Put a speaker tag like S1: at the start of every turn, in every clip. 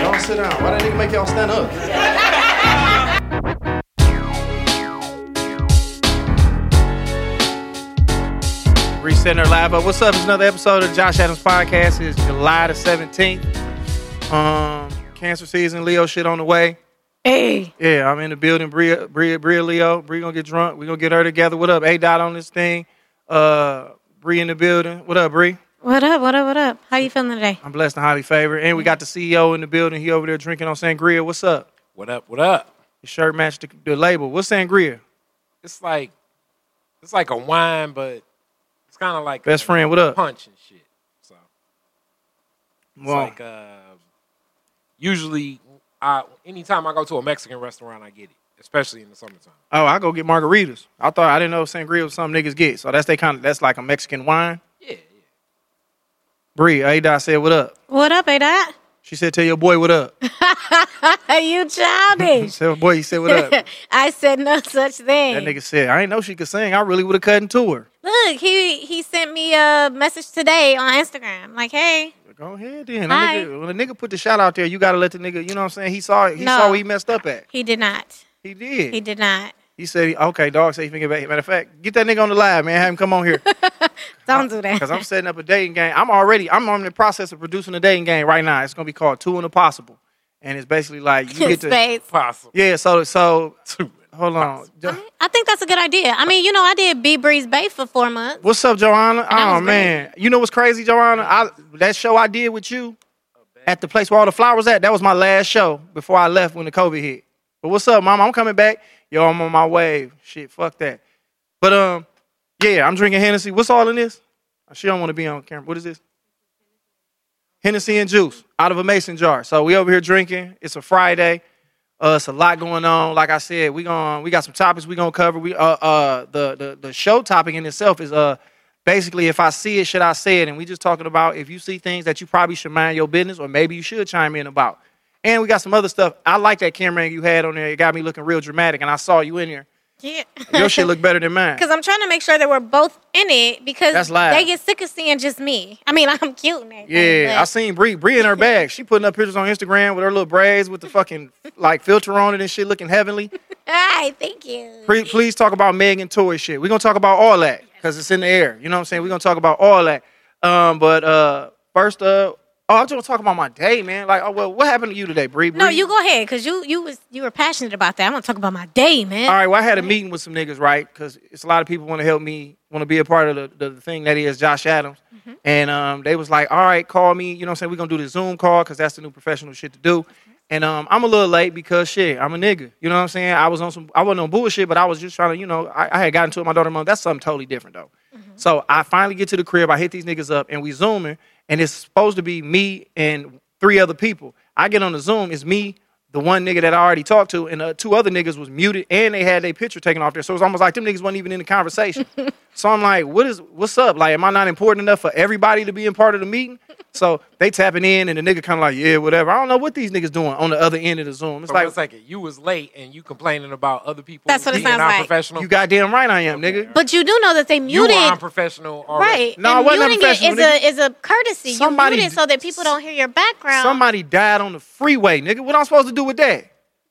S1: Y'all sit down. Why that nigga make y'all stand up?
S2: Recenter Live. But what's up? It's another episode of Josh Adams Podcast. It's July the 17th. Um, cancer season, Leo shit on the way.
S3: Hey,
S2: Yeah, I'm in the building. Bria, Bria, Bria Leo. Bria gonna get drunk. we gonna get her together. What up? A dot on this thing. Uh Bree in the building. What up, Bree?
S3: what up? What up? What up? How you feeling today?
S2: I'm blessed and highly favored. And we got the CEO in the building. He over there drinking on Sangria. What's up?
S4: What up? What up?
S2: His shirt matched the, the label. What's Sangria?
S4: It's like it's like a wine, but it's kind of like
S2: Best
S4: a
S2: friend, what up?
S4: Punch and shit. So it's
S2: Well,
S4: like uh, usually, I anytime I go to a Mexican restaurant, I get it, especially in the summertime.
S2: oh, I go get margaritas. I thought I didn't know Sangria was something niggas get. So that's they kind of that's like a Mexican wine.
S4: Yeah, yeah.
S2: Bree, A dot said what up.
S3: What up, Ada?
S2: She said, "Tell your boy what up."
S3: you
S2: He
S3: childish.
S2: said, "Boy, you said what up." that
S3: I said no such thing.
S2: nigga said, "I ain't know she could sing. I really would have cut into her."
S3: Look, he he sent me a message today on Instagram. Like, hey,
S2: Go ahead, then. That
S3: Hi.
S2: nigga- when the nigga put the shot out there, you gotta let the nigga. You know what I'm saying? He saw it. He
S3: No.
S2: saw what he messed up at.
S3: he did not.
S2: He did.
S3: He
S2: He,
S3: did not.
S2: said, "Okay, dog, say he thinking back." Matter of fact, get that nigga on the live, man. Have him come on here
S3: Don't do
S2: because
S3: that.
S2: I'm setting up a dating game. I'm already. I'm on the process of producing a dating game right now. It's gonna be called Two and Impossible, and it's basically like you get to.
S3: Spades.
S4: Possible.
S2: Yeah. So so
S4: Two.
S2: hold on. Jo-
S3: I think that's a good idea. I mean, you know, I did B Breeze Bay for four months.
S2: What's up, Joanna?
S3: that
S2: Oh
S3: was great.
S2: man, you know what's crazy, Joanna? I that show I did with you at the place where all the flowers at. That was my last show before I left when the COVID hit. But what's up, Mama? I'm coming back. Yo, I'm on my way. Shit, fuck that. But um, yeah, I'm drinking Hennessy. What's all in this? She don't want to be on camera. What is this? Hennessy and juice out of a mason jar. So we over here drinking. It's a Friday. Uh, it's a lot going on. Like I said, we gon' we got some topics we gonna cover. We uh uh the the the show topic in itself is uh basically if I see it, should I say it? And we just talking about if you see things that you probably should mind your business or maybe you should chime in about. And we got some other stuff. I like that camera angle you had on there. It got me looking real dramatic, and I saw you in here.
S3: Yeah.
S2: Your shit look better than mine.
S3: Because I'm trying to make sure that we're both in it because
S2: That's live.
S3: they get sick of seeing just me. I mean, I'm cute and everything.
S2: Yeah,
S3: but-
S2: I seen Bree. Bree in her bag. She putting up pictures on Instagram with her little braids with the fucking like filter on it and shit, looking heavenly.
S3: All right, thank you.
S2: Pre- please talk about Meg and Toy shit. We're gonna talk about all that because it's in the air. You know what I'm saying? We're gonna talk about all that. Um, but uh, first, uh, oh, I'm just gonna talk about my day, man. Like, oh well, what happened to you today, Bree?
S3: No,
S2: Bree-
S3: you go ahead, cause you you was you were passionate about that. I want to talk about my day, man.
S2: All right, well, I had a meeting with some niggas, right? Because it's a lot of people want to help me, want to be a part of the, the, thing that is Josh Adams. And um, they was like, all right, call me. You know what I'm saying? We're going to do the Zoom call because that's the new professional shit to do. And um, I'm a little late because shit, I'm a nigga. You know what I'm saying? I was on some, I wasn't on bullshit, but I was just trying to, you know, I, I had gotten to it. with My daughter, mom, that's something totally different though. So I finally get to the crib. I hit these niggas up and we zooming, and it's supposed to be me and three other people. I get on the Zoom, it's me, the one nigga that I already talked to, and uh, two other niggas was muted, and they had their picture taken off there. So it's almost like them niggas wasn't even in the conversation. so I'm like, what is what's up? Like, am I not important enough for everybody to be in part of the meeting? So they tapping in, and the nigga kind of like, yeah, whatever. I don't know what these niggas doing on the other end of the Zoom. It's
S4: So
S2: like,
S4: one second, you was late and you complaining about other people.
S3: That's what it
S4: being
S3: sounds like.
S4: unprofessional.
S2: you goddamn right I am, nigga.
S3: But you do know that they
S4: you
S3: muted,
S4: were unprofessional already.
S3: right?
S2: No, I
S3: and
S2: wasn't
S3: muting it is
S2: unprofessional,
S3: a is a courtesy.
S2: Somebody
S3: you muted
S2: d-
S3: so that people don't hear your background.
S2: Somebody died on the freeway, nigga. What I'm supposed to do with that?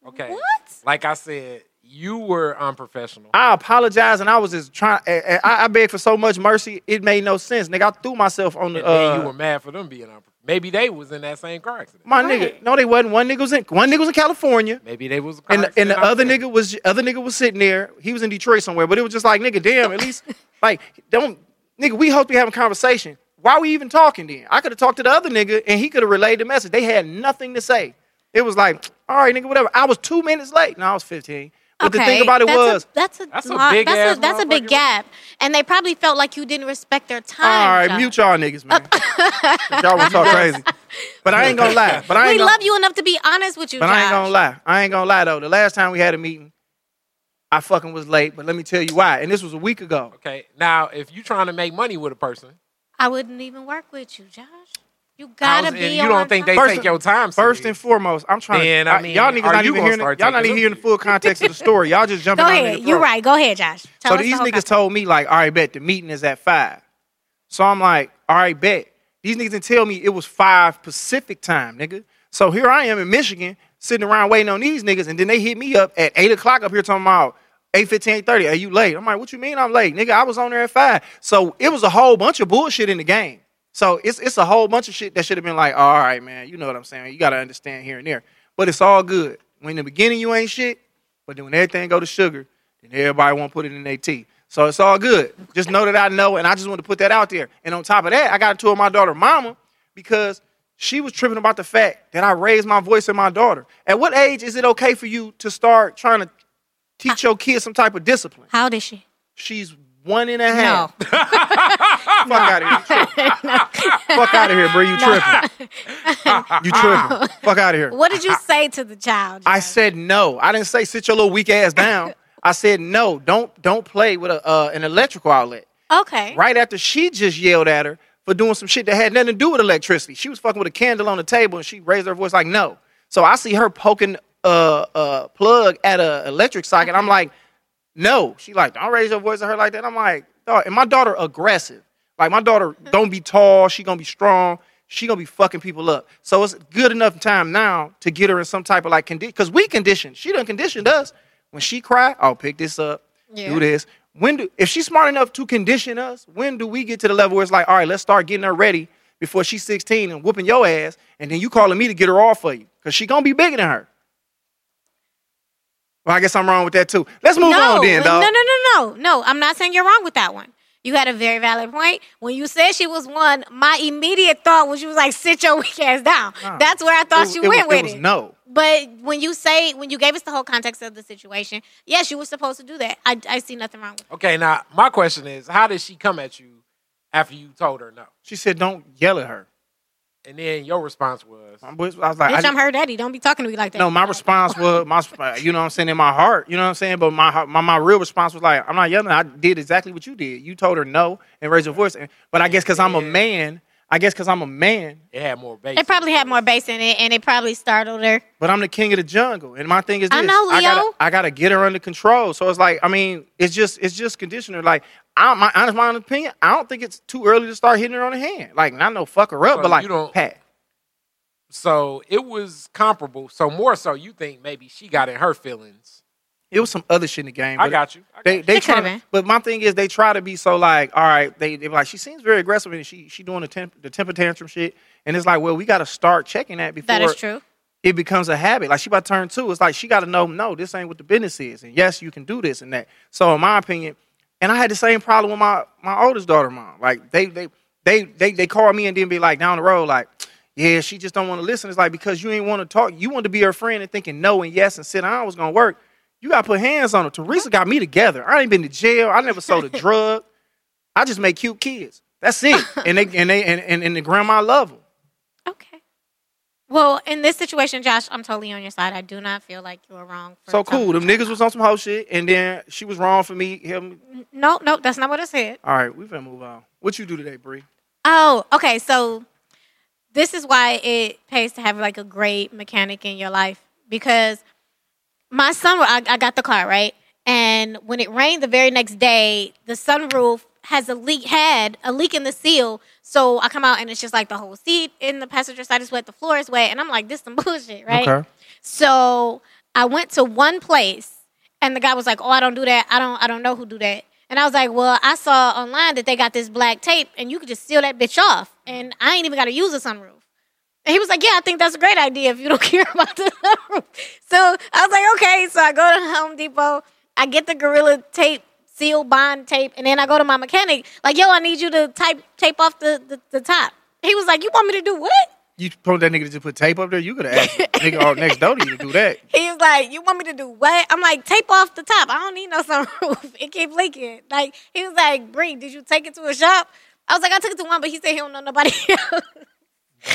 S4: Okay.
S3: What?
S4: Like I said, you were unprofessional.
S2: I apologize, and I was just trying. I, I I beg for so much mercy. It made no sense, nigga. I threw myself on the.
S4: and then you
S2: uh,
S4: were mad for them being unprofessional. Maybe they was in that same car accident.
S2: My
S3: Right.
S2: nigga, no, they wasn't. One nigga was in. One nigga was in California,
S4: Maybe they was a car
S2: and the, and
S4: accident
S2: the other
S4: outside.
S2: nigga was other nigga was sitting there. He was in Detroit somewhere, but it was just like nigga, damn. At least like don't nigga. We hope to have a conversation. Why we even talking then? I could have talked to the other nigga, and he could have relayed the message. They had nothing to say. It was like, all right, nigga, whatever. I was two minutes late. No, I was fifteen. But the thing about it
S3: that's
S2: was,
S3: a, that's a
S4: That's a
S3: lot-
S4: big
S3: that's
S4: ass
S3: a that's a big
S4: motherfucking-
S3: gap, and they probably felt like you didn't respect their time.
S2: all right,
S3: though.
S2: mute y'all niggas, man. y'all want to talk crazy. But I ain't gonna lie. But I ain't
S3: We
S2: gonna,
S3: love you enough to be honest with you.
S2: But
S3: Josh.
S2: I ain't gonna lie. I ain't gonna lie though. The last time we had a meeting, I fucking was late. But let me tell you why. And this was a week ago.
S4: Okay. Now, if you trying to make money with a person,
S3: I wouldn't even work with you, Josh. You
S4: I
S3: gotta
S4: was-
S3: be.
S4: and
S3: on
S4: you don't think they
S2: time.
S4: take your time
S2: First and
S4: serious.
S2: foremost, I'm trying
S4: Then,
S2: to.
S4: I mean,
S2: y'all niggas
S4: are
S2: not
S4: you
S2: even
S4: gonna
S2: hearing.
S4: start
S2: Y'all not
S4: taking
S2: even hearing the
S4: notes?
S2: full context of the story. Y'all just
S3: Go
S2: jumping. down in
S3: ahead.
S2: the
S3: You're
S2: throat.
S3: right. Go ahead, Josh. Tell
S2: so
S3: us
S2: these
S3: the whole
S2: niggas
S3: concept.
S2: told me like, all right, bet the meeting is at five. So I'm like, all right, bet. These niggas didn't tell me it was five Pacific time, nigga. So here I am in Michigan, sitting around waiting on these niggas, and then they hit me up at eight o'clock up here talking about. 8.15, 8.30, are you late? I'm like, what you mean I'm late? Nigga, I was on there at 5. So it was a whole bunch of bullshit in the game. So it's it's a whole bunch of shit that should have been like, all right, man, you know what I'm saying. You got to understand here and there. But it's all good. When in the beginning you ain't shit, but then when everything go to sugar, then everybody won't put it in their tea. So it's all good. Just know that I know, and I just want to put that out there. And on top of that, I got into it with my daughter, mama, because she was tripping about the fact that I raised my voice at my daughter. At what age is it okay for you to start trying to teach your kids some type of discipline?
S3: How old is she?
S2: She's one and a half. Fuck out of here. You tripping. Fuck out of here, bro. You tripping. You tripping. Fuck out of here.
S3: What did you say to the child?
S2: I
S3: Josh?
S2: said no. I didn't say sit your little weak ass down. I said no. Don't don't play with a uh, an electrical outlet.
S3: Okay.
S2: Right after she just yelled at her for doing some shit that had nothing to do with electricity. She was fucking with a candle on the table and she raised her voice like no. So I see her poking a uh, uh, plug at a electric socket. I'm like, no. She like don't raise your voice at her like that. I'm like, dog. And my daughter aggressive. Like my daughter don't be tall. She gonna be strong. She gonna be fucking people up. So it's good enough time now to get her in some type of like condition. Cause we conditioned. She done conditioned us. When she cry, I'll pick this up. Do this. When do if she's smart enough to condition us, when do we get to the level where it's like, all right, let's start getting her ready before she's 16 and whooping your ass, and then you calling me to get her off for you. Cause she gonna be bigger than her. Well, I guess I'm wrong with that too. Let's move
S3: no,
S2: on then, dog.
S3: no, no, no, no, no. I'm not saying you're wrong with that one. You had a very valid point. When you said she was one, my immediate thought was you was like, sit your weak ass down. That's where I thought
S2: It-
S3: you
S2: it
S3: went
S2: was-
S3: with
S2: it was
S3: it.
S2: no.
S3: But when you say, when you gave us the whole context of the situation, yes, you were supposed to do that. I, I see nothing wrong with it.
S4: Okay, now my question is, how did she come at you after you told her no?
S2: She said, "Don't yell at her."
S4: And then your response was,
S2: I was I was like,
S3: Bitch,
S2: I,
S3: I'm her daddy. Don't be talking to me like that.
S2: "No." My response was, "My, sp- you know, what I'm saying in my heart, you know what I'm saying." But my heart- my my real response was like, "I'm not yelling. I did exactly what you did. You told her no and raised your voice." And, but I guess because I'm a man, I guess because I'm a man,
S4: it had more bass.
S3: It probably had more bass in it, and it probably startled her.
S2: But I'm the king of the jungle, and my thing is this:
S3: I know, Leo.
S2: gotta, I gotta get her under control. So it's like, I mean, it's just, it's just conditioner. Like, I, my honest, my honest opinion, I don't think it's too early to start hitting her on the hand. Like, not no fuck her up,
S4: So
S2: but like,
S4: you don't-
S2: pat.
S4: So it was comparable. So more so, you think maybe she got in her feelings.
S2: It was some other shit in the game.
S4: I
S2: but
S4: got you. I got
S2: They,
S4: you.
S2: they
S3: It coulda
S2: try,
S3: been.
S2: but my thing is they try to be so like, all right, they they be like she seems very aggressive and she she doing the temp, the temper tantrum shit, and it's like, well, we got to start checking that before
S3: That is true.
S2: it becomes a habit. Like she about to turn two. It's like she got to know, no, this ain't what the business is. And yes, you can do this and that. So in my opinion, and I had the same problem with my my oldest daughter, mom. Like they they they they they call me and then be like down the road, like, yeah, she just don't want to listen. It's like because you ain't want to talk. You want to be her friend and thinking no and yes and sit down was gonna work. You gotta put hands on her. Teresa got me together. I ain't been to jail. I never sold a drug. I just make cute kids. That's it. And they and they and, and, and the grandma love them.
S3: Okay. Well, in this situation, Josh, I'm totally on your side. I do not feel like you were wrong. For
S2: So cool.
S3: telling
S2: Them niggas was on some hoe shit, and then she was wrong for me. Him.
S3: her. No, no, that's not what I said.
S2: All right, we finna move on. What you do today, Bree?
S3: Oh, okay. So this is why it pays to have like a great mechanic in your life because my sunroof, I, I got the car, right? And when it rained the very next day, the sunroof has a leak, had a leak in the seal. So I come out and it's just like the whole seat in the passenger side is wet, the floor is wet. And I'm like, this some bullshit, right? So I went to one place, and the guy was like, "Oh, I don't do that. I don't. I don't know who do that." And I was like, "Well, I saw online that they got this black tape, and you could just seal that bitch off, and I ain't even got to use a sunroof." And he was like, "Yeah, I think that's a great idea if you don't care about the sunroof." So I was like, "Okay." So I go to Home Depot, I get the Gorilla Tape seal bond tape, and then I go to my mechanic like, "Yo, I need you to type tape off the the, the top." He was like, "You want me to do what?"
S2: You told that nigga to just put tape up there. You could have asked the nigga all next door to you to do that.
S3: He was like, "You want me to do what?" I'm like, "Tape off the top. I don't need no sunroof. It keep leaking." Like he was like, "Bree, did you take it to a shop?" I was like, "I took it to one, but he said he don't know nobody else."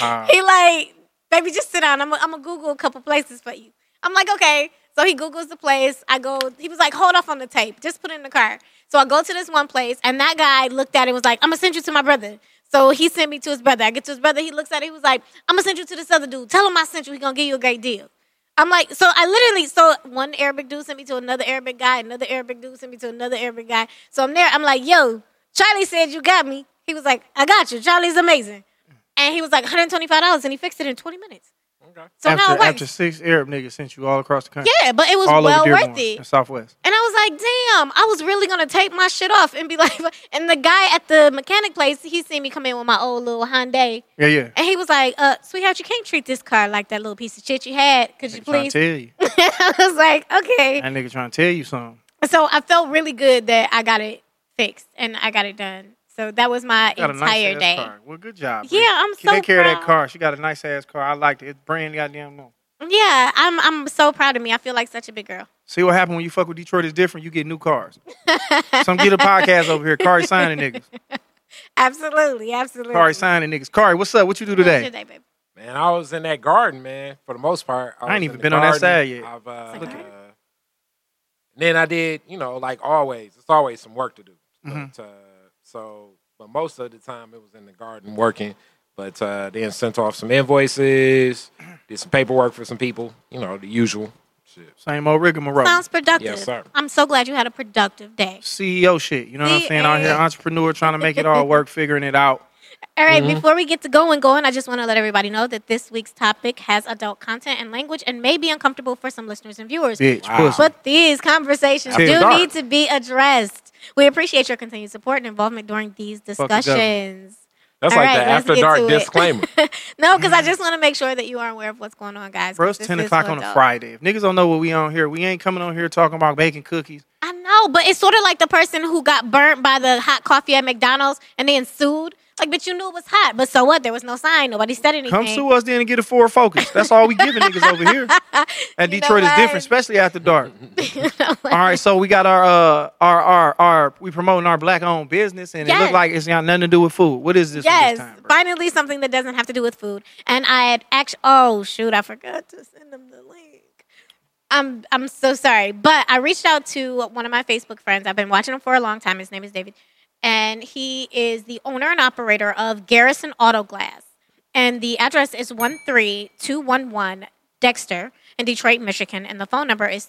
S2: Wow.
S3: He like, "Baby, just sit down. I'm gonna Google a couple places for you." I'm like, "Okay." So he googles the place. I go. He was like, "Hold off on the tape. Just put it in the car." So I go to this one place, and that guy looked at it and was like, "I'm gonna send you to my brother." So he sent me to his brother. I get to his brother. He looks at it. He was like, "I'm gonna send you to this other dude. Tell him I sent you. He gonna give you a great deal." I'm like, so I literally, so one Arabic dude sent me to another Arabic guy, another Arabic dude sent me to another Arabic guy. So I'm there, I'm like, yo, Charlie said you got me. He was like, I got you. Charlie's amazing. And he was like, $125, and he fixed it in 20 minutes.
S4: Okay.
S3: So now it
S2: after,
S3: works.
S2: after six Arab niggas sent you all across the country.
S3: Oh, yeah, but it was
S2: all
S3: well
S2: over Dearborn
S3: worth it.
S2: and Southwest.
S3: And I was like, damn, I was really gonna take my shit off and be like, and the guy at the mechanic place, he seen me come in with my old little Hyundai.
S2: Yeah, yeah.
S3: And he was like, uh, sweetheart, you can't treat this car like that little piece of shit you had. Could you
S2: Trying
S3: please?
S2: to tell you.
S3: I was like, okay.
S2: That nigga trying to tell you something.
S3: So I felt really good that I got it fixed and I got it done. So that was my
S2: Got a nice
S3: entire
S2: ass
S3: day.
S2: car. Well, good job.
S3: Yeah, I'm
S2: She take
S3: so
S2: care of that
S3: proud.
S2: car. She got a nice ass car. I liked it. It's brand goddamn new.
S3: Yeah, I'm I'm so proud of me. I feel like such a big girl.
S2: See what happened when you fuck with Detroit is different. You get new cars. Some get a podcast over here. Kari signing niggas.
S3: Absolutely, absolutely.
S2: Kari signing niggas. Kari, what's up? What you do today?
S3: Today, baby.
S4: Man, I was in that garden, man. For the most part, I,
S2: I ain't
S4: was
S2: even
S4: in the
S2: been on
S4: garden.
S2: that side yet.
S4: I've, uh,
S3: Look at
S4: uh, then I did, you know, like always, it's always some work to do.
S2: Mm-hmm.
S4: But, uh, so, but most of the time, it was in the garden working. But uh, then sent off some invoices, did some paperwork for some people, you know, the usual shit.
S2: Same old rigmarole.
S3: Sounds productive.
S4: Yes, sir.
S3: I'm so glad you had a productive day.
S2: CEO E shit. You know what I'm saying?
S3: E
S2: Out here, entrepreneur trying to make it all work, figuring it out.
S3: All right,
S4: Mm-hmm.
S3: before we get to going, going, I just want to let everybody know that this week's topic has adult content and language and may be uncomfortable for some listeners and viewers.
S2: Bitch,
S4: Wow.
S2: pussy.
S3: But these conversations
S2: Too
S3: do
S2: dark.
S3: need to be addressed. We appreciate your continued support and involvement during these
S2: the government.
S3: discussions.
S4: That's
S3: All
S4: like
S3: right,
S4: the
S3: let's
S4: after
S3: get to
S4: dark
S3: it.
S4: disclaimer.
S3: No, because I just want to make sure that you are aware of what's going on, guys.
S2: Bro,
S3: 'cause
S2: it's
S3: this
S2: 10
S3: is
S2: o'clock
S3: for
S2: on a
S3: adults.
S2: Friday. If niggas don't know what we on here, we ain't coming on here talking about baking cookies.
S3: I know, but it's sort of like the person who got burnt by the hot coffee at McDonald's and then sued. Like, but you knew it was hot, but so what? There was no sign. Nobody said anything.
S2: Come sue us then and get a four focus. That's all we giving niggas over here. And
S3: You know
S2: Detroit is
S3: what?
S2: different, especially after dark. all right, so we got our uh our our our we promoting our black owned business and it
S3: Yes.
S2: look like it's got nothing to do with food. What is this? one
S3: Yes,
S2: This time, bro?
S3: finally something that doesn't have to do with food. And I had actually, oh shoot, I forgot to send them the link. I'm I'm so sorry, but I reached out to one of my Facebook friends. I've been watching him for a long time. His name is David, and he is the owner and operator of Garrison Auto Glass. And the address is one three two one one Dexter in Detroit, Michigan, and the phone number is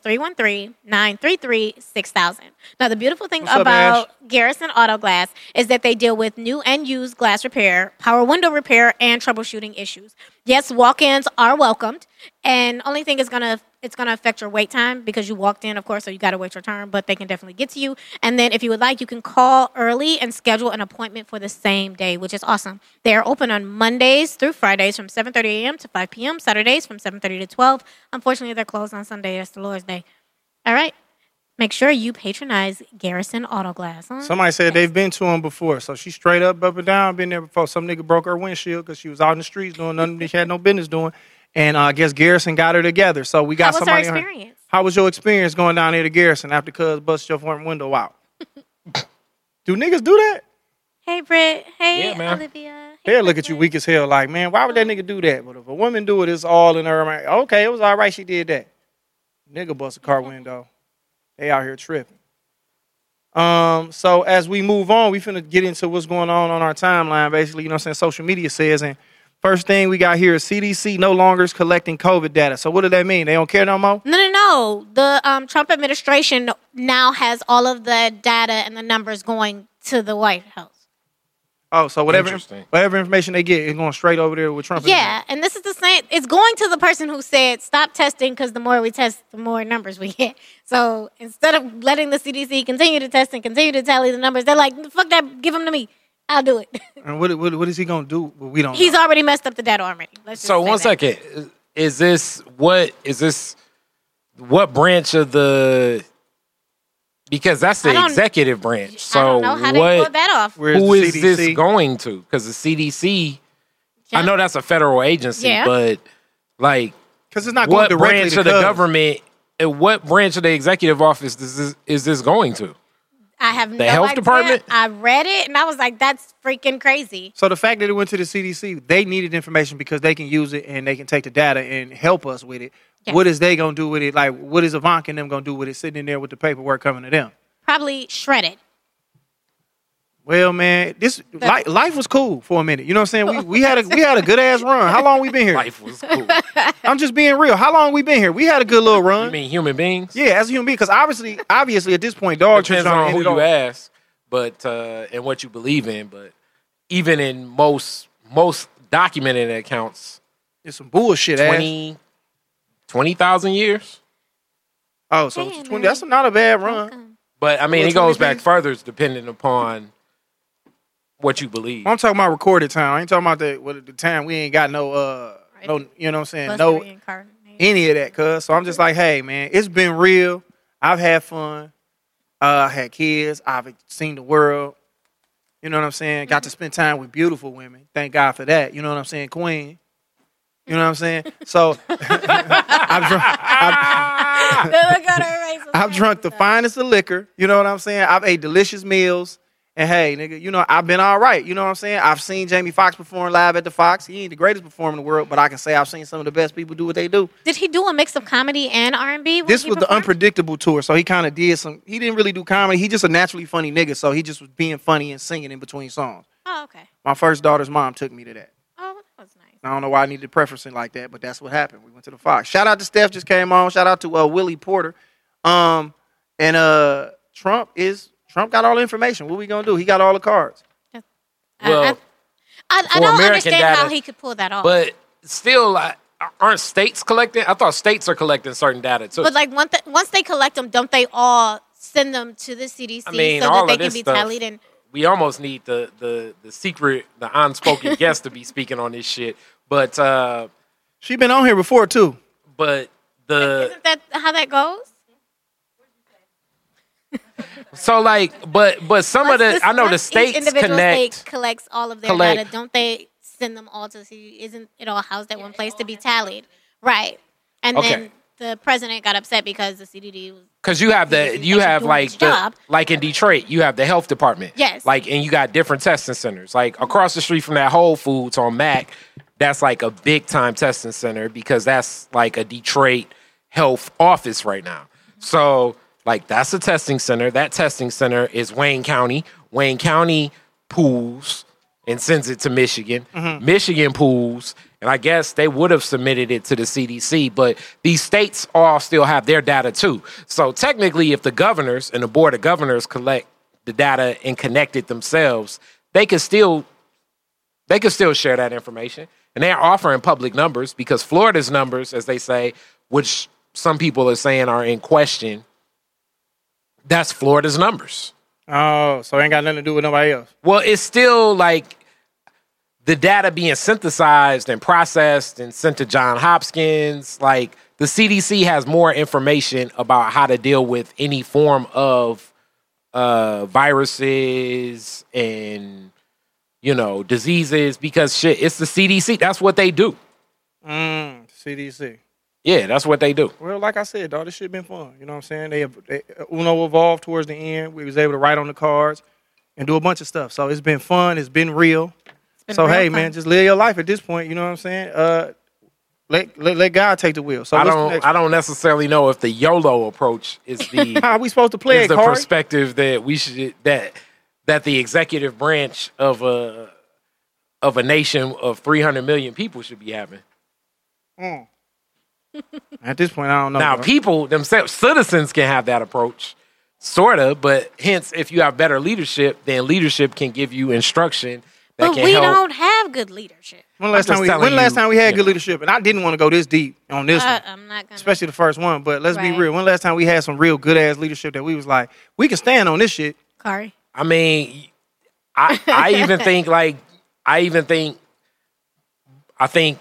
S3: 313-933-6000. Now the beautiful thing
S2: What's up,
S3: about
S2: Ash?
S3: Garrison Auto Glass is that they deal with new and used glass repair, power window repair, and troubleshooting issues. Yes, walk-ins are welcomed, and only thing is gonna it's gonna affect your wait time because you walked in, of course, so you gotta wait your turn. But they can definitely get to you, and then if you would like, you can call early and schedule an appointment for the same day, which is awesome. They are open on Mondays through Fridays from 7:30 a.m. to 5 p.m. Saturdays from 7:30 to 12. Unfortunately, they're closed on Sunday. That's the Lord's Day. All right. Make sure you patronize Garrison Auto Glass. Huh?
S2: Somebody said they've been to him before, so she straight up up and down been there before. Some nigga broke her windshield because she was out in the streets doing nothing that she had no business doing, and uh, I guess Garrison got her together. So we got
S3: How was her
S2: somebody. on-
S3: experience?
S2: How was your experience going down there to Garrison after Cuz busted your front window out? do niggas do that?
S3: Hey, Britt. Hey,
S4: Yeah, man.
S3: Olivia. Hey,
S2: They'll look at you weak as hell, like, man, why would that nigga do that? But if a woman do it, it's all in her mind. Okay, it was all right, she did that. Nigga bust a
S3: Mm-hmm.
S2: car window. They out here tripping. Um, so as we move on, we finna get into what's going on on our timeline, basically, you know what I'm saying? Social media says. And first thing we got here is CDC no longer is collecting COVID data. So what does that mean? They don't care no more?
S3: No, no, no. The um, Trump administration now has all of the data and the numbers going to the White House.
S2: Oh, so whatever
S4: Interesting.
S2: whatever information they get is going straight over there with Trump.
S3: Yeah, and this is the same. It's going to the person who said stop testing because the more we test, the more numbers we get. So instead of letting the CDC continue to test and continue to tally the numbers, they're like, "Fuck that, give them to me. I'll do it."
S2: And what, what, what is he gonna do? Well, we don't
S3: He's
S2: know.
S3: already messed up the data already. Let's just
S4: so
S3: say
S4: one
S3: that.
S4: second, is this what is this what branch of the? Because that's
S3: I
S4: the
S3: don't-
S4: executive branch.
S3: I
S4: So
S3: don't know how they
S4: what?
S3: pulled that off.
S2: Where's
S4: who
S2: the
S4: is this
S2: CDC?
S4: going to? Because the CDC I know that's a federal agency,
S3: Yeah.
S4: but like
S2: Because it's not
S4: what
S2: going directly
S4: branch
S2: to
S4: of the
S2: Cubs.
S4: government and what branch of the executive office is this, is this going to?
S3: I have no
S4: health
S3: idea.
S4: department?
S3: I read it and I was like, that's freaking crazy.
S2: So the fact that it went to the CDC, they needed information because they can use it and they can take the data and help us with it. What is they gonna do with it? Like, what is Ivanka and them gonna do with it? Sitting in there with the paperwork coming to them.
S3: Probably shredded.
S2: Well, man, this li- life was cool for a minute. You know what I'm saying? We, we had a we had a good ass run. How long we been here?
S4: Life was cool.
S2: I'm just being real. How long we been here? We had a good little
S4: I
S2: run.
S4: mean, human beings.
S2: Yeah, as a human being, because obviously, obviously at this point, dog
S4: depends
S2: shit's gonna
S4: on
S2: end
S4: who
S2: it
S4: you
S2: all.
S4: ask, but uh, and what you believe in. But even in most most documented accounts,
S2: It's some
S4: Eh.
S2: bullshit. ass.
S4: 20 20,000 years.
S2: Oh, so it's 20, that's not a bad run.
S4: But I mean,
S2: Well,
S4: it goes back
S2: 20,000.
S4: further, it's depending upon what you believe.
S2: I'm talking about recorded time. I ain't talking about the what the time we ain't got no uh no you know what I'm saying
S3: Must
S2: no
S3: reincarnate.
S2: any of that. Cuz so I'm just like, hey man, it's been real. I've had fun. Uh, I had kids. I've seen the world. You know what I'm saying? Got to spend time with beautiful women. Thank God for that. You know what I'm saying, Queen. You know what I'm saying? So I've, drunk, I've,
S3: Look at her face.
S2: I've drunk the finest of liquor. You know what I'm saying? I've ate delicious meals. And hey, nigga, you know, I've been all right. You know what I'm saying? I've seen Jamie Foxx perform live at the Fox. He ain't the greatest performer in the world, but I can say I've seen some of the best people do what they do.
S3: Did he do a mix of comedy and R and B?
S2: This was the unpredictable tour, so he kind of did some. He didn't really do comedy. He just a naturally funny nigga, so he just was being funny and singing in between songs.
S3: Oh, okay.
S2: My first daughter's mom took me to that.
S3: Oh, that was nice.
S2: I don't know why I needed to preference it like that, but that's what happened. We went to the Fox. Shout out to Steph just came on. Shout out to uh, Willie Porter. Um, and uh, Trump is Trump got all the information. What we gonna do? He got all the cards.
S3: I-
S4: well,
S3: I, I, I
S4: for
S3: don't
S4: American
S3: understand how
S4: data-
S3: he could pull that off.
S4: but still, like, aren't states collecting? I thought states are collecting certain data too.
S3: But like once once they collect them, don't they all send them to the CDC
S4: I mean,
S3: so
S4: all
S3: that they
S4: of
S3: can
S4: this
S3: be
S4: stuff-
S3: tallied? And
S4: we almost need the the the secret, the unspoken guest to be speaking on this shit. But uh,
S2: She been on here before too.
S4: but the
S3: isn't that how that goes?
S4: So like, but but some of the
S3: Once
S4: I know the
S3: once each
S4: states
S3: individual
S4: connect.
S3: state collects all of their
S4: collect-
S3: data. Don't they send them all to the CDC? Isn't it all housed at one place to be tallied? Right. And
S4: Okay.
S3: then the president got upset because the CDD was
S4: Cause you have the
S3: Because
S4: you
S3: it's
S4: have
S3: doing
S4: like
S3: its
S4: the
S3: job.
S4: like in Detroit you have the health department
S3: Yes.
S4: like and you got different testing centers like across the street from that Whole Foods on Mac that's like a big time testing center because that's like a Detroit health office right now so like that's a testing center that testing center is Wayne County Wayne County pools and sends it to Michigan Michigan pools and I guess they would have submitted it to the CDC, but these states all still have their data too. So technically, if the governors and the board of governors collect the data and connect it themselves, they could still they could still share that information. And they're offering public numbers because Florida's numbers, as they say, which some people are saying are in question, that's Florida's numbers.
S2: Oh, so ain't got nothing to do with nobody else.
S4: Well, it's still like the data being synthesized and processed and sent to John Hopkins. Like the CDC has more information about how to deal with any form of uh, viruses and you know diseases because shit, it's the CDC. That's what they do.
S2: Mm, CDC.
S4: Yeah, that's what they do.
S2: Well, like I said, dog, this shit been fun. You know what I'm saying? They, they uh, Uno evolved towards the end. We was able to write on the cards and do a bunch of stuff. So it's been fun. It's been real.
S3: been
S2: so
S3: real
S2: hey,
S3: fun.
S2: man, just live your life at this point. You know what I'm saying? Uh, let let, let God take the wheel. So
S4: I
S2: what's the
S4: don't.
S2: next-
S4: I don't necessarily know if the YOLO approach is the
S2: How are we supposed to play
S4: is
S2: it,
S4: the
S2: Corey?
S4: perspective that we should that that the executive branch of a of a nation of 300 million people should be having.
S2: At this point, I don't know.
S4: Now,
S3: Uh-huh.
S2: bro.
S4: people themselves, citizens can have that approach, sort of, but hence, if you have better leadership, then leadership can give you instruction that
S3: But
S4: can
S3: we
S4: help.
S3: don't have good leadership.
S2: when last
S4: I'm
S2: time
S4: just
S2: we
S4: telling
S2: when last
S4: you,
S2: time we had
S4: yeah.
S2: good leadership, and I didn't want to go this deep on this
S3: Uh,
S2: one.
S3: I'm not gonna.
S2: especially the first one. But let's be
S3: Right.
S2: real. When last time we had some real good ass leadership that we was like, we can stand on this shit.
S3: Kari.
S4: I mean, I I even think like I even think I think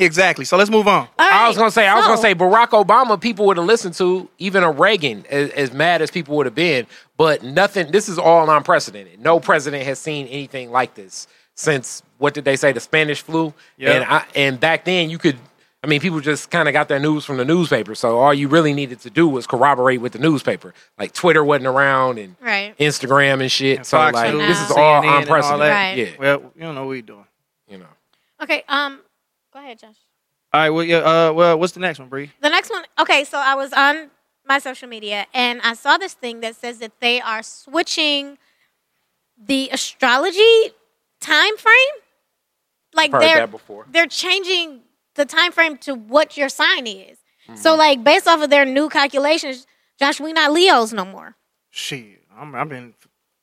S2: Exactly. So let's move on.
S3: All
S4: I was
S3: right,
S4: gonna say, I was gonna
S3: so-
S4: say, Barack Obama, people would have listened to, even a Reagan, as, as mad as people would have been, but nothing. This is all unprecedented. No president has seen anything like this since what did they say the Spanish flu?
S2: Yeah.
S4: And I, and back then you could. I mean, people just kind of got their news from the newspaper. So all you really needed to do was corroborate with the newspaper. Like Twitter wasn't around and
S3: Right.
S4: Instagram and shit.
S2: And
S4: so
S2: Fox
S4: like
S2: News,
S4: this is all
S2: CNN and all
S4: unprecedented.
S3: that.
S4: Yeah,
S2: Well, you don't know what you're doing.
S4: you know.
S3: Okay. Um. Go ahead, Josh.
S2: All right. Well, yeah. Uh, well, what's the next one, Bree?
S3: The next one. Okay, so I was on my social media and I saw this thing that says that they are switching the astrology time frame. Like
S4: Heard
S3: they're
S4: that before.
S3: they're changing the time frame to what your sign is.
S2: Mm-hmm.
S3: So like based off of their new calculations, Josh, we not Leos no more.
S2: Shit, I'm, I've been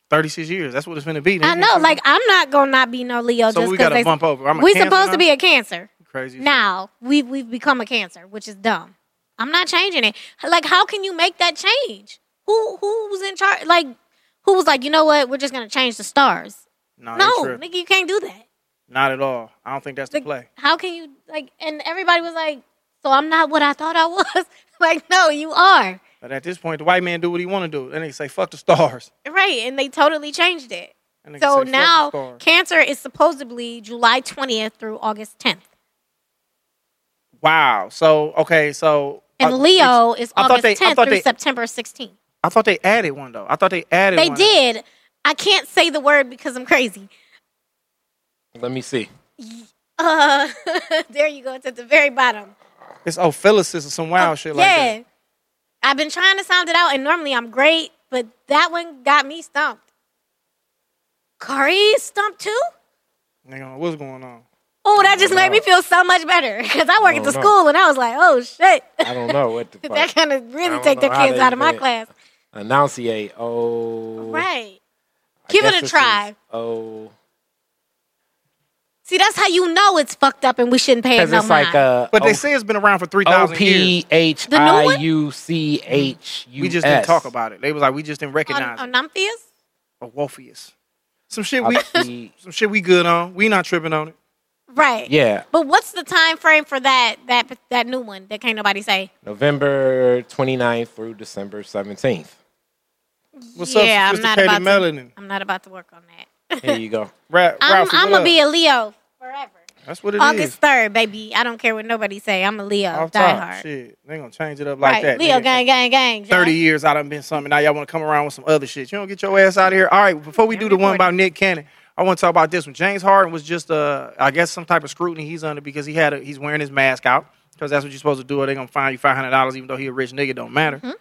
S2: 36 years. That's what it's gonna be.
S3: I know, like I'm not gonna not be no Leo
S2: Mm-hmm. So
S3: just
S2: we
S3: because
S2: gotta
S3: they
S2: bump over. I'm a
S3: we
S2: Cancer
S3: supposed
S2: now?
S3: to be a cancer.
S2: crazy. shit.
S3: Now we we've become a cancer, which is dumb. I'm not changing it. Like, how can you make that change? Who who's in charge? Like, who was like, you know what? We're just gonna change the stars.
S2: Nah,
S3: no,
S2: they tripping.
S3: nigga, you can't do that.
S2: not at all. I don't think that's the
S3: Like,
S2: play.
S3: How can you like? And everybody was like, so I'm not what I thought I was. like, no, you are
S2: But at this point, the white man do what he want to do. Then they say, "Fuck the stars."
S3: right. And they totally changed it.
S2: And they say,
S3: So
S2: "Fuck the
S3: now
S2: stars."
S3: cancer is supposedly July 20th through August 10th,
S2: wow. So okay, so
S3: and
S2: uh,
S3: Leo is
S2: I thought
S3: August
S2: they- I
S3: 10th
S2: thought
S3: through
S2: they-
S3: September 16th.
S2: I thought they added one though. I thought they added.
S3: They
S2: one.
S3: did. I can't say the word because I'm crazy.
S4: Let me see.
S3: Uh, there you go. It's at the very bottom.
S2: It's Ophilicis oh, or some wild shit like
S3: Oh, yeah.
S2: that.
S3: I've been trying to sound it out, and normally I'm great, but that one got me stumped. Kari stumped too?
S2: Nigga, what's going on?
S3: Oh, that just made me feel so much better because I work at
S4: Oh,
S3: the
S4: no.
S3: school, and I was like, oh shit.
S4: I don't know what the
S3: that
S4: fuck.
S3: kind of really
S4: don't
S3: take the
S4: know how
S3: kids
S4: they
S3: out of my
S4: did it.
S3: class.
S4: Enunciate. Oh,
S3: Right.
S4: I
S3: Give
S4: guess
S3: it a
S4: this
S3: try.
S4: is- Oh,
S3: See, that's how you know it's fucked up and we shouldn't pay it
S4: because
S3: no
S4: it's like uh,
S3: mind.
S4: a
S2: But they say it's been around for three
S4: O
S2: thousand years.
S4: P H
S3: The new
S4: I
S3: one?
S4: U C H U S.
S2: We just didn't talk about it. They was like, we just didn't
S3: on,
S2: recognize
S3: on
S2: it.
S3: Amphias?
S2: A Wolfius. Some shit we
S4: it.
S2: some shit we good on. We not tripping on it.
S3: Right.
S4: Yeah,
S3: But what's the time frame for that that that new one that can't nobody say?
S4: November 29th through December 17th.
S2: What's
S3: yeah,
S2: up,
S3: I'm not
S2: sophisticated
S3: about
S2: melanin?
S3: to. I'm not about to work on that.
S4: Here you go.
S2: Ra-
S3: I'm,
S2: Ralphie,
S3: I'm
S2: what
S3: gonna
S2: up?
S3: be a Leo forever.
S2: That's what it is.
S3: August third, baby. I don't care what nobody say. I'm a Leo.
S2: Off
S3: die
S2: top.
S3: hard.
S2: Shit, they gonna change it up like
S3: right.
S2: that.
S3: Leo
S2: Nigga,
S3: gang gang gang. John.
S2: Thirty years I done been something. Now y'all want to come around with some other shit. You don't get your ass out of here. All right, before we do the one about Nick Cannon, I want to talk about this one. James Harden was just, uh, I guess, some type of scrutiny he's under because he had a, he's wearing his mask out because that's what you're supposed to do. Or they gonna fine you five hundred dollars, even though he a rich nigga. Don't matter.
S3: Mm-hmm.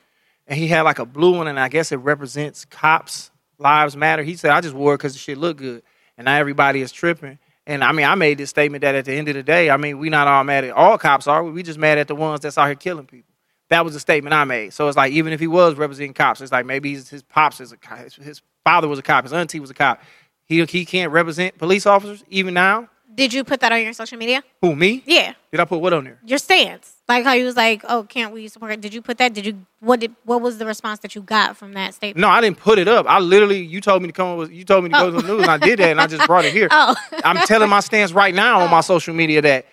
S2: And he had like a blue one, and I guess it represents cops lives matter. He said, "I just wore it because the shit looked good." And now everybody is tripping. And I mean, I made this statement that at the end of the day, I mean, we not all mad at all cops, are we? We just mad at the ones that's out here killing people. That was the statement I made. So it's like even if he was representing cops, it's like maybe his, his pops is a cop, his, his father was a cop, his auntie was a cop. He he can't represent police officers even now.
S3: Did you put that on your social media?
S2: Who me?
S3: Yeah,
S2: Did I put what on there?
S3: your stance. Like how you was like, oh, can't we support? it? Did you put that? Did you what? Did what was the response that you got from that statement?
S2: No, I didn't put it up. I literally, you told me to come up with, you told me to go to the news, and I did that, and I just brought it here.
S3: Oh.
S2: I'm telling my stance right now on my social media that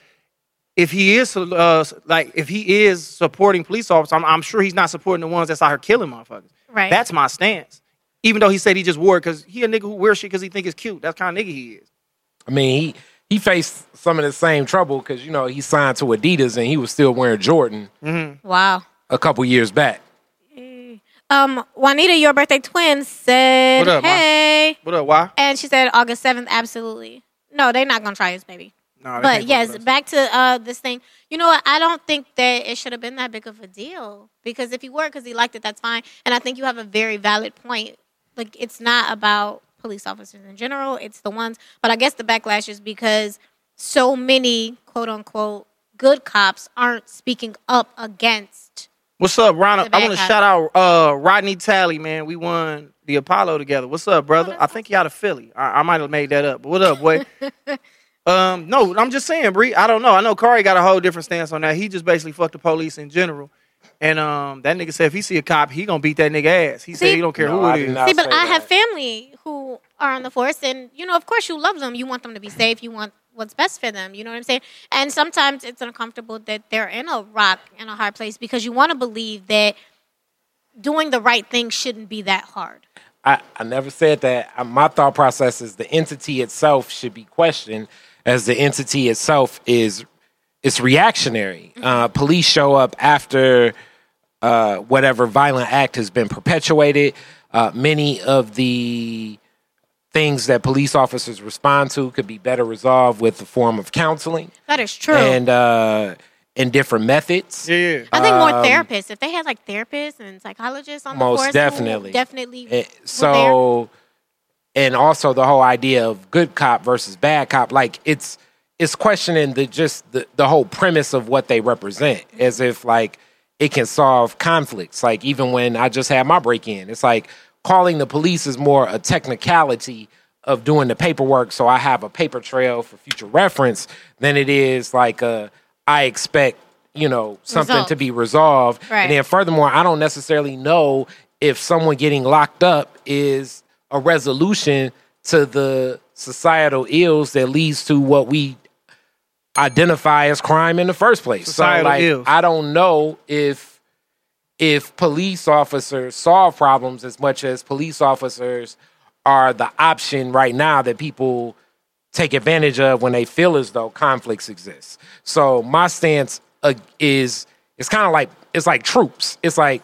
S2: if he is uh, like if he is supporting police officers, I'm, I'm sure he's not supporting the ones that's out here killing motherfuckers.
S3: Right.
S2: That's my stance. Even though he said he just wore it because he a nigga who wears shit because he think it's cute. That's kind of nigga he is.
S4: I mean, he, he faced some of the same trouble because, you know, he signed to Adidas and he was still wearing Jordan
S3: Wow.
S4: a couple years back.
S3: Um, Juanita, your birthday twin said,
S2: What up, Ma?
S3: hey,
S2: What up? Why?
S3: and she said August seventh. Absolutely. No, they're not gonna try his baby.
S2: No, they
S3: But
S2: can't fuck
S3: yes,
S2: with us.
S3: back to uh, this thing. You know what? I don't think that it should have been that big of a deal because if he were because he liked it, that's fine. And I think you have a very valid point. Like it's not about police officers in general; it's the ones. But I guess the backlash is because so many quote unquote good cops aren't speaking up against.
S2: What's up, Ron?
S3: The
S2: I
S3: bad
S2: want to
S3: guy.
S2: shout out uh, Rodney Tally, man. We won the Apollo together. What's
S3: Oh,
S2: up, brother? I think you out of Philly. I, I might have made that up. But what up, boy? um, no, I'm just saying, Bree. I don't know. I know Kari got a whole different stance on that. He just basically fucked the police in general. And um, that nigga said if he see a cop, he gonna beat that nigga ass. He said
S3: See-
S2: he don't care
S4: No,
S2: who
S4: I
S2: it
S4: did
S2: is.
S4: not
S3: See, but
S4: say
S3: I have
S4: that.
S3: family who are on the force, and you know, of course, you love them. You want them to be safe. You want what's best for them. You know what I'm saying? And sometimes it's uncomfortable that they're in a rock and a hard place because you want to believe that doing the right thing shouldn't be that hard.
S4: I, I never said that. I, my thought process is the entity itself should be questioned, as the entity itself is it's reactionary.
S2: Mm-hmm.
S4: Uh, police show up after uh, whatever violent act has been perpetuated. Uh, many of the things that police officers respond to could be better resolved with the form of counseling
S3: That is true.
S4: and uh, and different methods.
S2: Yeah.
S3: I think more therapists. If they had like therapists and psychologists on
S4: um, Most
S3: the course,
S4: definitely.
S3: who definitely.
S4: Eh,
S3: were there.
S4: so and also the whole idea of good cop versus bad cop like it's it's questioning the just the, the whole premise of what they represent as if like it can solve conflicts like even when i just had my break in it's like calling the police is more a technicality of doing the paperwork so i have a paper trail for future reference than it is like uh i expect you know something
S3: Results.
S4: to be resolved
S3: Right.
S4: and then furthermore, I don't necessarily know if someone getting locked up is a resolution to the societal ills that leads to what we identify as crime in the first place.
S2: Societal
S4: so like
S2: ills.
S4: I don't know if if police officers solve problems as much as police officers are the option right now that people take advantage of when they feel as though conflicts exist. So my stance uh, is it's kind of like it's like troops. It's like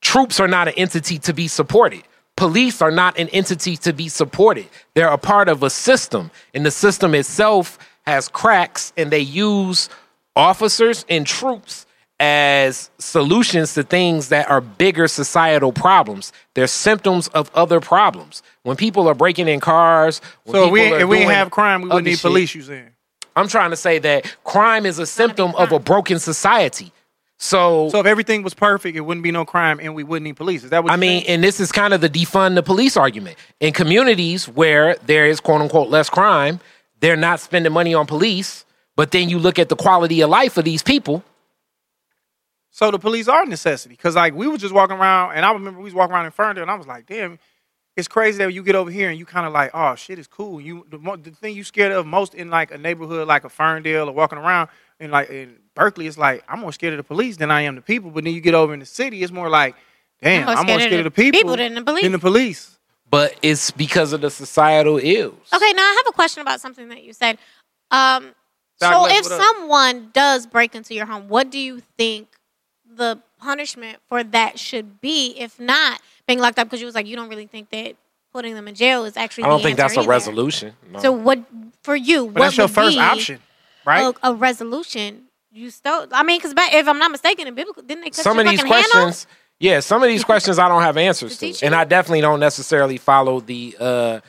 S4: troops are not an entity to be supported. Police are not an entity to be supported. They're a part of a system, and the system itself has cracks, and they use officers and troops as solutions to things that are bigger societal problems. They're symptoms of other problems. When people are breaking in cars, when
S2: So if we
S4: people are
S2: if we
S4: doing
S2: didn't have crime, we
S4: other
S2: wouldn't need
S4: shit,
S2: police. You saying?
S4: I'm trying to say that crime is a symptom of a broken society. So,
S2: So if everything was perfect, it wouldn't be no crime, and we wouldn't need police. Is that what
S4: I
S2: you
S4: mean,
S2: saying?
S4: and this is kind of the defund the police argument. In communities where there is quote unquote less crime, they're not spending money on police. But then you look at the quality of life of these people.
S2: So the police are a necessity because like we was just walking around, and I remember we was walking around in Ferndale, and I was like, damn, it's crazy that you get over here and you kind of like, oh shit, it's cool. You the, mo- the thing you scared of most in like a neighborhood like a Ferndale or walking around in like in Berkeley, it's like I'm more scared of the police than I am the people. But then you get over in the city, it's more like, damn, I'm more scared, of the people,
S3: than the police.
S2: Than the police.
S4: But it's because of the societal ills.
S3: Okay, now I have a question about something that you said. Um,
S2: Doc,
S3: so
S2: look,
S3: if
S2: what up?
S3: someone does break into your home, what do you think the punishment for that should be? If not being locked up, because you was like you don't really think that putting them in jail is actually.
S4: I don't
S3: the
S4: think that's
S3: answer
S4: a
S3: either.
S4: resolution. No.
S3: So what for you?
S2: But
S3: what
S2: that's your
S3: would
S2: first
S3: be
S2: option, right?
S3: A, a resolution. You stole. I mean, because if I'm not mistaken, in biblical, didn't they cut
S4: some
S3: your
S4: of these
S3: fucking hand off?
S4: questions yeah some of these questions i don't have answers to
S3: teacher?
S4: and i definitely don't necessarily follow the uh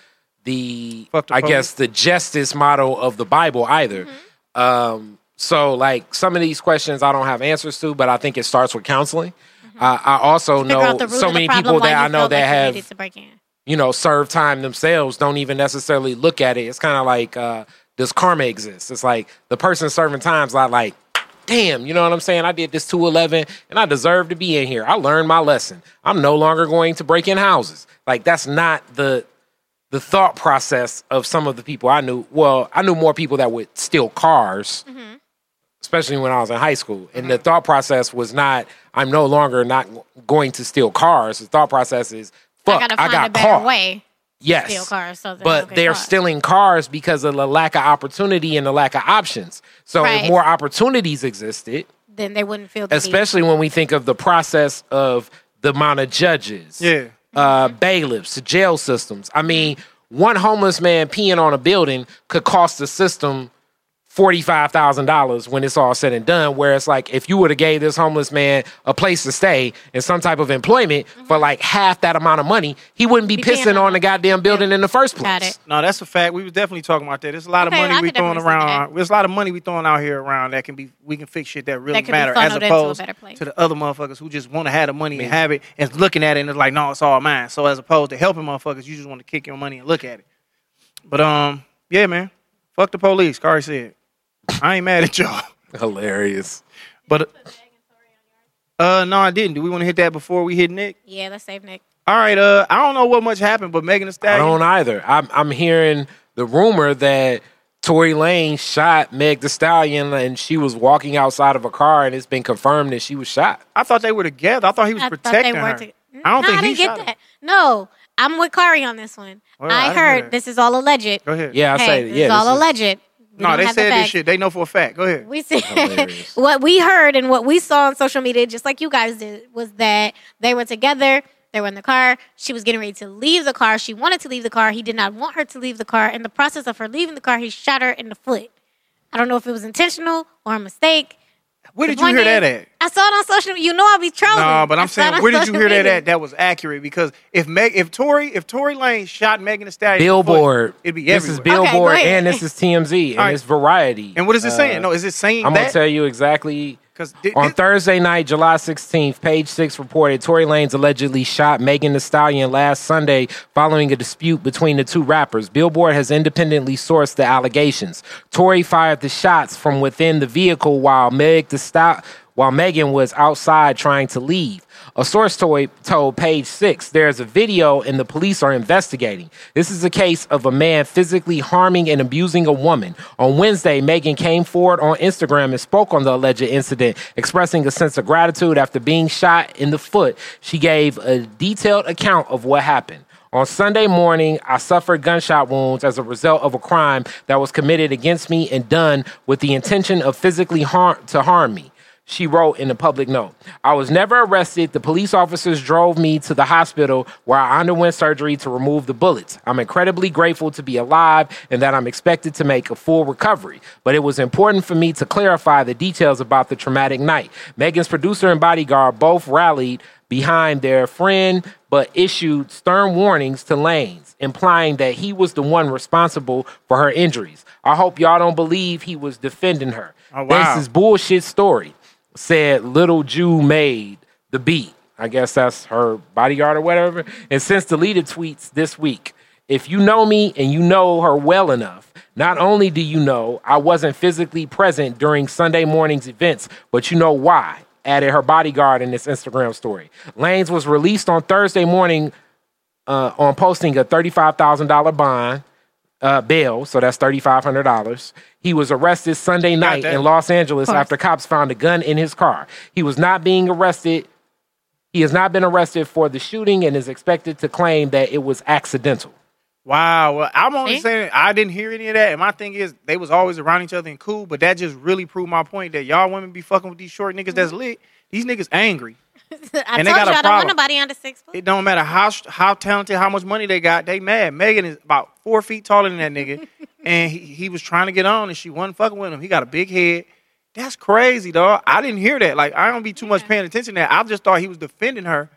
S4: the
S2: Fuck the
S4: i guess the justice model of the bible either
S3: Mm-hmm.
S4: um so like some of these questions i don't have answers to but i think it starts with counseling Uh, I also
S3: Mm-hmm. Figure out
S4: know
S3: the root
S4: so
S3: of the
S4: many
S3: problem,
S4: people
S3: why
S4: that
S3: you
S4: I know
S3: felt like
S4: that
S3: you
S4: have
S3: needed to break in.
S4: you know, serve time themselves don't even necessarily look at it. It's kind of like, uh, does karma exist? It's like the person serving time's not like, damn, you know what I'm saying? I did this 211 and I deserve to be in here. I learned my lesson. I'm no longer going to break in houses. Like that's not the the thought process of some of the people I knew. Well, I knew more people that would steal cars
S3: Mm-hmm.
S4: especially when I was in high school. And the thought process was not, I'm no longer not w- going to steal cars. The thought process is, fuck, I,
S3: gotta find
S4: got
S3: a better
S4: caught.
S3: way.
S4: Yes.
S3: steal cars so that I
S4: but
S3: don't get
S4: they're
S3: caught.
S4: stealing cars because of the lack of opportunity and the lack of options. So
S3: Right.
S4: if more opportunities existed,
S3: Then they wouldn't feel the need.
S4: especially when we think of the process of the amount of judges,
S2: Yeah.
S4: uh, bailiffs, jail systems. I mean, one homeless man peeing on a building could cost the system forty-five thousand dollars when it's all said and done. Where it's like, if you would have gave this homeless man a place to stay and some type of employment for like half that amount of money, he wouldn't be,
S3: paying
S4: pissing
S3: on
S4: on the goddamn building in the first place.
S3: Got it.
S2: No, that's a fact. We was definitely talking about that. There's a lot
S3: Okay,
S2: of money
S3: I
S2: we
S3: could
S2: throwing
S3: definitely see
S2: around.
S3: that.
S2: There's a lot of money we throwing out here around that can be we can fix shit that really
S3: That could be
S2: matter
S3: funneled
S2: as
S3: into a
S2: opposed
S3: better place.
S2: to the other motherfuckers who just want to have the money and have it and looking at it and it's like, no, it's all mine. So as opposed to helping motherfuckers, you just want to kick your money and look at it. But um, yeah, man, fuck the police. Kari said, I ain't mad at y'all.
S4: Hilarious.
S2: But uh, no, I didn't. Do we want to hit that before we hit Nick?
S3: Yeah, let's save Nick.
S2: All right. Uh, I don't know what much happened, but Megan Thee
S4: I
S2: Stallion.
S4: don't either. I'm I'm hearing the rumor that Tory Lane shot Meg the Stallion and she was walking outside of a car and it's been confirmed that she was shot.
S2: I thought they were together. I thought he was
S3: I thought
S2: protecting
S3: they were
S2: her.
S3: to-
S2: I don't
S3: no,
S2: think
S3: I
S2: he
S3: didn't get
S2: shot her.
S3: that. No, I'm with Kari on this one.
S2: Well, I
S3: I
S2: didn't hear
S3: heard
S2: that.
S3: this is all alleged.
S2: Go ahead.
S4: Yeah, I
S3: hey,
S4: say
S3: this
S4: yeah.
S3: is
S4: this
S3: all
S4: is-
S3: alleged. We
S2: No,
S3: don't
S2: they
S3: have the
S2: said this
S3: facts.
S2: shit. They know for a fact. Go ahead.
S3: We said
S4: Hilarious.
S3: what we heard and what we saw on social media, just like you guys did, was that they were together. They were in the car. She was getting ready to leave the car. She wanted to leave the car. He did not want her to leave the car. In the process of her leaving the car, he shot her in the foot. I don't know if it was intentional or a mistake.
S2: Where
S3: The
S2: did you
S3: point
S2: hear that
S3: is,
S2: at?
S3: I saw it on social media. You know I be trolling.
S2: No, but
S3: I
S2: I'm
S3: saw it
S2: saying,
S3: on
S2: where did you
S3: social
S2: hear that
S3: media.
S2: at? That was accurate because if Meg, if Tory, if Tory Lane shot Megan Thee Stallion, in the foot,
S4: Billboard.
S2: it'd be
S4: This is
S2: everywhere.
S3: Okay, go
S4: Billboard
S3: ahead.
S4: and this is TMZ and
S2: All right.
S4: it's Variety.
S2: and what is it
S4: Uh,
S2: saying? No, is it saying
S4: I'm gonna
S2: that?
S4: tell you exactly.
S2: 'Cause thi-
S4: on
S2: thi-
S4: Thursday night, July 16th, Page Six reported Tory Lanez allegedly shot Megan Thee Stallion last Sunday following a dispute between the two rappers. Billboard has independently sourced the allegations. Tory fired the shots from within the vehicle while Meg Thee Stal- while Megan was outside trying to leave. A source toy told Page Six there's a video and the police are investigating. This is a case of a man physically harming and abusing a woman. On Wednesday, Megan came forward on Instagram and spoke on the alleged incident, expressing a sense of gratitude after being shot in the foot. She gave a detailed account of what happened. On Sunday morning, I suffered gunshot wounds as a result of a crime that was committed against me and done with the intention of physically harm to harm me. She wrote in a public note, I was never arrested. The police officers drove me to the hospital where I underwent surgery to remove the bullets. I'm incredibly grateful to be alive and that I'm expected to make a full recovery. But it was important for me to clarify the details about the traumatic night. Megan's producer and bodyguard both rallied behind their friend, but issued stern warnings to Lanes, implying that he was the one responsible for her injuries. I hope y'all don't believe he was defending her.
S2: Oh, wow.
S4: This is bullshit story. Said Little Jew made the beat. I guess that's her bodyguard or whatever. And since deleted tweets this week, if you know me and you know her well enough, not only do you know I wasn't physically present during Sunday morning's events, but you know why, added her bodyguard in this Instagram story. Lanes was released on Thursday morning uh, on posting a $35,000 bond uh, bail, so that's $3,500. He was arrested Sunday night
S2: Goddamn.
S4: in Los Angeles
S3: Of course.
S4: after cops found a gun in his car. He was not being arrested. He has not been arrested for the shooting and is expected to claim that it was accidental.
S2: Wow. Well, I'm only
S3: See?
S2: saying I didn't hear any of that. And my thing is, they was always around each other and cool, but that just really proved my point that y'all women be fucking with these short niggas that's
S3: Mm-hmm.
S2: lit. These niggas angry.
S3: I
S2: And they
S3: told
S2: got a
S3: you I don't want
S2: problem.
S3: nobody under six foot.
S2: It don't matter how sh- how talented, how much money they got, they mad. Megan is about four feet taller than that nigga, and he, he was trying to get on, and she wasn't fucking with him. He got a big head. That's crazy, dog. I didn't hear that. Like I don't be too much paying attention to that. I just thought he was defending her.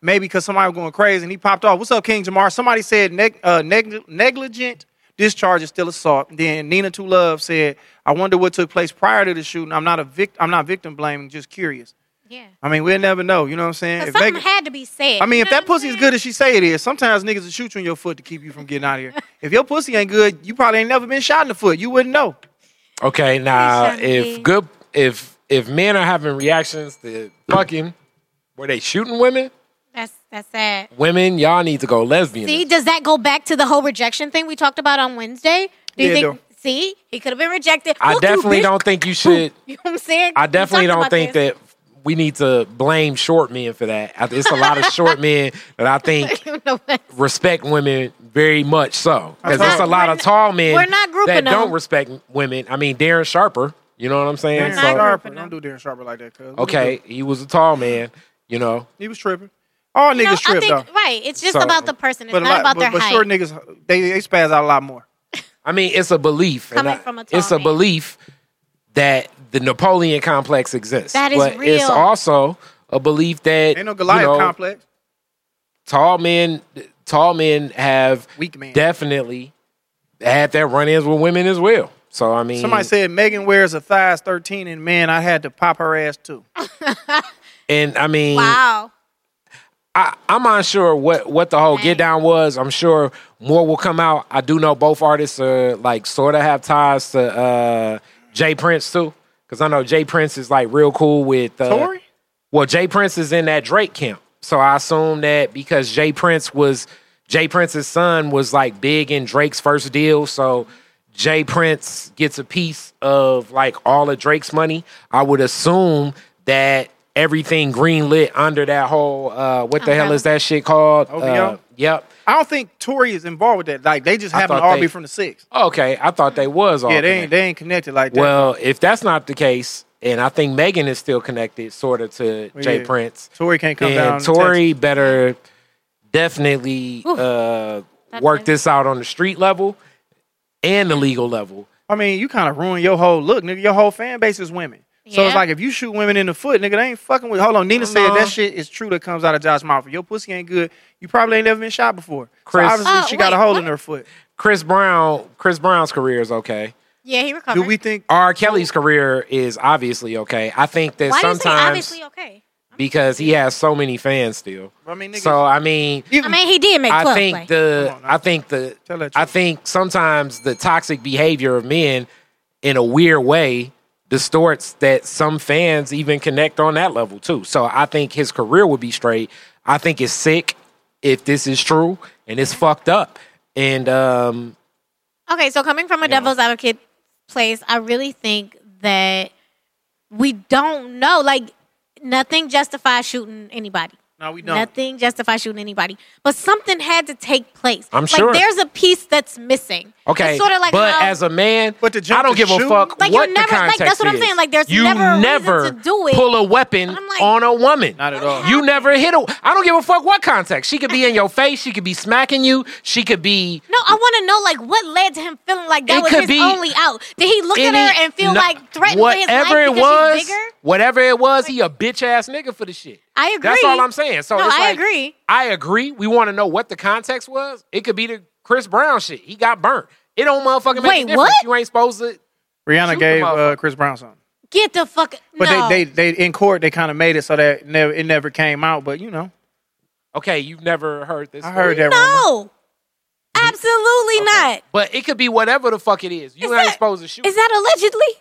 S2: Maybe because somebody was going crazy and he popped off. What's up, King Jamar? Somebody said neg- uh, neg- negligent discharge is still assault. Then Nina Two Love said, "I wonder what took place prior to the shooting. I'm not a vic- I'm not victim blaming. Just curious.
S3: Yeah.
S2: I mean, we'll never know. You know what I'm saying?
S3: But
S2: If
S3: something
S2: Megan-
S3: had to be said.
S2: I mean,
S3: You
S2: if
S3: know
S2: that
S3: what I'm
S2: pussy is
S3: saying?
S2: good as she say it is, sometimes niggas will shoot you in your foot to keep you from getting out of here. If your pussy ain't good, you probably ain't never been shot in the foot. You wouldn't know.
S4: Okay, now
S3: Shouldn't be.
S4: if good if if men are having reactions to fucking were they shooting women?
S3: that's that's sad.
S4: Women, y'all need to go lesbian.
S3: See, does that go back to the whole rejection thing we talked about on Wednesday? Do you
S2: Yeah, it
S3: think? See, he could have been rejected.
S4: I
S3: Look, you
S4: definitely
S3: bitch.
S4: don't think you should
S3: You know what I'm saying?
S4: I definitely don't think
S3: that.
S4: that we need to blame short men for that. I- It's a lot of short men that I think respect women very much so. Because
S2: We're
S4: there's a
S2: not-
S4: lot
S3: we're
S4: of
S3: not-
S4: tall men
S3: we're not grouping
S4: that don't
S3: them.
S4: respect women. I mean, Darren Sharper, you know what I'm saying?
S2: Darren
S3: not
S4: So,
S2: Sharper.
S3: grouping
S2: Don't do Darren Sharper like that, cuz. What he
S4: okay,
S2: do?
S4: he was a tall man, you know.
S2: He was tripping. All niggas
S3: No, I
S2: trip,
S3: think
S2: though.
S3: right. It's just
S4: So-
S3: about the person. It's
S2: But, a
S3: not
S2: lot,
S3: about
S2: but,
S3: their
S2: but
S3: height.
S2: short niggas, they, they spaz out a lot more.
S4: I mean, it's a belief. and
S3: Coming
S4: I-
S3: from a tall
S4: it's a
S3: man.
S4: belief that the Napoleon complex exists.
S3: That is
S4: but It's
S3: real.
S4: also a belief that
S2: Ain't no Goliath
S4: you know,
S2: complex.
S4: tall men tall men have
S2: Weak man.
S4: definitely had their run-ins with women as well. So I mean,
S2: Somebody said Megan wears a thighs 13, and man, I had to pop her ass too.
S4: and I mean,
S3: wow.
S4: I, I'm unsure what what the whole get down was. I'm sure more will come out. I do know both artists are like sort of have ties to uh Jay Prince too, because I know Jay Prince is like real cool with uh,
S2: Tory?
S4: Well, Jay Prince is in that Drake camp, so I assume that because Jay Prince was Jay Prince's son was like big in Drake's first deal, so Jay Prince gets a piece of like all of Drake's money. I would assume that everything greenlit under that whole uh, what the hell
S3: Okay.
S4: is that shit called?
S2: OVO?
S4: Uh, Yep.
S2: I don't think Tory is involved with that. Like they just
S4: I
S2: happen to
S4: thought
S2: all
S4: they-
S2: be from the six.
S4: Okay, I thought they was all.
S2: yeah, they ain't
S4: connected.
S2: they ain't connected like that.
S4: Well, if that's not the case, and I think Megan is still connected, sort of to Jay
S2: Yeah.
S4: Prince,
S2: Tory can't come
S4: then
S2: down. to
S4: Tory better definitely
S3: Oof.
S4: uh,
S3: That's
S4: work
S3: nice.
S4: this out on the street level and the legal level.
S2: I mean, you kind of ruin your whole look, nigga. Your whole fan base is women. So
S3: Yeah.
S2: it's like if you shoot women in the foot, nigga, they ain't fucking with. Hold on, Nina said
S4: No.
S2: that shit is true that comes out of Josh's mouth. If Your pussy ain't good. You probably ain't never been shot before.
S4: Chris-
S2: so obviously
S3: Oh,
S2: she got a
S3: wait,
S2: hole
S3: what?
S2: in her foot.
S4: Chris Brown, Chris Brown's career is okay.
S3: Yeah, he recovered.
S2: Do we think?
S4: R. Kelly's career is obviously okay. I think that
S3: Why do you say
S4: sometimes
S3: obviously okay?
S4: because he has so many fans still.
S2: I mean, nigga,
S4: So I mean,
S3: I mean, he did make
S4: I
S3: club
S4: think
S3: play.
S4: the
S2: Come on now.
S4: I think the
S2: Tell that
S4: I
S2: truth.
S4: think sometimes the toxic behavior of men in a weird way distorts that some fans even connect on that level too. So I think his career would be straight. I think it's sick if this is true and it's fucked up. And um
S3: Okay, so coming from a devil's advocate place, I really think that we don't know. Like, nothing justifies shooting anybody.
S2: no, we don't.
S3: Nothing justifies shooting anybody. But something had to take place.
S4: I'm
S3: like,
S4: sure.
S3: there's a piece that's missing.
S4: okay,
S3: It's sort of like
S4: but
S3: how,
S4: as a man,
S2: But to jump
S4: I don't
S2: to
S4: give a
S2: shoot?
S4: fuck
S3: Like,
S4: what
S3: you're
S4: the
S3: never- like,
S4: context
S3: that's what I'm
S4: is.
S3: saying. Like, there's
S4: you
S3: never a reason
S4: never
S3: to do it.
S4: pull a weapon
S3: I'm like,
S4: on a woman.
S2: Not at all.
S4: You never hit a. I don't give a fuck what context. She could be in your face. She could be smacking you. She could be.
S3: no, I want to know like what led to him feeling like that
S4: It
S3: was
S4: could
S3: his
S4: be
S3: only out. Did he look
S4: any-
S3: at her and feel
S4: no-
S3: like threatened for his life
S4: Whatever it
S3: because
S4: was,
S3: she's bigger?
S4: whatever it was, he a bitch ass nigga for the shit.
S3: I agree.
S4: That's all I'm saying. So
S3: No,
S4: it's
S3: I
S4: like,
S3: agree.
S4: I agree. We want to know what the context was. It could be the Chris Brown shit. He got burnt. It don't motherfucking make
S3: Wait,
S4: a difference.
S3: what?
S4: You ain't supposed to. Shoot
S2: Rihanna
S4: the
S2: gave uh,
S4: motherfucker.
S2: Chris Brown something,
S3: Get the fuck.
S2: but
S3: no.
S2: they, they they in court they kind of made it so that never it never came out. But you know,
S4: Okay, you've never heard this.
S2: I
S4: story.
S2: heard that. rumor.
S3: No, absolutely not.
S4: But it could be whatever the fuck it is. You
S3: Is
S4: ain't
S3: that-
S4: supposed to shoot.
S3: Is that allegedly?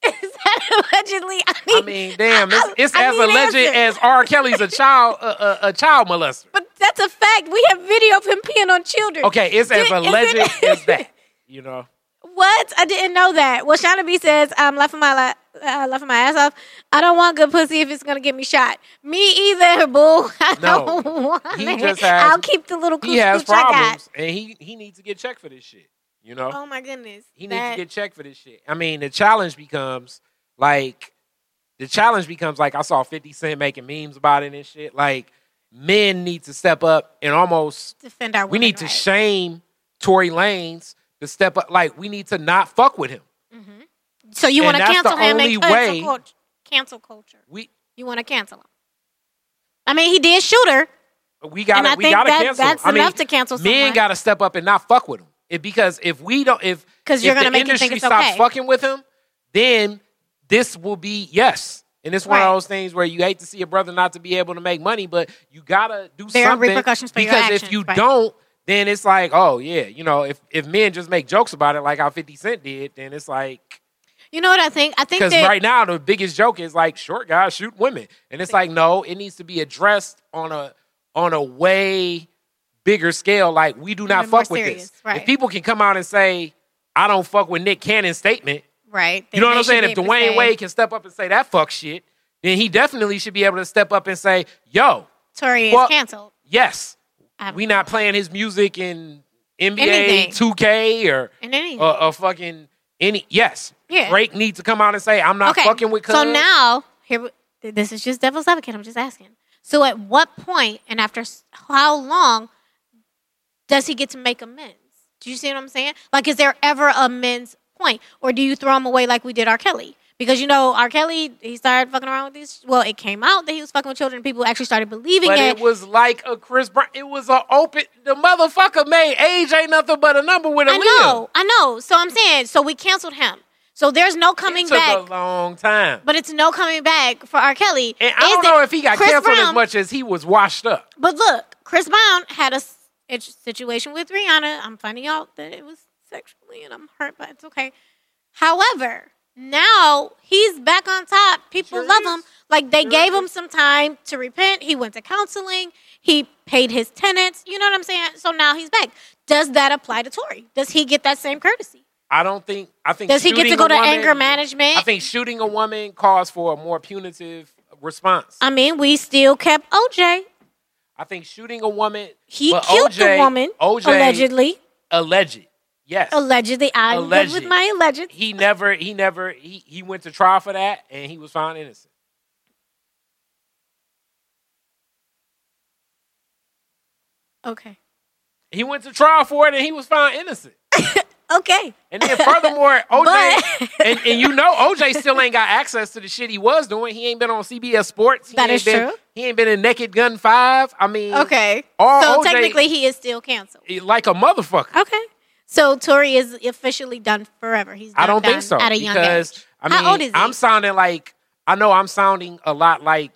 S3: Is that allegedly? I
S4: I
S3: mean,
S4: mean, damn, it's,
S3: I-
S4: it's
S3: I
S4: as
S3: need
S4: alleged as
S3: answers.
S4: R. Kelly's a child, a, a, a child molester.
S3: But that's a fact. We have video of him peeing on children.
S4: Okay, it's
S3: Did-
S4: as
S3: is
S4: alleged
S3: it-
S4: as that. You know,
S3: What? I didn't know that. Well, Shauna B says, I'm laughing my, la- uh, laughing my ass off. I don't want good pussy if it's going to get me shot. Me either, boo. I
S4: No.
S3: don't want
S4: He
S3: it.
S4: just has-
S3: I'll keep the little
S4: he
S3: coochie
S4: has
S3: cooch I got.
S4: problems, and he he needs to get checked for this shit. You know,
S3: Oh, my goodness.
S4: he
S3: That-
S4: needs to get checked for this shit. I mean, the challenge becomes like the challenge becomes like I saw Fifty Cent making memes about it and shit. Like men need to step up and almost
S3: defend our
S4: we
S3: women
S4: need to
S3: rights.
S4: shame Tory Lanez to step up. Like we need to not fuck with him.
S3: So you
S4: and
S3: want to
S4: that's the
S3: cancel him
S4: only
S3: and cancel
S4: way-
S3: cult- cancel culture.
S4: We
S3: You want to cancel him. I mean, he did shoot her.
S4: We got.
S3: And I
S4: to we
S3: think
S4: got to
S3: that-
S4: cancel.
S3: that's
S4: I mean,
S3: enough to cancel someone.
S4: Men got to step up and not fuck with him. It, because if we don't, if
S3: 'Cause
S4: if
S3: you're gonna
S4: the
S3: make him think
S4: industry
S3: it's
S4: stops
S3: okay.
S4: fucking with him, then this will be yes. And it's one
S3: Right.
S4: of those things where you hate to see a brother not to be able to make money, but you gotta do
S3: There are
S4: something
S3: repercussions for your
S4: because if
S3: actions,
S4: you
S3: right.
S4: don't, then it's like, oh yeah, you know, if if men just make jokes about it like how Fifty Cent did, then it's like
S3: You know what I think? I think
S4: because
S3: that
S4: right now the biggest joke is like short guys shoot women, and it's like no, it needs to be addressed on a on a way bigger scale. Like we do not
S3: Even more
S4: fuck with
S3: serious,
S4: this.
S3: right.
S4: If people can come out and say I don't fuck with Nick Cannon's statement,
S3: right.
S4: you know what I'm saying? If Dwayne Wade can step up and say that fuck shit, then he definitely should be able to step up and say, yo,
S3: Tory
S4: Well-
S3: is canceled.
S4: yes,
S3: I-
S4: we not playing his music in NBA
S3: Anything.
S4: 2K or
S3: And then he-
S4: a, a fucking any yes.
S3: Yeah.
S4: Drake needs to come out and say, I'm not
S3: okay.
S4: fucking with
S3: So
S4: Cuz."
S3: now here we- th- this is just devil's advocate. I'm just asking. So at what point and after s- how long does he get to make amends? Do you see what I'm saying? Like, is there ever a men's point, or do you throw him away like we did R. Kelly? Because you know R. Kelly, he started fucking around with these. Well, it came out that he was fucking with children. People actually started believing
S4: But
S3: it.
S4: it was like a Chris Brown. It was a open. The motherfucker made age ain't nothing but a number with a
S3: I know, I know. So I'm saying, so we canceled him. So there's no coming
S4: took
S3: back.
S4: a long time.
S3: But it's no coming back for R. Kelly.
S4: And I
S3: Is
S4: don't
S3: it-
S4: know if he got
S3: Chris
S4: canceled
S3: Brown,
S4: as much as he was washed up.
S3: But look, Chris Brown had a s- it- situation with Rihanna. I'm finding out that it was sexually, and I'm hurt, but it's okay. However, now he's back on top. People love him. Like they gave him some time to repent. He went to counseling. He paid his tenants. You know what I'm saying? So now he's back. Does that apply to Tory? Does he get that same courtesy?
S4: I don't think. I think.
S3: Does he get to
S4: shooting
S3: go
S4: a
S3: to
S4: woman-
S3: anger management?
S4: I think shooting a
S3: Uh,
S4: woman calls for a more punitive response.
S3: I mean, we still kept OJ.
S4: I think shooting a woman.
S3: He
S4: but
S3: killed
S4: OJ,
S3: the woman
S4: OJ
S3: allegedly.
S4: Alleged. Yes.
S3: Allegedly, I live
S4: Alleged.
S3: with my alleged.
S4: He never. He never. He, he went to trial for that, and he was found innocent.
S3: Okay.
S4: He went to trial for it, and he was found innocent.
S3: Okay.
S4: And then furthermore, OJ
S3: But-
S4: and, and you know OJ still ain't got access to the shit he was doing. He ain't been on CBS Sports. He
S3: That
S4: ain't
S3: is
S4: been-
S3: true.
S4: He ain't been in Naked Gun Five. I mean,
S3: Okay.
S4: All
S3: so
S4: OJ
S3: technically, he is still canceled.
S4: like a motherfucker.
S3: Okay. So Tory is officially done forever. He's done,
S4: I don't
S3: done
S4: think so
S3: at a young
S4: because
S3: age.
S4: I mean,
S3: How old is he?
S4: I'm sounding like I know I'm sounding a lot like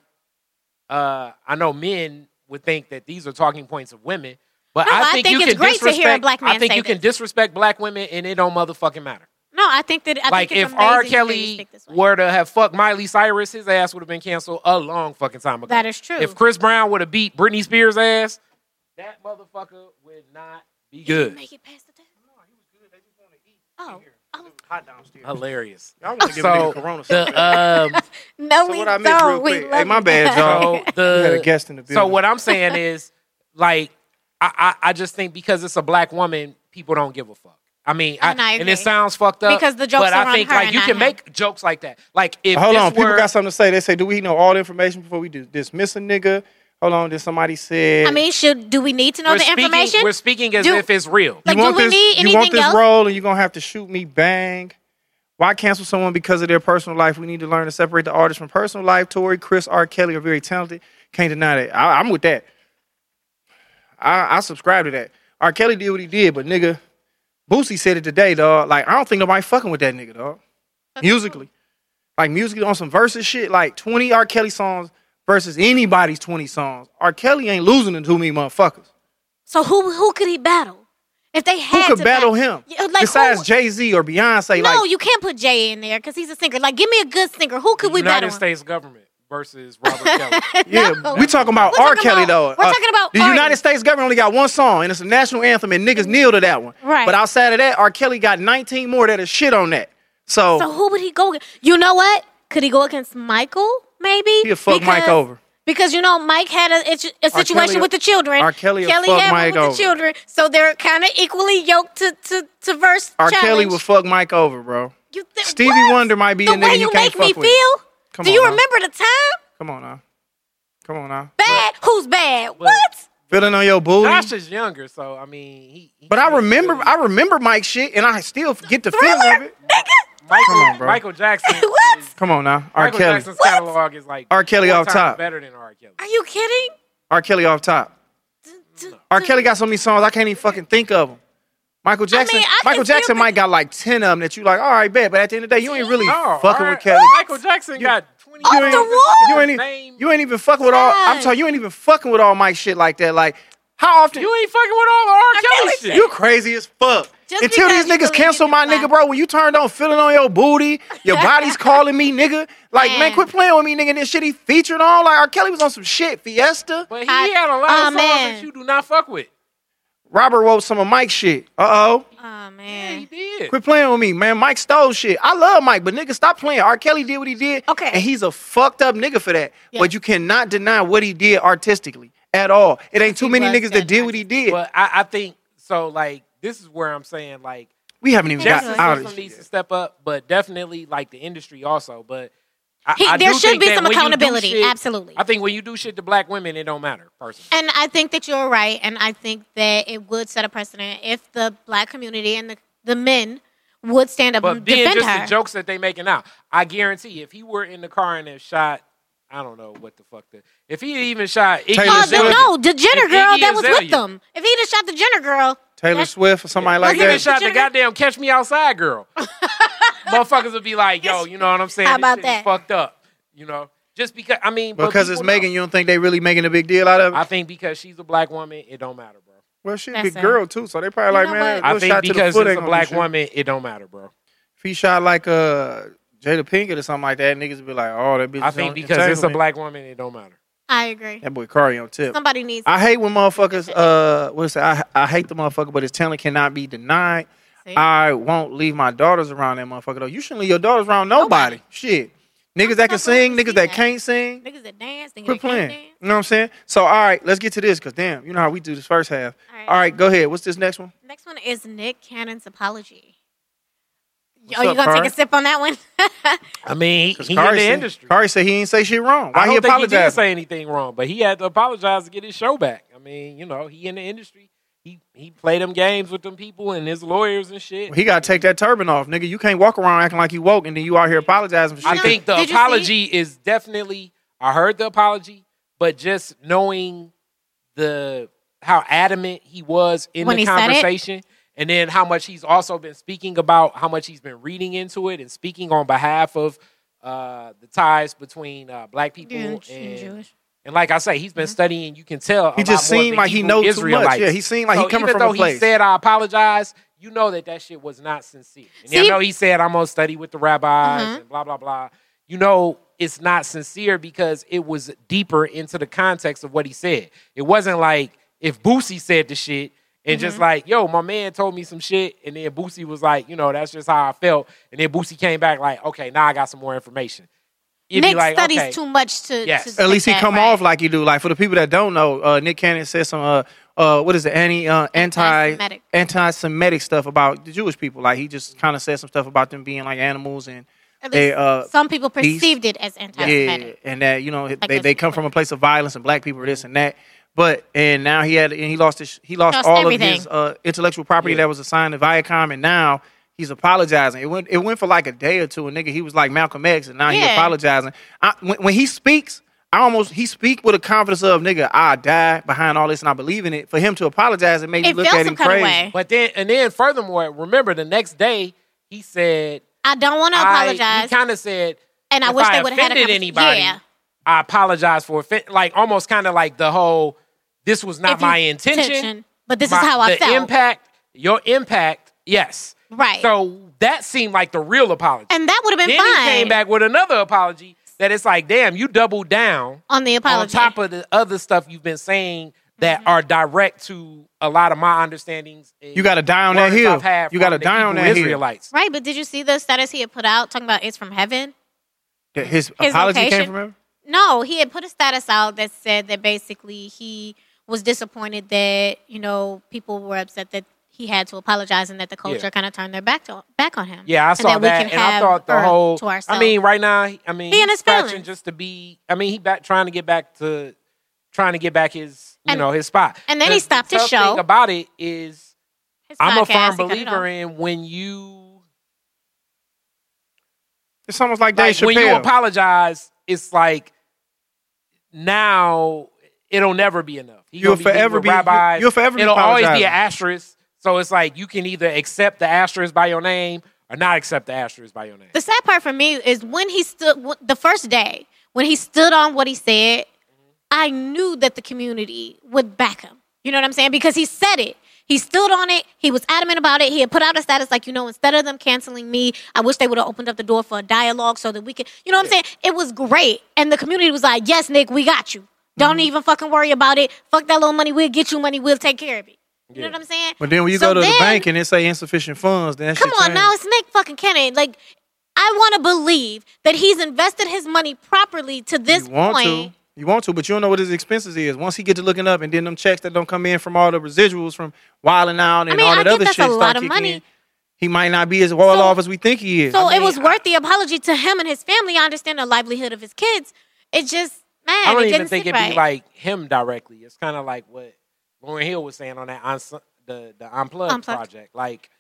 S4: uh, I know men would think that these are talking points of women, but
S3: No,
S4: I,
S3: I
S4: think
S3: think
S4: you
S3: it's
S4: can
S3: great to hear a
S4: disrespect.
S3: black
S4: I
S3: man
S4: think
S3: say
S4: you can
S3: this.
S4: disrespect black women, and it don't motherfucking matter.
S3: no, I think that I
S4: like
S3: think it's
S4: if R.
S3: amazing that they
S4: Kelly
S3: speak this way.
S4: were to have fucked Miley Cyrus, his ass would have been canceled a long fucking time ago.
S3: That is true.
S4: If Chris Brown would have beat Britney Spears' ass, that motherfucker would not be good.
S3: make it past the test. Oh,
S2: Hot downstairs.
S4: Hilarious.
S2: Y'all want to give a
S4: So,
S2: nigga corona.
S4: The um,
S3: no,
S2: so
S3: we
S2: what I missed real
S3: don't. We
S2: quick.
S3: love
S2: Hey, my
S3: you.
S2: bad, y'all.
S4: so the
S2: We had a guest in the
S4: uh, so
S2: building.
S4: what I'm saying is like I, I I just think because it's a black woman, people don't give a fuck. I mean, I,
S3: And I
S4: and it
S3: agree.
S4: sounds fucked up
S3: Because the jokes
S4: but
S3: are
S4: I
S3: on
S4: think
S3: her
S4: like
S3: and
S4: you
S3: not
S4: can
S3: him.
S4: make jokes like that. Like if
S2: Hold
S4: this
S2: on, people
S4: were-
S2: got something to say. They say, "Do we know all the information before we do dismiss a nigga?" Hold on, did somebody said?
S3: I mean, should do we need to know
S4: we're
S3: the
S4: speaking,
S3: information?
S4: We're speaking as
S3: Do-
S4: if it's real.
S3: like,
S2: you
S3: do
S2: want
S3: we
S2: this,
S3: need
S2: you want
S3: anything
S2: this
S3: else?
S2: role, and you're gonna have to shoot me. Bang. Why cancel someone because of their personal life? We need to learn to separate the artist from personal life. Tori, Chris, R. Kelly are very talented. Can't deny that. I, I'm with that. I, I subscribe to that. R. Kelly did what he did, but nigga, Boosie said it today, dog. Like I don't think nobody fucking with that nigga, dog. musically, like musically on some versus shit. Like 20 R. Kelly songs versus anybody's 20 songs. R. Kelly ain't losing to too many motherfuckers.
S3: so who who could he battle? If they
S2: Who
S3: had
S2: could
S3: to
S2: battle him
S3: Yeah, like,
S2: besides
S3: who-
S2: Jay Z or Beyonce?
S3: No,
S2: like,
S3: you can't put Jay in there because he's a singer. Like, give me a good singer. Who could we
S4: United
S3: battle?
S4: States government versus Robert Kelly.
S2: yeah, we talking about
S3: We're
S2: R.
S3: talking
S2: Kelly
S3: about-
S2: though. Uh,
S3: we're talking about
S2: the
S3: artists.
S2: United States government only got one song, and it's a national anthem, and niggas kneel to that one.
S3: Right.
S2: But outside of that, R. Kelly got 19 more that is shit on that. So,
S3: So who would he go? ag- You know what? Could he go against Michael? Maybe
S2: He'll fuck Mike over.
S3: Because you know Mike had a, it's a situation
S2: Kelly-
S3: with the children.
S2: R. Kelly will
S3: Kelly
S2: fuck
S3: had one
S2: Mike
S3: with
S2: over.
S3: the children, so they're kind of equally yoked to to to verse.
S2: R.
S3: challenge.
S2: Kelly will fuck Mike over, bro.
S3: You thi-
S2: Stevie
S3: what?
S2: Wonder might be
S3: the
S2: a nigga
S3: way
S2: you
S3: you
S2: can't
S3: make me
S2: fuck with.
S3: feel.
S2: Come
S3: Do
S2: on
S3: you
S2: now.
S3: remember the time?
S2: Come on now, come on now.
S3: Bad? Who's bad? What?
S2: Feeling on your booty.
S4: Josh is younger, so I mean, he. he
S2: But I
S4: can't
S2: remember,
S4: really-
S2: I remember Mike's shit, and I still get the feel
S3: Thriller,
S2: of it.
S3: nigga.
S4: Michael,
S2: Come on, bro.
S4: Michael Jackson.
S3: What?
S4: is-
S2: Come on now, R.
S4: Michael
S2: Kelly,
S4: Jackson's catalog is like
S2: R. Kelly
S4: four
S2: off
S4: times
S2: top.
S4: better than R. Kelly.
S3: Are you kidding?
S2: R. Kelly off top.
S3: D-
S2: R. Kelly got so many songs I can't even fucking think of them. Michael Jackson,
S3: I can
S2: Michael
S3: still
S2: Jackson
S3: think-
S2: might got like ten of them that you like. All right, bet. But at the end of the day, you ain't really
S4: No,
S2: fucking
S4: R-
S2: with Kelly.
S4: Michael Jackson got twenty.
S3: Off
S2: You ain't,
S3: the wall.
S2: you ain't even,
S4: Name-
S2: you ain't even fucking with all. I'm
S3: Yes.
S2: sorry, you ain't even fucking with all Mike shit like that. Like, how often?
S4: You ain't fucking with all the R. Kelly
S3: Kelly
S4: shit.
S2: You crazy as fuck.
S3: Just
S2: Until
S3: because
S2: these
S3: you
S2: niggas
S3: believe
S2: cancel
S3: in
S2: my
S3: God.
S2: nigga, bro. When you turned on feeling on your booty, your body's calling me, nigga. Like, man.
S3: Man.
S2: quit playing with me, nigga. This shit he featured on. Like, R. Kelly was on some shit. Fiesta.
S4: but he
S3: I-
S4: had a lot
S3: Aw,
S4: of songs
S3: man.
S4: that you do not fuck with.
S2: Robert wrote some of Mike's shit. Uh oh.
S3: Oh
S4: Yeah, he
S3: man.
S4: did.
S2: Quit playing with me, man. Mike stole shit. I love Mike, but nigga, stop playing. R. Kelly did what he did.
S3: Okay.
S2: And he's a fucked up nigga for that.
S3: Yeah.
S2: But you cannot deny what he did artistically at all. It ain't too
S3: He
S2: many
S3: was
S2: niggas that
S3: good
S2: did what he did.
S4: But I, I think so. Like this is where I'm saying like
S2: we haven't even got
S4: justice
S2: out of
S4: system
S2: this.
S4: needs
S2: shit
S4: to
S2: yet.
S4: step up, but definitely like the industry also. But I,
S3: He-
S4: I
S3: there
S4: do
S3: should
S4: think
S3: be
S4: that
S3: some
S4: when you do
S3: accountability,
S4: shit-
S3: absolutely.
S4: I think when you do shit to black women, it don't matter. Personally,
S3: And I think that you're right, and I think that it would set a precedent if the black community and the, the men would stand up
S4: but
S3: and
S4: then
S3: defend
S4: just
S3: her.
S4: the jokes that they making out, I guarantee if he were in the car and had shot, I don't know what the fuck. The, if he had even shot, Iggy
S2: Taylor
S3: Oh, the,
S2: Swift.
S4: Azalea-
S3: no, the Jenner
S4: If
S3: girl
S4: Iggy
S3: that was with
S4: Azalea-
S3: them. If he'd have shot the Jenner girl,
S2: Taylor
S3: that's-
S2: Swift or somebody
S3: Oh,
S2: like
S4: If he
S2: that.
S4: even shot the
S3: Jenner-
S4: goddamn "Catch Me Outside" girl, motherfuckers would be like, "Yo, you know what I'm saying?
S3: How
S4: This
S3: about
S4: shit
S3: that?
S4: Is fucked up." You know, just because I mean, but
S2: Because it's
S4: people know.
S2: Megan, you don't think they really making a big deal out of it?
S4: I think because she's a black woman, it don't matter, bro.
S2: well, she's a
S3: That's
S2: big
S3: it.
S2: girl too, so they probably
S3: You
S2: like,
S3: know
S2: man,
S3: what?
S2: a
S4: I
S2: little
S4: think
S2: shot to the
S4: because
S2: foot
S4: it's
S2: ain't
S4: a
S2: gonna do
S4: black
S2: shit.
S4: woman, it don't matter, bro.
S2: If he shot like uh Jada Pinkett or something like that, niggas would be like, oh, that bitch.
S4: I
S2: is
S4: think
S2: on
S4: because it's a
S2: entanglement.
S4: black woman, it don't matter.
S3: I agree.
S2: That boy Cardi on tip.
S3: Somebody needs.
S2: I hate when motherfuckers. Uh, what's that? I I hate the motherfucker, but his talent cannot be denied.
S3: See?
S2: I won't leave my daughters around that motherfucker though. You shouldn't leave your daughters around nobody. Shit. Niggas that can sing, niggas that can't sing.
S3: Niggas that dance,
S2: Quit
S3: niggas that can't
S2: playing.
S3: dance.
S2: You know what I'm saying? So, all right, let's get to this because damn, you know how we do this first half.
S3: All right.
S2: All right, go ahead. What's this next one?
S3: Next one is Nick Cannon's apology.
S4: What's
S3: oh, you
S4: up,
S3: gonna
S4: Kari?
S3: take a sip on that one?
S4: I mean, he, he in
S2: Kari
S4: the
S2: said-
S4: industry.
S2: Kari said he ain't say shit wrong. Why
S4: I don't
S2: he
S4: think he did
S2: apologizing?
S4: say anything wrong, but he had to apologize to get his show back. I mean, you know, he in the industry. He he played them games with them people and his lawyers and shit.
S2: He got to take that turban off, nigga. You can't walk around acting like you woke and then you out here apologizing for shit.
S4: I
S3: No,
S4: think the
S3: did you see-
S4: apology is definitely. I heard the apology, but just knowing the how adamant he was in
S3: When
S4: the
S3: he said it?
S4: conversation, and then how much he's also been speaking about, how much he's been reading into it, and speaking on behalf of uh, the ties between uh, black people and, And like I say, he's been studying. You can tell a
S2: Mm-hmm. He just
S4: lot more
S2: seemed
S4: than
S2: like he
S4: Hebrew
S2: know too much.
S4: Israelites.
S2: Yeah, he seemed like he
S4: So
S2: coming
S4: even
S2: from a
S4: though
S2: place.
S4: He said, "I apologize." You know that that shit was not sincere. And
S3: See-
S4: I know he said, "I'm gonna study with the rabbis
S2: Mm-hmm.
S4: and blah blah blah." You know, it's not sincere because it was deeper into the context of what he said. It wasn't like if Boosie said the shit. And just
S2: Mm-hmm.
S4: like, yo, my man told me some shit, and then Boosie was like, you know, that's just how I felt. And then Boosie came back like, okay, now I got some more information. It'd be
S3: Nick
S4: like,
S3: studies
S4: okay.
S3: too much to.
S4: Yes.
S3: to
S4: At
S2: At
S3: think
S2: least he
S3: that,
S2: come
S3: right?
S2: off like he do. Like for the people that don't know, uh, Nick Cannon said some uh, uh, what is it, anti uh, anti
S3: Anti-Semitic.
S2: anti Semitic stuff about the Jewish people. Like he just kind of said some stuff about them being like animals and
S3: At
S2: they
S3: least
S2: uh,
S3: some people
S2: these-
S3: perceived it as
S2: yeah,
S3: anti-Semitic.
S2: and that you know they,
S3: that's
S2: they come from a place of violence and black people are this and that. But and now he had and he lost his he lost
S3: Lost
S2: all of his
S3: everything.
S2: uh, intellectual property that was assigned to Viacom, and now he's apologizing. It went it went for like a day or two, and nigga he was like Malcolm X, and now he
S3: Yeah.
S2: apologizing. I, when, when he speaks, I almost he speak with a confidence of nigga I die behind all this, and I believe in it. For him to apologize, it made you
S3: It
S2: look
S3: felt
S2: at
S3: some
S2: him
S3: kind
S2: crazy.
S3: of way.
S4: But then, and then, furthermore, remember the next day he said,
S3: I don't want to
S4: I, he
S3: apologize.
S4: kind of said,
S3: And I
S4: if
S3: wish
S4: I
S3: they would've had a
S4: offended
S3: convers-
S4: anybody.
S3: Yeah.
S4: I apologize for offend, like almost kind of like the whole. This was not
S3: If you-
S4: my intention.
S3: intention, but this is
S4: My-
S3: how I
S4: the
S3: felt.
S4: Impact your impact. Yes.
S3: Right.
S4: So that seemed like the real apology.
S3: and that would have been
S4: then he came
S3: fine
S4: back with another apology that it's like, damn, you doubled down
S3: on the
S4: on
S3: apology. Mm-hmm.
S4: top of the other stuff you've been saying that are direct to a lot of my understandings. and
S2: You gotta die on that
S4: words
S2: hill.
S4: I've had
S2: You gotta
S4: from the
S2: die on
S4: Hebrew
S2: that hill.
S4: Israelites.
S3: right, but did you see the status he had put out talking about it's from heaven?
S2: His, apology came
S3: location.
S2: from him.
S3: No, he had put a status out that said that basically he was disappointed that you know people were upset that he had to apologize and that the culture
S4: Yeah.
S3: kind of turned their back to back on him.
S4: Yeah, I saw
S3: and that,
S4: that,
S3: we can
S4: and I
S3: have
S4: thought the
S3: earth
S4: whole.
S3: To ourselves.
S4: I mean, right now, he- I mean,
S3: He
S4: he's
S3: and his
S4: scratching
S3: feelings.
S4: just to be. I mean, he back trying to get back to trying to get back his you
S3: And-
S4: know his spot.
S3: and then he
S4: The- the
S3: stopped his
S4: tough
S3: show.
S4: Thing about it is,
S3: His
S4: I'm a
S3: podcast,
S4: firm
S3: he cut it
S4: believer
S3: off.
S4: in when you
S2: It's almost like,
S4: like,
S2: Dave
S4: when you
S2: Chappelle.
S4: apologize, it's like now it'll never be enough. He
S2: You'll
S4: gonna meeting
S2: forever
S4: with
S2: be-
S4: rabbis.
S2: you'll forever be
S4: It'll always be
S2: apologizing.
S4: an asterisk. So it's like you can either accept the asterisk by your name or not accept the asterisk by your name.
S3: The sad part for me is when he stood w- the first day when he stood on what he said. I knew that the community would back him. You know what I'm saying? Because he said it. He stood on it. He was adamant about it. He had put out a status like, you know, instead of them canceling me, I wish they would have opened up the door for a dialogue so that we could, you know what I'm saying? It was great. And the community was like, yes, Nick, we got you. Don't even fucking worry about it. Fuck that little money. We'll get you money. We'll take care of it. You know what I'm saying?
S2: But then when you
S3: So
S2: go to the
S3: then-
S2: bank and it say insufficient funds, then that
S3: Come
S2: shit
S3: on
S2: change.
S3: now, it's Nick fucking Cannon. Like, I want to believe that he's invested his money properly to this
S2: you want
S3: point.
S2: to. You want to, but you don't know what his expenses is. Once he get to looking up, and then them checks that don't come in from all the residuals from wilding out and
S3: mean,
S2: all
S3: I
S2: that
S3: get
S2: other
S3: that's
S2: shit
S3: a
S2: start
S3: lot of
S2: kicking
S3: money.
S2: in, he might not be as well
S3: So-
S2: off as we think he is.
S3: So
S2: I mean,
S3: it was worth the apology to him and his family. I understand the livelihood of his kids. It just man,
S4: I
S3: it
S4: don't even
S3: didn't
S4: think
S3: sit
S4: it'd
S3: right.
S4: be like him directly. It's kind of like what Lauren Hill was saying on that uns- the the unplugged,
S3: Unplugged.
S4: project. Like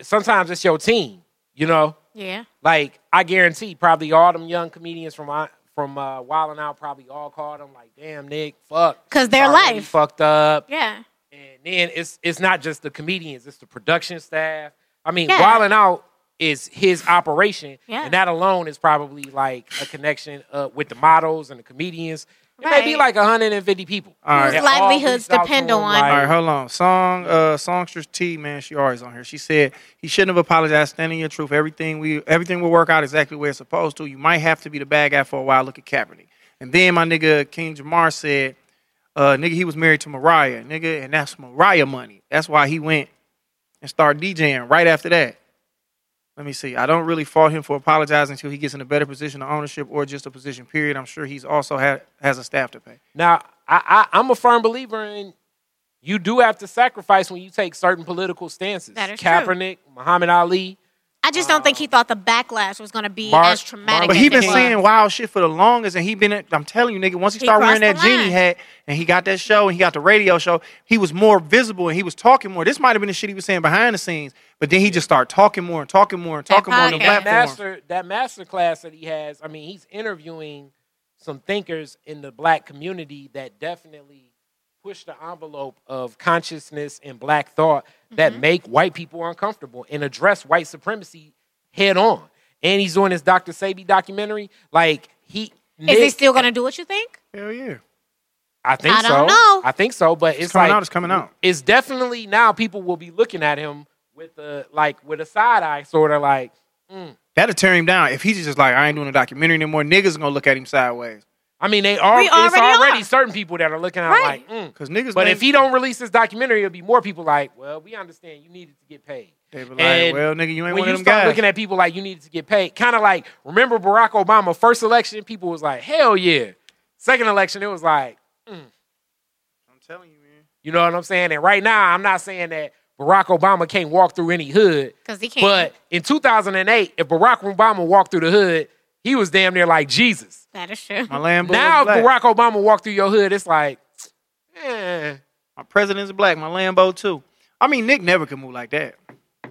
S4: sometimes it's your team, you know.
S3: yeah,
S4: Like I guarantee, probably all them young comedians from I- from uh, Wild 'N Out probably all called him like, "Damn, Nick, fuck,"
S3: 'Cause their
S4: Already
S3: life.
S4: fucked up.
S3: yeah.
S4: And then it's it's not just the comedians; it's the production staff. I mean,
S3: Yeah.
S4: Wild 'N Out is his operation,
S3: Yeah.
S4: and that alone is probably like a connection uh, with the models and the comedians. It may be like
S3: Right.
S4: 150 people.
S2: All right.
S4: They
S3: Whose
S4: all
S3: livelihoods
S4: reached out to
S3: depend
S4: him,
S3: on-
S4: like,
S2: All right, hold on. Song, uh, songstress T, man, she always on here. She said he shouldn't have apologized. Standing your truth. Everything we, everything will work out exactly where it's supposed to. You might have to be the bad guy for a while. Look at Kaepernick. And then my nigga King Jamar said, uh, nigga, he was married to Mariah, nigga, and that's Mariah money. That's why he went and started DJing right after that. let me see. I don't really fault him for apologizing until he gets in a better position of ownership or just a position. Period. I'm sure he's also ha- has a staff to pay.
S4: Now, I, I, I'm a firm believer in you do have to sacrifice when you take certain political stances.
S3: That is true.
S4: Kaepernick, Muhammad Ali.
S3: I just don't think
S2: Uh,
S3: he thought the backlash was going to be
S4: Mark-
S3: as traumatic.
S2: But
S3: as
S2: he
S3: it
S2: been
S3: was.
S2: saying wild shit for the longest, and he been. I'm telling you, nigga. Once he,
S3: He
S2: started wearing
S3: crossed
S2: that
S3: the
S2: genie
S3: line.
S2: hat, and he got that show, and he got the radio show, he was more visible, and he was talking more. This might have been the shit he was saying behind the scenes, but then he just started talking more and talking more and talking more on the
S3: podcast.
S4: That
S2: platform.
S4: master, that master class that he has, I mean, he's interviewing some thinkers in the black community that definitely push the envelope of consciousness and black thought
S3: Mm-hmm.
S4: that make white people uncomfortable and address white supremacy head on. And he's doing his Dr. Sabi documentary. Like he
S3: Is he
S4: Nick-
S3: still going to do what you think?
S2: Hell yeah,
S4: I think
S3: I
S4: so.
S3: don't know.
S4: I think so, but it's,
S2: coming
S4: like
S2: out, it's coming out.
S4: It's definitely now people will be looking at him with a like with a side eye, sort of like
S2: that'll tear him down if he's just like, I ain't doing a documentary anymore. Niggas gonna look at him sideways
S4: I mean, they are.
S3: We
S4: It's
S3: already
S4: already
S3: are.
S4: certain people that are looking out
S3: Right.
S4: like. Mm.
S2: because niggas.
S4: But
S2: think-
S4: if he don't release this documentary, it'll be more people like, well, we understand you needed to get paid.
S2: They be like,
S4: And
S2: well, nigga, you ain't
S4: when
S2: one of
S4: you
S2: them
S4: start
S2: guys.
S4: looking at people like you needed to get paid, kind of like remember Barack Obama first election, people was like, hell yeah. Second election, it was like,
S2: I'm telling you, man.
S4: you know what I'm saying? And right now, I'm not saying that Barack Obama can't walk through any hood.
S3: 'Cause he can't.
S4: But in 2008, if Barack Obama walked through the hood, he was damn near like Jesus.
S3: That is true.
S2: My Lambo
S4: now,
S2: is black.
S4: if Barack Obama walked through your hood, it's like, eh.
S2: My president's black. My Lambo too. I mean, Nick never could move like that.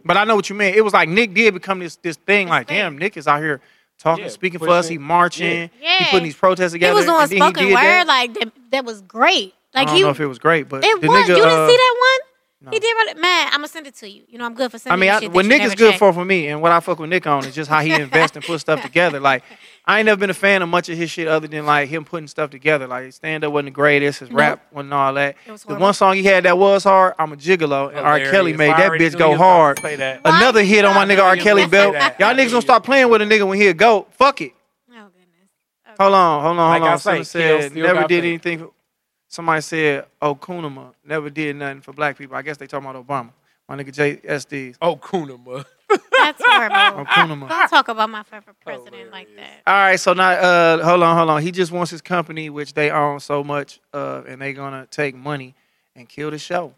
S2: But I know what you mean. It was like Nick did become this this thing. Like, damn, Nick is out here talking,
S4: Yeah,
S2: speaking for us. He
S4: pushing.
S2: marching.
S3: Yeah.
S2: He putting these protests
S3: He
S2: together.
S3: was doing
S2: and then he
S3: spoken
S2: did
S3: word
S2: that.
S3: like that, that was great. Like
S2: I don't
S3: he,
S2: know if it was great, but
S3: it
S2: the
S3: was.
S2: nigga.
S3: you didn't
S2: uh,
S3: see that one? He did. really- Man, I'm gonna send it to you. You know, I'm good for sending.
S2: I mean,
S3: you
S2: I,
S3: shit
S2: what
S3: that
S2: Nick
S3: you
S2: is
S3: never
S2: good
S3: check.
S2: for for me, and what I fuck with Nick on is just how he invests and puts stuff together. Like, I ain't never been a fan of much of his shit other than like him putting stuff together. Like, his stand up wasn't the greatest, his rap wasn't all that.
S3: It was
S2: The
S3: horrible.
S2: one song he had that was hard, "I'm a Gigolo," and R. Kelly
S4: Hilarious.
S2: made
S4: I
S2: that
S4: already
S2: bitch
S4: knew
S2: go
S4: you was about to
S2: hard.
S4: say that.
S2: Another hit on my
S3: Why?
S2: nigga R. Kelly
S3: Let's say
S2: belt.
S3: that.
S2: Y'all niggas gonna stop playing with a nigga when he a goat. Fuck it.
S3: Oh goodness.
S2: Hold on, hold on,
S4: Like
S2: hold
S4: I
S2: on. Someone
S4: say, Kill
S2: said
S4: still
S2: never
S4: got
S2: did
S4: faith.
S2: anything. For, somebody said Okunama never did nothing for black people. I guess they talking about Obama. My nigga JSDs.
S4: Oh, Kunama.
S3: That's horrible.
S4: Ah,
S2: Okunama.
S3: Don't talk about my favorite president like that.
S2: All right, so now uh, hold on, hold on. He just wants his company, which they own so much, uh, and they gonna take money and kill the show.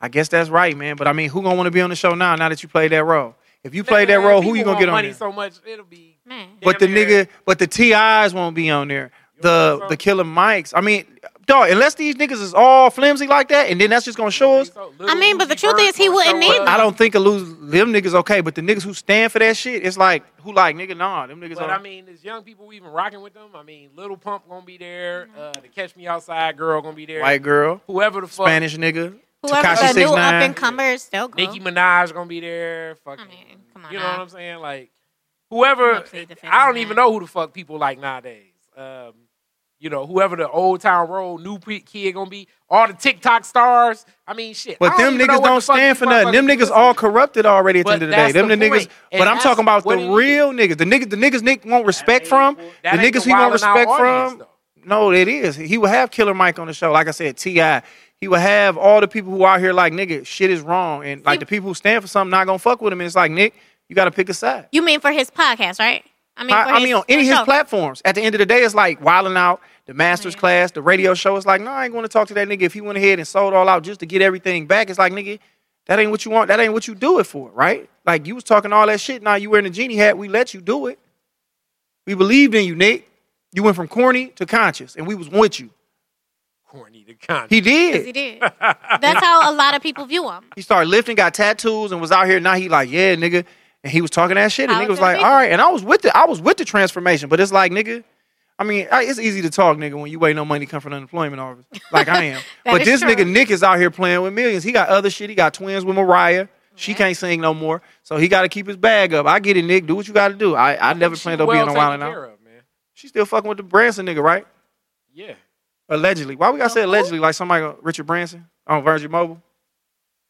S2: I guess that's right, man. But I mean, who gonna want to be on the show now? Now that you played that role, if you played that role, who you
S4: People
S2: gonna get
S4: want
S2: on
S4: money
S2: there?
S4: so much, it'll be.
S3: Man,
S2: but the
S4: damn near-
S2: nigga, but the TIs won't be on there. The the killer mics. I mean, dog. Unless these niggas is all flimsy like that, and then that's just gonna show us.
S4: So
S3: I mean, but the
S4: Uzi
S3: truth
S4: Vert
S3: is he
S4: gonna
S3: wouldn't
S4: show
S3: need
S4: up.
S2: I don't think a lose them niggas okay, but the niggas who stand for that shit, it's like who like nigga nah, them niggas.
S4: But
S2: on-
S4: I mean, is young people even rocking with them? I mean, Little Pump gonna be there. Uh, the Catch Me Outside girl gonna be there.
S2: white girl,
S4: whoever the fuck.
S2: Spanish nigga,
S3: whoever
S2: Tekashi
S3: the
S2: 69.
S3: new up and comer is still cool.
S4: Nicki Minaj gonna be there. Fucking.
S3: mean, come on
S4: You know
S3: now.
S4: what I'm saying? Like,
S3: I'm
S4: whoever.
S3: gonna plead the fifth
S4: I
S3: on
S4: don't
S3: that.
S4: even know who the fuck people like nowadays. Um, you know, whoever the old town road new pre- kid gonna be, all the TikTok stars. I mean, shit. I
S2: But them
S4: even know
S2: niggas
S4: what the
S2: don't
S4: fuck
S2: stand
S4: these
S2: for nothing. Them
S4: motherfuckers
S2: niggas all
S4: listen to.
S2: corrupted already at the
S4: But
S2: end of the day.
S4: that's
S2: Them the
S4: the
S2: niggas.
S4: point. And
S2: But I'm
S4: that's
S2: talking about
S4: what
S2: the
S4: it is.
S2: real niggas. The niggas, the niggas Nick won't respect from. The
S4: that ain't
S2: niggas
S4: the
S2: he won't
S4: Wild 'N Out
S2: respect
S4: audience,
S2: from.
S4: though.
S2: No, it is. He will have Killer Mike on the show. Like I said, Ti. He will have all the people who out here like nigga, shit is wrong, and like the people who stand for something not gonna fuck with him. And it's like Nick, you got to pick a side.
S3: You mean for his podcast, right? I mean, for
S2: I, I
S3: his,
S2: mean, on any of his
S3: show.
S2: platforms. At the end of the day, it's like wilding out the master's class, the radio show. It's like, no, I ain't going to talk to that nigga if he went ahead and sold all out just to get everything back. It's like, nigga, that ain't what you want. That ain't what you do it for, right? Like you was talking all that shit. Now you wearing a genie hat. We let you do it. We believed in you, Nick. You went from corny to conscious, and we was with you.
S4: Corny the content.
S2: He did.
S3: Yes, he did. That's how a lot of people view him.
S2: He started lifting, got tattoos, and was out here. Now he like, yeah, nigga. And he was talking that shit, and
S3: How
S2: nigga was
S3: to the
S2: like,
S3: people.
S2: all right. And I was with it. I was with the transformation, but it's like, nigga. I mean, I, it's easy to talk, nigga, when you ain't no money come from the unemployment office, like I am.
S3: That
S2: but
S3: is
S2: this
S3: true.
S2: nigga Nick is out here playing with millions. He got other shit. He got twins with Mariah. She can't sing no more, so he got to keep his bag up. I get it, Nick. Do what you got to do. I, I never planned on
S4: well
S2: being a
S4: taken
S2: wild and
S4: care
S2: out.
S4: of, man.
S2: She still fucking with the Branson nigga, right?
S4: Yeah.
S2: Allegedly. Why we gotta say allegedly? Like somebody, Richard Branson on Virgin Mobile.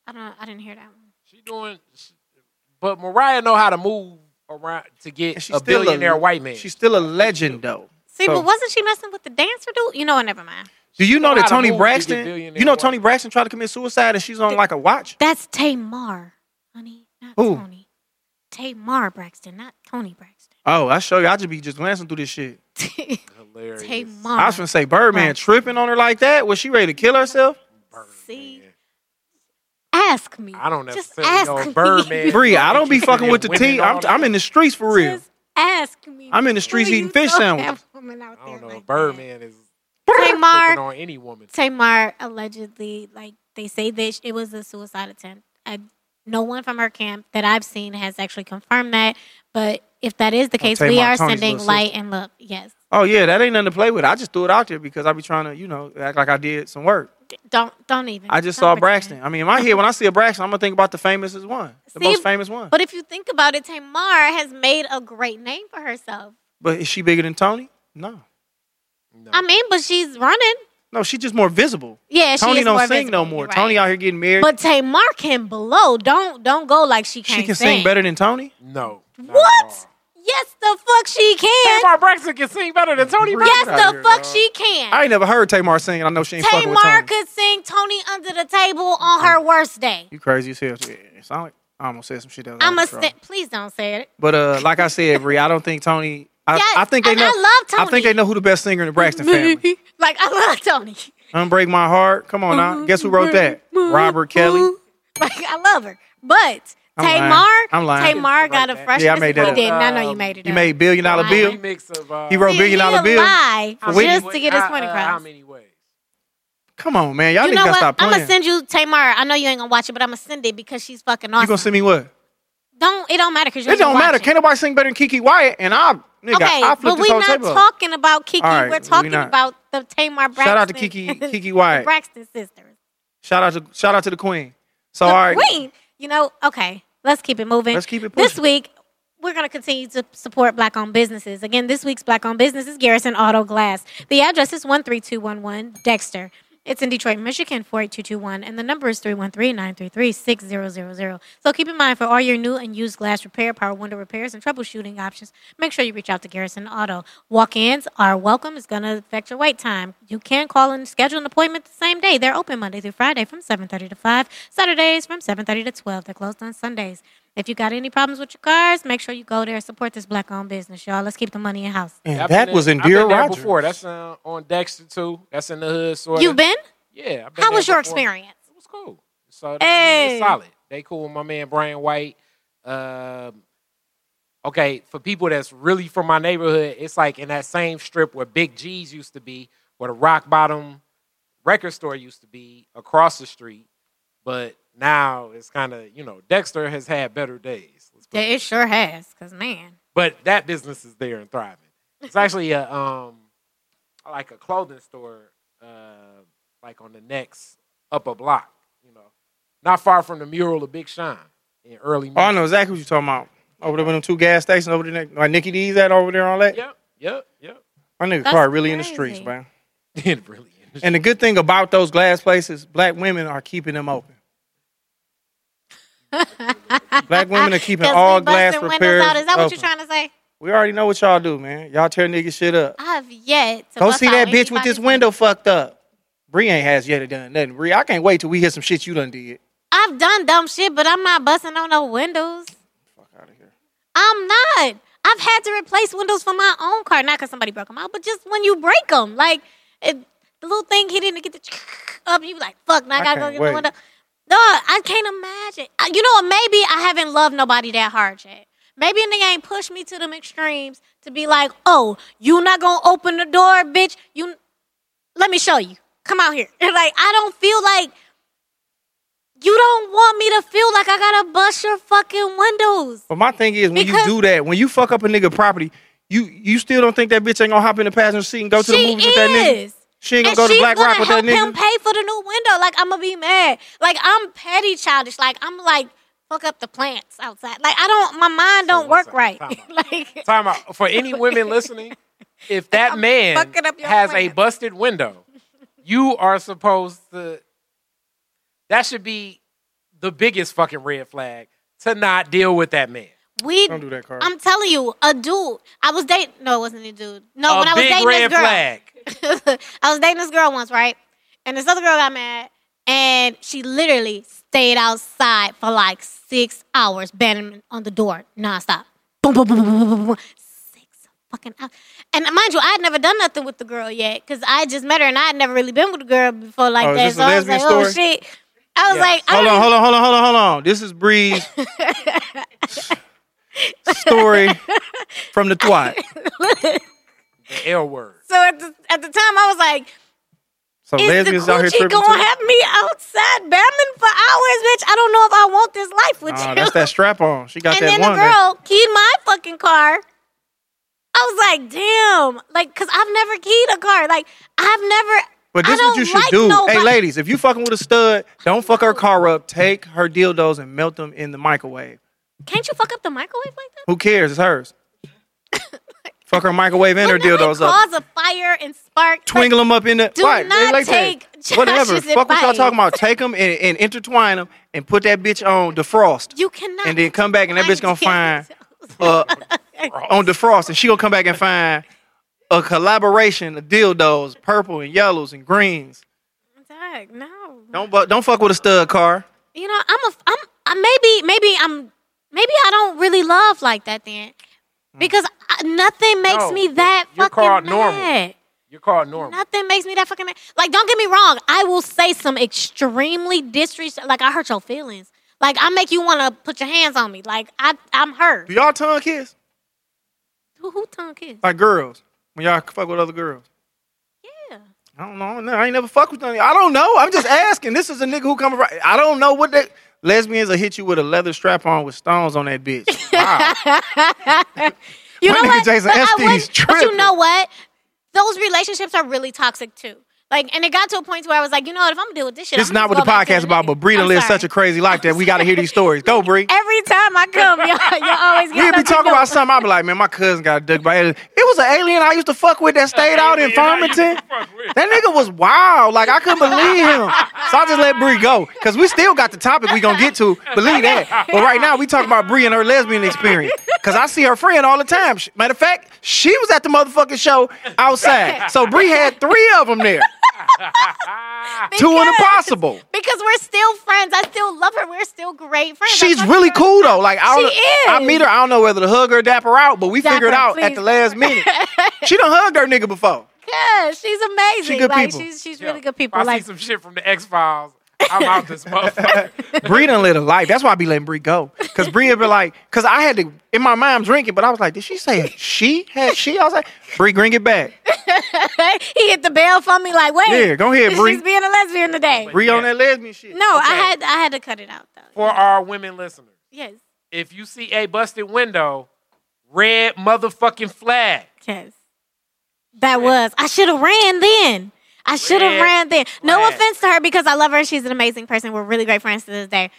S3: I don't. I didn't hear that one.
S4: She doing, she, but Mariah know how to move around to
S2: And
S4: get
S2: she's
S4: a
S2: still
S4: billionaire white man.
S2: She's still a legend though.
S3: See,
S2: So-
S3: but wasn't she messing with the dancer dude? You know what? Never mind.
S2: Do you know
S4: How
S2: that
S4: to
S2: Tony
S4: move to get
S2: Braxton?
S4: billionaire
S2: You know
S4: white.
S2: Tony Braxton tried to commit suicide and she's on like a watch.
S3: That's Tamar, honey, not
S2: Who?
S3: Tony. Tamar Braxton, not Tony Braxton.
S2: Oh, I show you. I just be just glancing through this shit.
S4: Hilarious.
S3: Tamar.
S4: Uh-huh.
S2: I was gonna say Birdman
S3: Right.
S2: tripping on her like that. Was she ready to kill herself?
S3: See,
S4: man.
S3: ask me.
S4: I don't
S3: Just
S4: necessarily know
S3: ask
S4: Birdman.
S3: Me.
S2: Bree, I don't be
S4: Fucking
S2: fucking with the
S4: women
S2: tea.
S4: all
S2: I'm,
S4: the
S2: I'm in the streets for real.
S3: Just ask me.
S2: I'm in the
S3: before
S2: streets
S3: you
S2: eating fish
S3: throw that
S2: sandwiches.
S3: woman out
S4: I don't
S3: there
S4: know.
S3: like
S4: if
S3: that.
S4: Birdman is
S3: Tamar
S4: tripping on any woman.
S3: Tamar allegedly, like they say that it was a suicide attempt. I, no one from her camp that I've seen has actually confirmed that. But if that is the case, we
S2: Tamar,
S3: are
S2: Oh, Tony's
S3: sending
S2: little
S3: light and love. Yes,
S2: Oh yeah, that ain't nothing to play with. I just threw it out there because I be trying to, you know, act like I did some work.
S3: D- don't don't even.
S2: I just
S3: don't
S2: saw
S3: pretend.
S2: Braxton. I mean, in my head, when I see a Braxton, I'm gonna think about the famous as one, the
S3: See,
S2: most famous one.
S3: But if you think about it, Tamar has made a great name for herself.
S2: But is she bigger than Tony? No,
S4: No.
S3: I mean, but she's running.
S2: no, she's just more visible.
S3: Yeah, she
S2: Tony
S3: is
S2: don't
S3: more
S2: sing
S3: visible,
S2: no more.
S3: you're right.
S2: Tony out here getting married.
S3: But Tamar can blow. Don't don't go like she can't.
S2: she can sing better than Tony.
S4: no. not at
S3: What?
S4: all.
S3: Yes, the fuck she can.
S4: Tamar Braxton can sing better than Tony Braxton.
S3: Yes,
S2: Get outta
S3: the
S2: here,
S3: fuck
S2: dog.
S3: she can.
S2: I ain't never heard Tamar sing. and I know she ain't fucking with
S3: Tamar
S2: Tony.
S3: could sing Tony under the table on her worst day.
S2: You crazy as hell. Yeah, it sound like I almost said some shit that was
S3: I'm
S2: out
S3: a
S2: of control.
S3: st- please don't say it.
S2: But uh, like I said, Bree, I don't think Tony. I,
S3: Yes,
S2: I think they
S3: and
S2: know.
S3: I love
S2: I think they
S3: Tony.
S2: know who the best singer in the Braxton family.
S3: like I love Tony.
S2: Unbreak My Heart. Come on now. Guess who wrote that? Robert Kelly.
S3: Like I love her, but
S2: I'm lying.
S3: Tamar,
S2: I'm lying.
S3: Tamar got a
S4: Yeah, I
S3: fresh.
S2: made that
S3: He
S2: up.
S3: didn't. I know you made it.
S2: You
S3: up.
S2: made Billion Dollar
S3: Wow.
S2: Bill.
S4: Remix of, uh,
S2: He wrote
S3: See,
S2: Billion Dollar
S3: he'll
S2: Bill.
S3: Lie
S4: how many
S3: just
S4: wa-
S3: to get his
S4: how-
S3: point
S4: uh,
S3: across.
S4: How many ways?
S2: Come on, man. Y'all
S3: you
S2: niggas
S3: know
S2: gotta
S3: what?
S2: stop
S3: I'm
S2: playing.
S3: gonna send you Tamar. I know you ain't gonna watch it, but I'm gonna send it because she's fucking awesome.
S2: you gonna send me what?
S3: Don't it don't matter because
S2: It don't matter. Can't nobody sing better than Kiki Wyatt? And I, nigga,
S3: okay,
S2: I flip
S3: but
S2: this
S3: we're
S2: whole
S3: not
S2: table. up.
S3: talking about Kiki.
S2: All right,
S3: we're
S2: we
S3: talking
S2: not.
S3: about the Tamar Braxton.
S2: Shout out to Kiki- Kiki Wyatt.
S3: the Braxton sisters.
S2: Shout out to shout out to the Queen. So
S3: The
S2: all right,
S3: Queen. You know, okay, let's keep it moving.
S2: Let's keep it
S3: This
S2: pushing.
S3: week, we're going to continue to support black owned businesses. Again, this week's black owned business is Garrison Auto Glass. The address is 13211 Dexter. It's in Detroit, Michigan, 48221, and the number is 313 933 6000. So keep in mind for all your new and used glass repair, power window repairs, and troubleshooting options, make sure you reach out to Garrison Auto. Walk ins are welcome. It's going to affect your wait time. You can call and schedule an appointment the same day. They're open Monday through Friday from 7.30 to 5, Saturdays from 7.30 to 12. They're closed on Sundays. If you got any problems with your cars, make sure you go there and support this black owned business, y'all. Let's keep the money in house.
S2: and
S4: I've
S2: that
S4: been
S2: was
S4: there-
S2: in
S4: I've
S2: Dear
S4: been there
S2: Rogers.
S4: Before. That's uh, on Dexter too. That's in the hood. Sort
S3: You've been?
S4: Yeah. I've been
S3: How
S4: there
S3: was your
S4: before.
S3: experience?
S4: It was cool. So hey.
S3: Hey.
S4: it's solid. They cool with my man Brian White. Um, okay, for people that's really from my neighborhood, it's like in that same strip where Big G's used to be, where the Rock Bottom record store used to be across the street, but now it's kind of you know Dexter has had better days. Let's put it
S3: Yeah, it sure has, because, man.
S4: but that business is there and thriving. It's actually a um like a clothing store uh like on the next upper block, you know, not far from the mural of Big Sean in early.
S2: Oh, I
S4: Memphis.
S2: know exactly what you're talking about. Over there with them two gas stations over there, like Nikki D's at over there, and all that.
S4: Yep, yep, yep.
S2: My nigga
S3: That's
S2: car really in the streets,
S3: crazy.
S2: man.
S4: it really is.
S2: And the good thing about those glass places, black women are keeping them open. black women are keeping
S3: 'Cause we
S2: all glass
S3: busting windows
S2: repairs
S3: out. Is that what
S2: open.
S3: you're trying to say?
S2: We already know what y'all do, man. Y'all tear nigga shit up.
S3: I have yet to
S2: Go
S3: bust
S2: see
S3: out
S2: that bitch with this
S3: anybody's
S2: window fucked up. Bree ain't has yet done nothing. Bree, I can't wait till we hear some shit you done did.
S3: I've done dumb shit, but I'm not busting on no windows.
S2: Fuck out of here.
S3: I'm not. I've had to replace windows for my own car, not because somebody broke them out, but just when you break them, like it, the little thing he didn't get the up, you like fuck. Now I
S2: I
S3: gotta go
S2: can't
S3: get
S2: wait.
S3: the window. No, I can't imagine. Uh, You know what? Maybe I haven't loved nobody that hard yet. Maybe a nigga ain't pushed me to them extremes to be like, oh, you not gonna open the door, bitch. You let me show you. Come out here. like I don't feel like you don't want me to feel like I gotta bust your fucking windows.
S2: But my thing is, when
S3: Because-
S2: you do that, when you fuck up a nigga property, you you still don't think that bitch ain't gonna hop in the passenger seat and go to the
S3: She
S2: movies with that nigga?
S3: is.
S2: She ain't gonna
S3: And
S2: go to
S3: she's
S2: Black
S3: gonna
S2: Rock with that
S3: help
S2: nigga.
S3: him pay for the new window. Like I'm gonna be mad. Like I'm petty childish. Like I'm like fuck up the plants outside. Like I don't. My mind don't
S4: what's
S3: work
S4: that? Time out.
S3: right. like
S4: Time out for any women listening. If that
S3: I'm
S4: man
S3: fucking up your
S4: has a
S3: plans.
S4: busted window, you are supposed to. That should be the biggest fucking red flag to not deal with that man.
S3: we.
S2: Don't do that, Carl.
S3: I'm telling you, a dude. I was dating. No, it wasn't a dude. No,
S4: a
S3: Oh, when I was
S4: big
S3: dating
S4: red
S3: this girl.
S4: flag.
S3: I was dating this girl once, right? And this other girl got mad And she literally stayed outside for like six hours, banging on the door nonstop. Boom, boom, boom, boom, boom, boom, boom. Six fucking hours. And mind you, I'd never done nothing with the girl yet because I just met her and I'd never really been with a girl before like
S2: Oh, is
S3: that.
S2: this a
S3: so
S2: lesbian
S3: I was like, oh
S2: story?
S3: shit. I was like, I
S2: Hold
S3: don't
S2: on, hold on, hold on, hold on, hold on. This is Bree's story from the twat.
S4: The L word.
S3: So at the, at the time, I was like,
S2: So
S3: is
S2: lesbians
S3: the
S2: out here
S3: coochie
S2: tripping.
S3: gonna
S2: too?
S3: have me outside bamming for hours, bitch? I don't know if I want this life with
S2: Nah,
S3: you.
S2: that's that strap on. She got
S3: and
S2: that
S3: then
S2: one.
S3: the girl keyed my fucking car. I was like, damn, like, cause I've never keyed a car. Like, I've never.
S2: But
S3: I
S2: this is what
S3: don't
S2: you should
S3: like
S2: do.
S3: nobody-
S2: Hey, ladies, if you fucking with a stud, don't fuck her car up. Take her dildos and melt them in the microwave.
S3: Can't you fuck up the microwave like that?
S2: Who cares? It's hers. fuck her microwave and her
S3: Wouldn't that,
S2: dildos
S3: like,
S2: up.
S3: Cause a fire and spark.
S2: Twingle them up in the.
S3: Do
S2: right,
S3: not
S2: like that.
S3: take
S2: Whatever.
S3: Josh's
S2: Fuck what y'all
S3: advice.
S2: talking about. Take them and, and intertwine them and put that bitch on defrost.
S3: Like, you cannot.
S2: and then come back and that bitch gonna
S3: find
S2: find
S3: dildos.
S2: uh, on defrost and she gonna come back and find a collaboration of dildos, purple and yellows and greens.
S3: Dog, no.
S2: Don't bu- don't fuck with a stud car.
S3: you know, I'm a, I'm, I maybe, maybe I'm, maybe I don't really love like that then,
S2: Mm.
S3: because I, nothing makes
S4: No,
S3: me that
S4: you're
S3: fucking
S4: called normal.
S3: mad.
S4: You're called normal.
S3: Nothing makes me that fucking mad. Like, don't get me wrong, I will say some extremely disrespect. Like, I hurt your feelings. Like, I make you want to put your hands on me. Like, I, I'm hurt.
S2: Do y'all tongue kiss
S3: Who, who tongue kiss?
S2: like girls when y'all fuck with other girls?
S3: Yeah.
S2: I don't know. I, don't know. I ain't never fucked with none. of y'all. I don't know. I'm just asking. This is a nigga who come around. I don't know what that. Lesbians will hit you with a leather strap on with stones on that bitch.
S3: You
S2: My
S3: know
S2: nigga
S3: what?
S2: Jason
S3: But, I
S2: Epstein's
S3: wouldn't- but you
S2: tripping.
S3: know what? Those relationships are really toxic too. Like, and it got to a point where I was like, you know what? If I'm gonna deal with this shit,
S2: This is
S3: I'm gonna
S2: not what
S3: go
S2: the
S3: back to
S2: podcast about,
S3: nigga.
S2: but Bree
S3: I'm
S2: done lives
S3: sorry.
S2: such a crazy life that we got to hear these stories. Go, Bree.
S3: Every time I come, y'all, y'all always get
S2: We'll be
S3: something
S2: talking
S3: new.
S2: about something. I'll be like, man, my cousin got ducked by aliens. It was an alien I used to fuck with that stayed out in Farmington. That nigga was wild. Like I couldn't believe him. So I just let Bree go because we still got the topic we gonna get to. Believe that. But right now we talking about Bree and her lesbian experience because I see her friend all the time. Sh- Matter of fact, she was at the motherfucking show outside. So Bree had three of them there. Two and
S3: Because-
S2: impossible.
S3: Because we're still friends. I still love her. We're still great friends. I
S2: She's
S3: fuck
S2: really
S3: her.
S2: cool though. Like I, don't,
S3: She is.
S2: I meet her. I don't know whether to hug her, or dap her out, but we
S3: Dap
S2: figured
S3: her,
S2: out at
S3: please.
S2: the last minute. she done hugged her nigga before.
S3: Yeah, she's amazing.
S2: She good
S3: like,
S2: people.
S3: She's, she's
S4: Yeah.
S3: really good
S4: If I
S3: people. Like,
S4: see some shit from the X Files. I'm out this motherfucker.
S2: Bree done lit a life. That's why I be letting Bree go. Cause Bree would be like, cause I had to in my mind I'm drinking, but I was like, did she say she had she? I was like, Bree, bring it back.
S3: he hit the bell for me. Like, wait.
S2: Yeah, go ahead, Bree.
S3: She's being a lesbian today.
S2: Bree on that lesbian shit.
S3: No, I had I had to cut it out though.
S4: For our women listeners,
S3: Yes,
S4: if you see a busted window, red motherfucking flag.
S3: yes. That was. I should have ran then. I should have
S4: Red
S3: ran then. No
S4: flag.
S3: offense to her because I love her. She's an amazing person. We're really great friends to this day.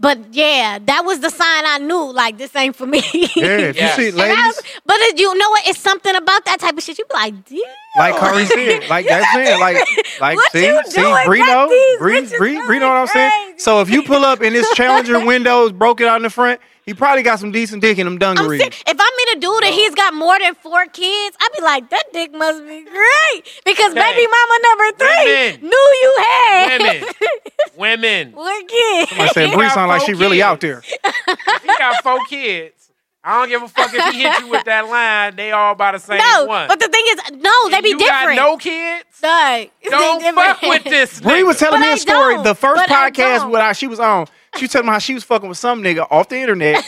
S3: But yeah, that was the sign I knew. Like this ain't for me.
S2: Yeah, if
S4: Yes.
S2: you see
S4: And
S3: And I was-
S2: ladies,
S3: but it, you know what? It's something about that type of shit. You be like, damn.
S2: like Curry said, like that's it. Like, like
S3: What
S2: see,
S3: you
S2: see,
S3: doing?
S2: Bree
S3: Got
S2: know,
S3: these
S2: Bree,
S3: bitches
S2: Bree, Bree know what I'm
S3: going
S2: saying.
S3: crazy.
S2: So if you pull up and this Challenger windows broken out in the front, he probably got some decent dick in them
S3: I'm
S2: dungarees.
S3: ser- if I meet a dude and he's got more than four kids, I'd be like, that dick must be great. Because
S4: Okay.
S3: baby mama number three
S4: Women.
S3: knew you had
S4: Women, women.
S3: four kids.
S2: I said, Bree
S4: got
S2: sound like
S4: four
S2: she really
S4: kids.
S2: out there.
S4: If you got four kids, I don't give a fuck if he hit you with that line. They all by the same
S3: No,
S4: one.
S3: but the thing is, no, they
S4: If
S3: be
S4: you
S3: different.
S4: Got no kids.
S3: Dog, they
S4: Don't
S3: different.
S4: fuck with this.
S2: Bree
S4: nigga.
S2: was telling
S3: But
S2: me
S3: I
S2: a story.
S3: don't.
S2: The first
S3: But I
S2: podcast
S3: don't.
S2: when I, she was on, she was telling me how she was fucking with some nigga off the internet.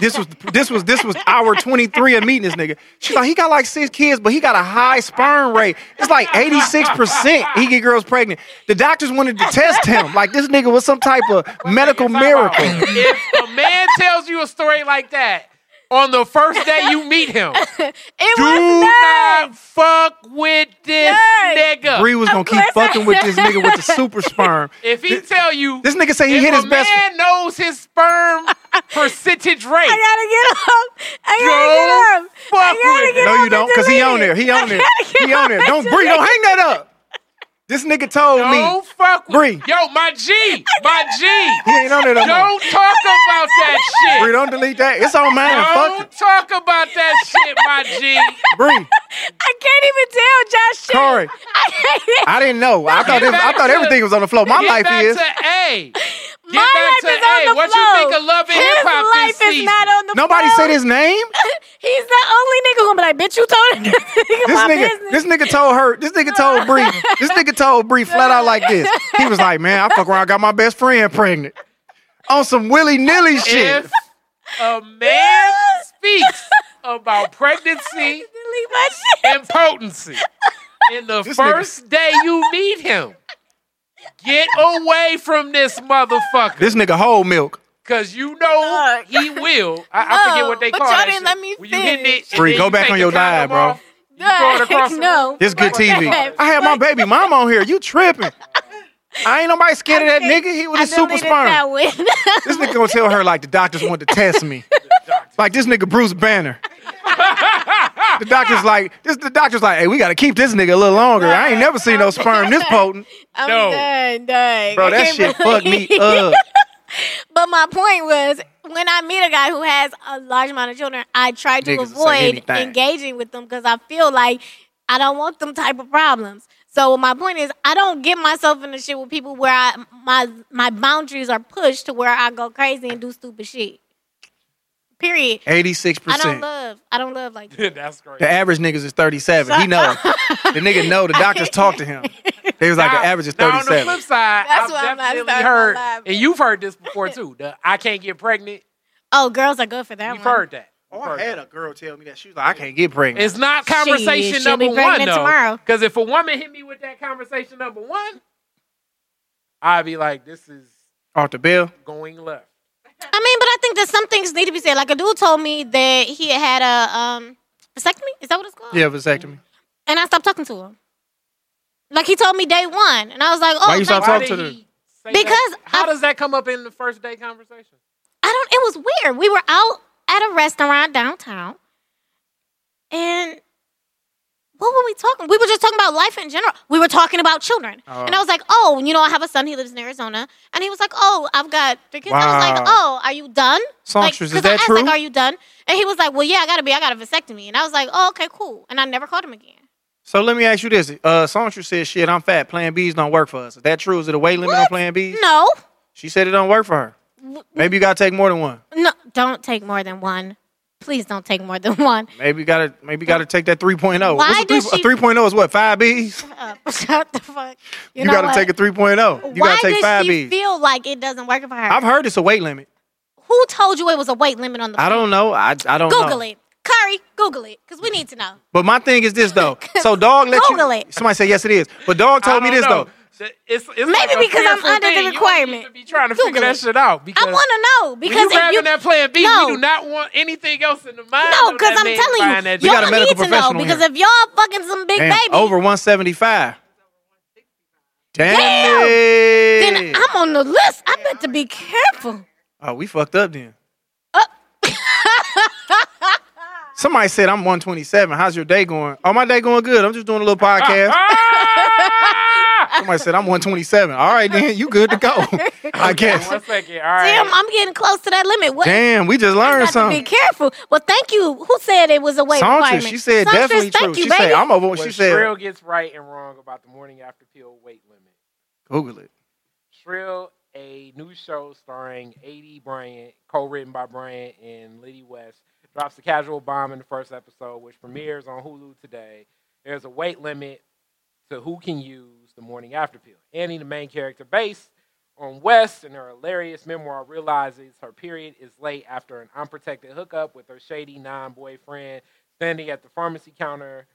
S2: this was this was this was hour twenty three of meeting this nigga. She's like, he got like six kids, but he got a high sperm rate. It's like eighty six percent he get girls pregnant. The doctors wanted to test him, like this nigga was some type of medical
S4: Talk about-
S2: miracle.
S4: If a man tells you a story like that on the first day you meet him,
S3: It
S4: do
S3: was
S4: not fuck with this
S3: Dang.
S4: nigga.
S2: Bree was gonna keep fucking with this nigga with the super sperm.
S4: if he tell you
S2: This nigga say he
S4: if
S2: hit
S4: a
S2: his best.
S4: man knows his sperm percentage rate.
S3: I gotta get up. I gotta
S4: Don't
S3: get up.
S4: fuck
S3: I gotta
S4: with
S3: get
S4: it.
S2: No,
S3: up
S2: you
S3: and
S2: don't, because he
S3: delete
S2: on
S3: it.
S2: there. He on there.
S3: I gotta
S2: He
S3: get
S2: on there.
S3: up
S2: Don't
S3: and
S2: Bree, don't
S3: delete
S2: hang that up. This nigga told
S4: Don't
S2: me
S4: fuck with
S2: Bree.
S4: Yo, my G, my G.
S2: he ain't on there no more.
S4: Don't talk about that shit.
S2: Bree, don't delete that. It's on mine. Fuck
S4: Don't
S2: it.
S4: talk about that shit, my G.
S2: Bree,
S3: I can't even tell Josh. shit.
S2: Corey.
S3: I can't even-
S2: I didn't know. I thought
S4: Get
S2: it, I
S4: back
S2: thought
S4: to-
S2: everything was on the floor. My
S4: Get
S2: life
S4: back
S2: is.
S4: to A. Get
S3: My
S4: back
S3: life
S4: to
S3: is on
S4: A.
S3: the
S4: what
S3: flow.
S4: you think of Love and
S3: His
S4: Hip Hop
S3: life
S4: this
S3: is
S4: season?
S3: not on the
S2: Nobody
S3: flow.
S2: said his name.
S3: He's the only nigga who gonna be like, bitch, you told him
S2: This
S3: my
S2: nigga,
S3: business.
S2: this nigga told her. This nigga told Bree. This nigga told Bree flat out like this. He was like, "Man, I fuck around, got my best friend pregnant on some willy nilly shit."
S4: If a man speaks about pregnancy
S3: Delete my shit.
S4: and potency in the
S2: This nigga-
S4: first day you meet him, get away from this motherfucker.
S2: This nigga whole milk.
S4: Cause you know he will. I, I forget what they
S3: No,
S4: call
S3: Oh, but y'all
S4: that
S3: didn't
S4: shit.
S3: let me
S4: When you hitting
S3: finish.
S4: it, and
S2: Bree,
S4: then
S2: go
S4: you
S2: back
S4: take
S2: on
S4: the
S2: your
S4: condom
S2: diet, bro.
S4: off, You throw it across the room.
S3: no.
S2: This good TV. I had my baby mama on here. You tripping? I ain't nobody scared of that nigga. He was
S3: I
S2: a super
S3: deleted
S2: sperm.
S3: that one.
S2: This nigga gonna tell her like the doctors want to test me. Like this nigga Bruce Banner. The doctor's like, this the doctor's like, hey, we gotta keep this nigga a little longer. I ain't never seen no sperm this potent.
S3: I'm
S4: No.
S3: done, done.
S2: Bro,
S3: I
S2: that
S3: can't
S2: shit fucked me
S3: believe-
S2: up.
S3: But my point was, when I meet a guy who has a large amount of children, I try to
S2: Niggas will say
S3: avoid
S2: anything.
S3: engaging with them because I feel like I don't want them type of problems. So my point is, I don't get myself in the shit with people where I my my boundaries are pushed to where I go crazy and do stupid shit. Period.
S2: 86%.
S3: I don't love. I don't love like. that.
S4: That's great.
S2: the average niggas is 37. He know. the nigga know the doctors talk to him. They was like, the
S4: Now-
S2: average is
S4: Now, on the
S2: 37.
S4: flip side,
S3: That's why
S4: I've
S3: I'm not
S4: definitely
S3: starting
S4: heard,
S3: my live.
S4: and you've heard this before too. The I can't get pregnant.
S3: Oh, girls are good for that.
S4: You've
S3: one.
S4: heard that.
S2: Oh,
S4: You've heard
S2: I
S4: that.
S2: had a girl tell me that. She was like, I can't get pregnant.
S4: It's not conversation
S3: she'll
S4: number
S3: be
S4: one
S3: pregnant
S4: though.
S3: tomorrow.
S4: Because if a woman hit me with that conversation number one, I'd be like, "This is
S2: Off the bill.
S4: going left."
S3: I mean, but I think that some things need to be said. Like a dude told me that he had a um vasectomy. Is that what it's called?
S2: Yeah, vasectomy.
S3: And I stopped talking to him. Like he told me day one, and I was like, oh,
S2: Why you
S3: thank-
S2: stopped
S4: Why
S2: talk to
S4: did
S2: the-
S4: he say
S3: Because
S4: that? how
S3: I-
S4: does that come up in the first day conversation?
S3: I don't. It was weird. We were out at a restaurant downtown, and what were we talking? We were just talking about life in general. We were talking about children, and I was like, "Oh, you know, I have a son. He lives in Arizona." And he was like, "Oh, I've got three kids." I was like,
S2: Wow.
S3: "Oh, are you done?"
S2: Songstress,
S3: like,
S2: is
S3: 'cause I
S2: that
S3: asked,
S2: true?
S3: Like, are you done? And he was like, "Well, yeah, I gotta be. I got a vasectomy." And I was like, "Oh, okay, cool." And I never called him again.
S2: So let me ask you this. Uh, Songstress said, shit, I'm fat. Plan B's don't work for us. Is that true? Is it a weight limit on
S3: What?
S2: Plan B's?
S3: No,
S2: She said it don't work for her. Maybe you got to take more than one.
S3: no, don't take more than one. Please don't take more than one.
S2: Maybe you got to maybe you got to take that 3.0.
S3: Why
S2: What's a,
S3: does
S2: three,
S3: she-
S2: a 3.0 is what? 5 B's?
S3: Uh, shut the fuck.
S2: You,
S3: You, know
S2: got to
S3: what?
S2: take a 3.0. You
S3: Why
S2: got to take
S3: does
S2: 5
S3: she
S2: B's.
S3: feel like it doesn't work for her?
S2: I've heard it's a weight limit.
S3: Who told you it was a weight limit on the?
S2: I don't know. I, I don't know.
S3: Google it, Curry. Google it, cause we need to know.
S2: But my thing is this though. So dog let
S3: Google
S2: you.
S3: it.
S2: Somebody say yes, it is. But dog
S4: I
S2: told me
S4: don't
S2: this
S4: know.
S2: though.
S4: Th- It's, it's
S3: Maybe
S4: like a
S3: because I'm
S4: fearful
S3: under the
S4: thing. You don't
S3: requirement.
S4: need to be trying to
S3: Google
S4: figure that
S3: it.
S4: shit out because
S3: I want to know
S4: when
S3: because
S4: you
S3: if
S4: grabbing
S3: you
S4: that Plan B,
S3: no,
S4: we do not want anything else in the mind.
S3: no,
S4: of
S3: because
S4: that man buying
S3: I'm telling
S4: that
S2: We
S3: you,
S4: drug.
S2: got a
S3: y'all
S2: medical
S3: need to know
S2: professional
S3: because
S2: here.
S3: if y'all fucking some big
S2: Damn,
S3: baby,
S2: over 175. Damn.
S3: then I'm on the list. I bet to be careful.
S2: oh, we fucked up then. Somebody said I'm 127. How's your day going? Oh, my day going good. I'm just doing a little podcast.
S4: Ah!
S2: Somebody said I'm 127. All right, then you good to go. I guess.
S4: One second. All right.
S3: Damn, I'm getting close to that limit. What?
S2: Damn, we just
S3: I
S2: learned
S3: got to be
S2: something.
S3: careful. Well, thank you. Who said it was a weight
S2: Songstress,
S3: requirement?
S2: she said
S3: Songstress,
S2: definitely
S3: thank
S2: true.
S3: You,
S2: she
S3: baby.
S2: said I'm over.
S4: what
S2: She said
S4: Shrill gets right and wrong about the morning after pill weight limit.
S2: Google it.
S4: Shrill, a new show starring A.D. Bryant, co-written by Bryant and Liddy West, drops a casual bomb in the first episode, which premieres on Hulu today. There's a weight limit to who can use the morning after pill. Annie, the main character, based on West in her hilarious memoir, realizes her period is late after an unprotected hookup with her shady non-boyfriend. Standing at the pharmacy counter,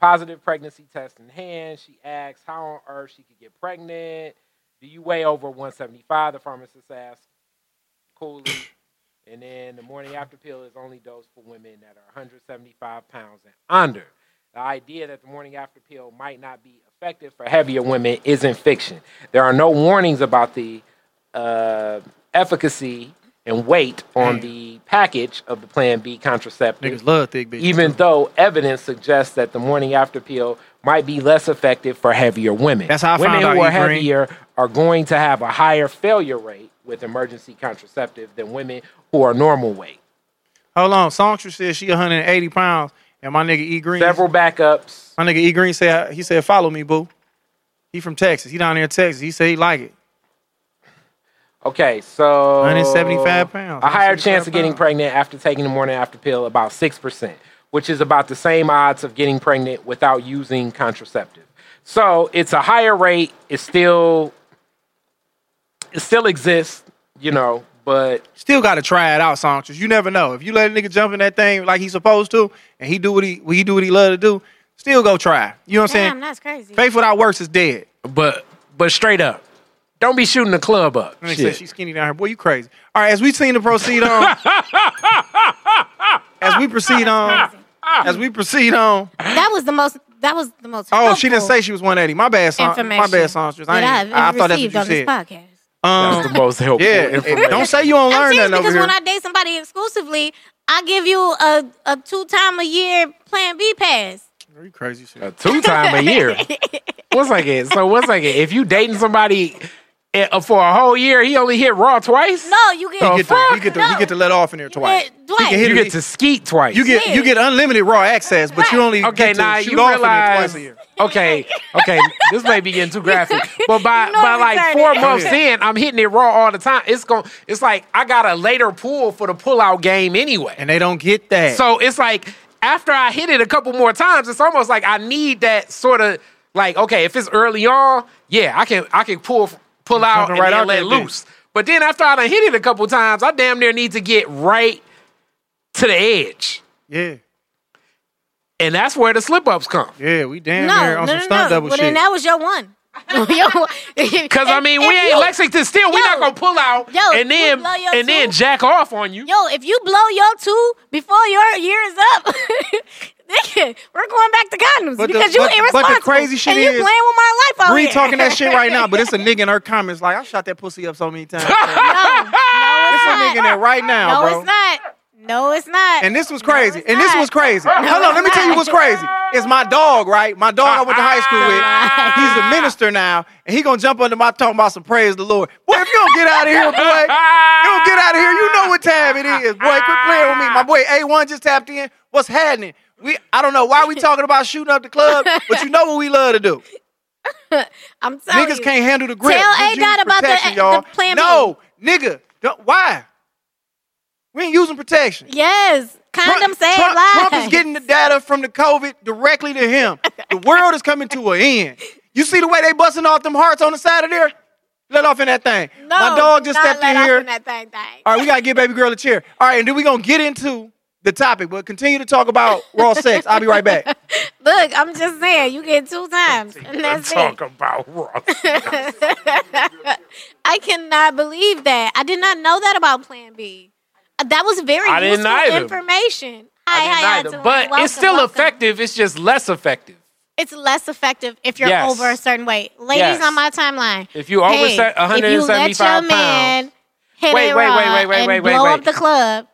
S4: positive pregnancy test in hand, she asks how on earth she could get pregnant. Do you weigh over 175? The pharmacist asks coolly. And then the morning after pill is only dosed for women that are 175 pounds and under. The idea that the morning after pill might not be effective for heavier women isn't fiction. There are no warnings about the uh, efficacy and weight on the package of the Plan B contraceptive
S2: Mm. Niggas love thick bitches.
S4: even though evidence suggests that the morning after pill might be less effective for heavier women.
S2: That's how I
S4: women
S2: found out,
S4: who are
S2: E. Green.
S4: heavier are going to have a higher failure rate with emergency contraceptive than women who are normal weight.
S2: Hold on. Songstress says she 180 pounds And my nigga E Green,
S4: Several backups.
S2: my nigga E Green said he said follow me, boo. He from Texas. He down there in Texas. He said he like it.
S4: Okay, so
S2: 175 pounds.
S4: A higher
S2: 175
S4: chance of getting
S2: pounds.
S4: pregnant after taking the morning after pill, about six percent, which is about the same odds of getting pregnant without using contraceptive. So it's a higher rate. It still, it still exists, you know. But
S2: Still got to try it out, songsters. You never know. If you let a nigga jump in that thing like he's supposed to, and he do what he he do what he love to do, still go try. You know what I'm
S3: Damn,
S2: saying?
S3: that's crazy.
S2: Faith without works is dead.
S4: but but straight up, don't be shooting the club up.
S2: And they
S4: Shit.
S2: said she's skinny down here. Boy, you crazy. All right, as we seem to proceed on, as we proceed on, as we proceed on.
S3: That was the most. That was the most.
S2: Oh, she didn't
S3: helpful
S2: say she was 180. My bad, song.
S3: information.
S2: My bad, songstress. I,
S3: that
S2: ain't-
S3: I've
S2: I, I
S3: ever
S2: thought that's
S3: received
S2: what you said.
S3: on this podcast.
S4: That's the most helpful
S2: Um, Yeah,
S4: information.
S2: don't say you don't
S3: I'm
S2: learn
S3: serious
S2: nothing over
S3: because
S2: here.
S3: when I date somebody exclusively, I give you a, a two time a year Plan B pass.
S2: Girl, you crazy shit.
S4: A two time a year. What's like it? So what's like it? If you dating somebody eh, for a whole year, he only hit raw twice.
S3: No, you get.
S2: He
S4: Oh,
S2: get,
S4: fuck
S2: to, he, get to, he
S3: no.
S2: get to let off in there twice.
S3: get
S2: He can
S3: twice.
S2: hit
S4: you
S2: her-
S4: get to skeet twice.
S2: you get you get unlimited raw access, but you only
S4: okay.
S2: get to
S4: Now
S2: shoot
S4: you
S2: off in there
S4: realize.
S2: twice a year.
S4: Okay, okay. This may be getting too graphic, but by
S3: You know
S4: by
S3: I'm
S4: like
S3: retarded.
S4: four months in, I'm hitting it raw all the time. It's going. It's like I got a later pool for the pullout game anyway.
S2: And they don't get that.
S4: So it's like after I hit it a couple more times, it's almost like I need that sort of like okay, if it's early on, yeah, I can I can pull pull out and
S2: right
S4: then
S2: out
S4: let
S2: that bitch.
S4: loose. But then after I done hit it a couple times, I damn near need to get right to the edge,
S2: yeah,
S4: and that's where the slip ups come.
S2: yeah, we damn
S3: No,
S2: near
S3: no,
S2: on
S3: no,
S2: some stunt
S3: no.
S2: double
S3: well,
S2: shit.
S3: then that was your one. Because
S4: Cause I mean, we ain't Lexington still. we
S3: Yo.
S4: not gonna pull out
S3: Yo,
S4: and
S3: you
S4: then
S3: blow your
S4: and then
S3: tube.
S4: jack off on you.
S3: Yo, if you blow your two before your year is up, nigga, we're going back to condoms
S2: But the-
S3: because you
S2: but- but the
S3: irresponsible.
S2: crazy shit
S3: and you
S2: is,
S3: playing with my life out
S2: Bree
S3: here.
S2: talking that shit right now, but it's a nigga in her comments like, I shot that pussy up so many times.
S3: No,
S2: it's
S3: no, it's
S2: a
S3: not.
S2: nigga in there right now,
S3: no,
S2: bro.
S3: it's not. No, it's not.
S2: And this was crazy.
S3: it's
S2: and this
S3: not.
S2: was crazy. Hold on, let me
S3: it's
S2: tell you
S3: not.
S2: what's crazy. It's my dog, right? My dog I went to high school with. He's a minister now, and he gonna jump under my talking about some praise the Lord. Boy, if you don't get out of here, boy, you don't get out of here. You know what time it is, boy. Quit playing with me. My boy A1 just tapped in. What's happening? We I don't know why we talking about shooting up the club, but you know what we love to do.
S3: I'm telling
S2: Niggas
S3: you.
S2: can't handle the grip.
S3: Oh, Tell
S2: Need
S3: A Dot
S2: you
S3: about the- uh,
S2: protection,
S3: the
S2: y'all.
S3: plan B.
S2: No, nigga, don't- why? We ain't using protection.
S3: Yes, condom
S2: Trump,
S3: save
S2: Trump-
S3: lives.
S2: Trump is getting the data from the COVID directly to him. The world is coming to an end. You see the way they busting off them hearts on the side of there? Let off in that thing.
S3: No,
S2: My dog just
S3: not
S2: stepped
S3: let
S2: in
S3: off
S2: here.
S3: that thing, thing.
S2: All right, we gotta get baby girl a chair. All right, and then we gonna get into the topic, but continue to talk about raw sex. I'll be right back.
S3: Look, I'm just saying, you get two times, and that's it.
S4: Talk about raw.
S3: I cannot believe that. I did not know that about Plan B. Uh, That was very
S4: I didn't
S3: useful
S4: either.
S3: information.
S4: I
S3: Hi,
S4: didn't
S3: hi, hi,
S4: either.
S3: Dylan.
S4: But
S3: Welcome,
S4: it's still
S3: welcome.
S4: effective. It's just less effective.
S3: It's less effective if you're
S4: Yes.
S3: over a certain weight. Ladies
S4: Yes.
S3: on my timeline.
S4: If you over
S3: hey,
S4: se-
S3: if you let
S4: 175 pounds.
S3: your man hit
S4: Wait,
S3: it
S4: wait, wait,
S3: raw
S4: wait, wait,
S3: and
S4: wait, wait,
S3: blow
S4: wait.
S3: up the club,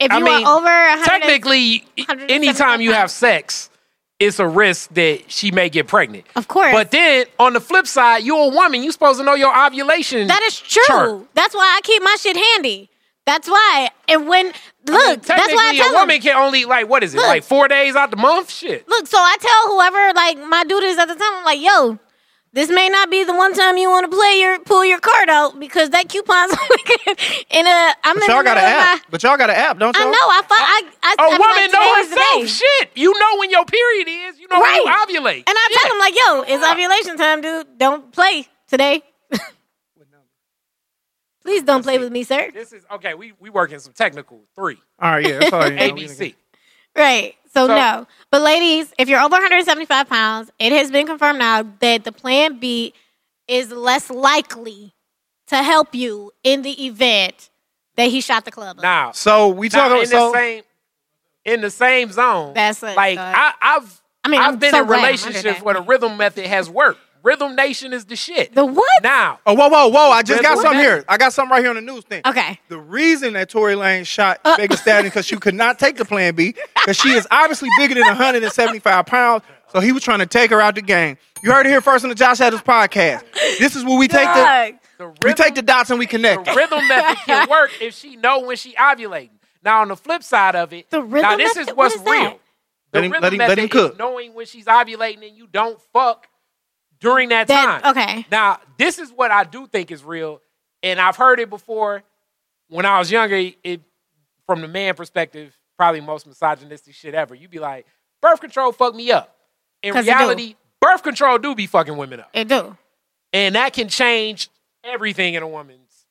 S3: if
S4: I
S3: you
S4: mean,
S3: are over 100
S4: Technically,
S3: hundred and
S4: anytime you
S3: seventy-five
S4: have sex, it's a risk that she may get pregnant.
S3: Of course.
S4: But then on the flip side, you're a woman. You're supposed to know your ovulation.
S3: That is true.
S4: chart.
S3: That's why I keep my shit handy. That's why. And when look, that's
S4: Technically,
S3: why I
S4: a
S3: tell
S4: woman
S3: them.
S4: can only like what is it?
S3: Look.
S4: Like four days out the month? Shit.
S3: Look, so I tell whoever like my dude is at the time. I'm like, yo, this may not be the one time you want to play your pull your card out because that coupon's only good. in a. I'm in
S2: But
S3: the
S2: y'all got an
S3: middle of
S2: app.
S3: my-
S2: But y'all got an app, don't
S3: I
S2: y'all?
S3: know. I fi- I I.
S4: A
S3: I'm
S4: woman
S3: like,
S4: know
S3: today's the day.
S4: herself. Shit. You know when your period is. You know
S3: Right.
S4: when you ovulate.
S3: And I tell him like, yo, it's ovulation time, dude. Don't play today. Please don't play with me, sir.
S4: This is okay. We we working some technical three
S2: All right, yeah, that's all you know. We
S4: ABC.
S3: Right. So,
S4: So-
S3: no. But ladies, if you're over 175 pounds, it has been confirmed now that the plan B is less likely to help you in the event that he shot the club. up.
S4: Now,
S2: done- So we
S4: Now,
S2: talking
S4: in
S2: so
S4: the same in the same zone.
S3: That's it,
S4: like
S3: dog.
S4: I, I've I
S3: I mean,
S4: have
S3: I'm
S4: been
S3: so
S4: in
S3: glad I'm under
S4: relationships
S3: that.
S4: where the rhythm method has worked. Rhythm Nation is the shit.
S3: The what?
S4: Now,
S2: Oh, whoa, whoa, whoa. I just got
S4: What?
S2: something here. I got something right here on the news thing.
S3: Okay. Uh.
S2: The reason that Tory Lane shot Megan Stallion because she could not take the plan B, because she is obviously bigger than 175 pounds. So he was trying to take her out the game. You heard it here first on the Josh Adams podcast. This is where we take the
S3: Dog.
S4: the
S2: we
S4: rhythm,
S2: take the dots and we connect.
S4: the
S2: them.
S4: rhythm method can work if she know when she ovulating. Now, on the flip side of it,
S3: The rhythm
S4: now this
S3: method?
S4: is what's
S3: What is that?
S4: real.
S2: Let
S4: The
S2: him-
S4: rhythm
S2: let him- let
S4: method
S2: him cook.
S4: Is knowing when she's ovulating and you don't fuck during that,
S3: That-
S4: time.
S3: okay.
S4: Now, this is what I do think is real, and I've heard it before. When I was younger, it from the man perspective, probably most misogynistic shit ever. You'd be like, birth control fucked me up. In
S3: 'Cause it do.
S4: reality, birth control do be fucking women up,
S3: It do.
S4: and that can change everything in a woman's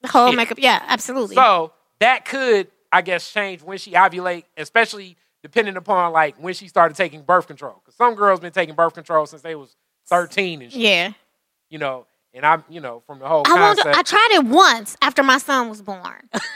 S3: The whole
S4: Shit.
S3: makeup. Yeah, absolutely.
S4: so that could, I guess, change when she ovulate, especially depending upon like when she started taking birth control. Because some girls been taking birth control since they was thirteen and shit,
S3: yeah.
S4: you know. And I'm, you know, from the whole
S3: I wonder,
S4: concept,
S3: I tried it once after my son was born.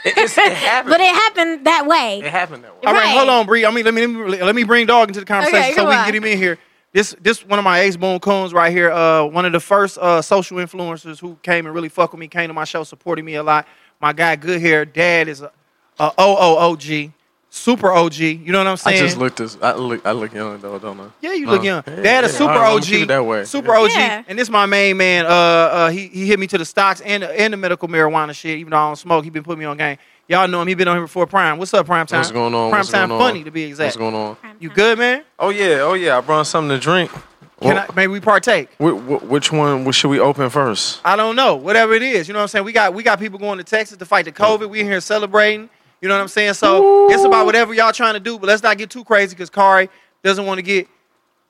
S5: It's, it happened.
S3: but it happened that way.
S5: it happened that way.
S2: All right,
S3: Right.
S2: hold on, Bree. I mean, let me let me, let me bring Dog into the conversation
S3: Okay,
S2: so
S3: come
S2: we can
S3: on.
S2: get him in here. This this one of my ace boon coons right here. Uh, one of the first uh social influencers who came and really fucked with me, came to my show, supported me a lot. My guy Good Hair Dad is a, a OOOG, super OG. You know what I'm saying?
S5: I just looked as I look I look young though, don't I?
S2: Yeah, you look
S5: Uh,
S2: young.
S5: yeah,
S2: Dad is
S5: yeah.
S2: super
S5: All right, I'ma
S2: OG.
S5: keep it that way.
S2: Super
S5: Yeah.
S2: OG.
S3: Yeah.
S2: And this is my main man. Uh, uh, he he hit me to the stocks and and the medical marijuana shit. Even though I don't smoke, he been putting me on game. Y'all know him. He been on here before Prime. What's up, Prime Time?
S5: What's going on?
S2: Prime
S5: What's
S2: Time
S5: going on?
S2: Funny to be exact.
S5: What's going on?
S2: You good, man?
S5: Oh yeah, oh yeah. I brought something to drink.
S2: Can
S5: Well,
S2: I, maybe we partake.
S5: wh- wh- which one wh- should we open first?
S2: I don't know. Whatever it is, you know what I'm saying. We got we got people going to Texas to fight the COVID. We in here celebrating. You know what I'm saying. So it's about whatever y'all trying to do, but let's not get too crazy because Kari doesn't want to get.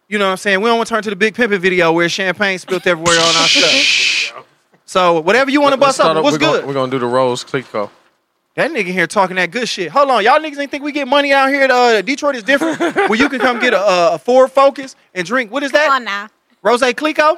S2: You know what I'm saying. We don't want to turn to the big pimping video where champagne spilt everywhere on our stuff. So whatever you want to bust
S5: Let's start
S2: up, what's
S5: we're Gonna,
S2: good?
S5: we're gonna do the rose click call.
S2: That nigga here talking that good shit. Hold on, y'all niggas ain't think we get money out here. To, uh, Detroit is different. where you can come get a, uh, a, a Ford Focus and drink. What is
S3: Come on
S2: that?
S3: now.
S2: Rose Clico.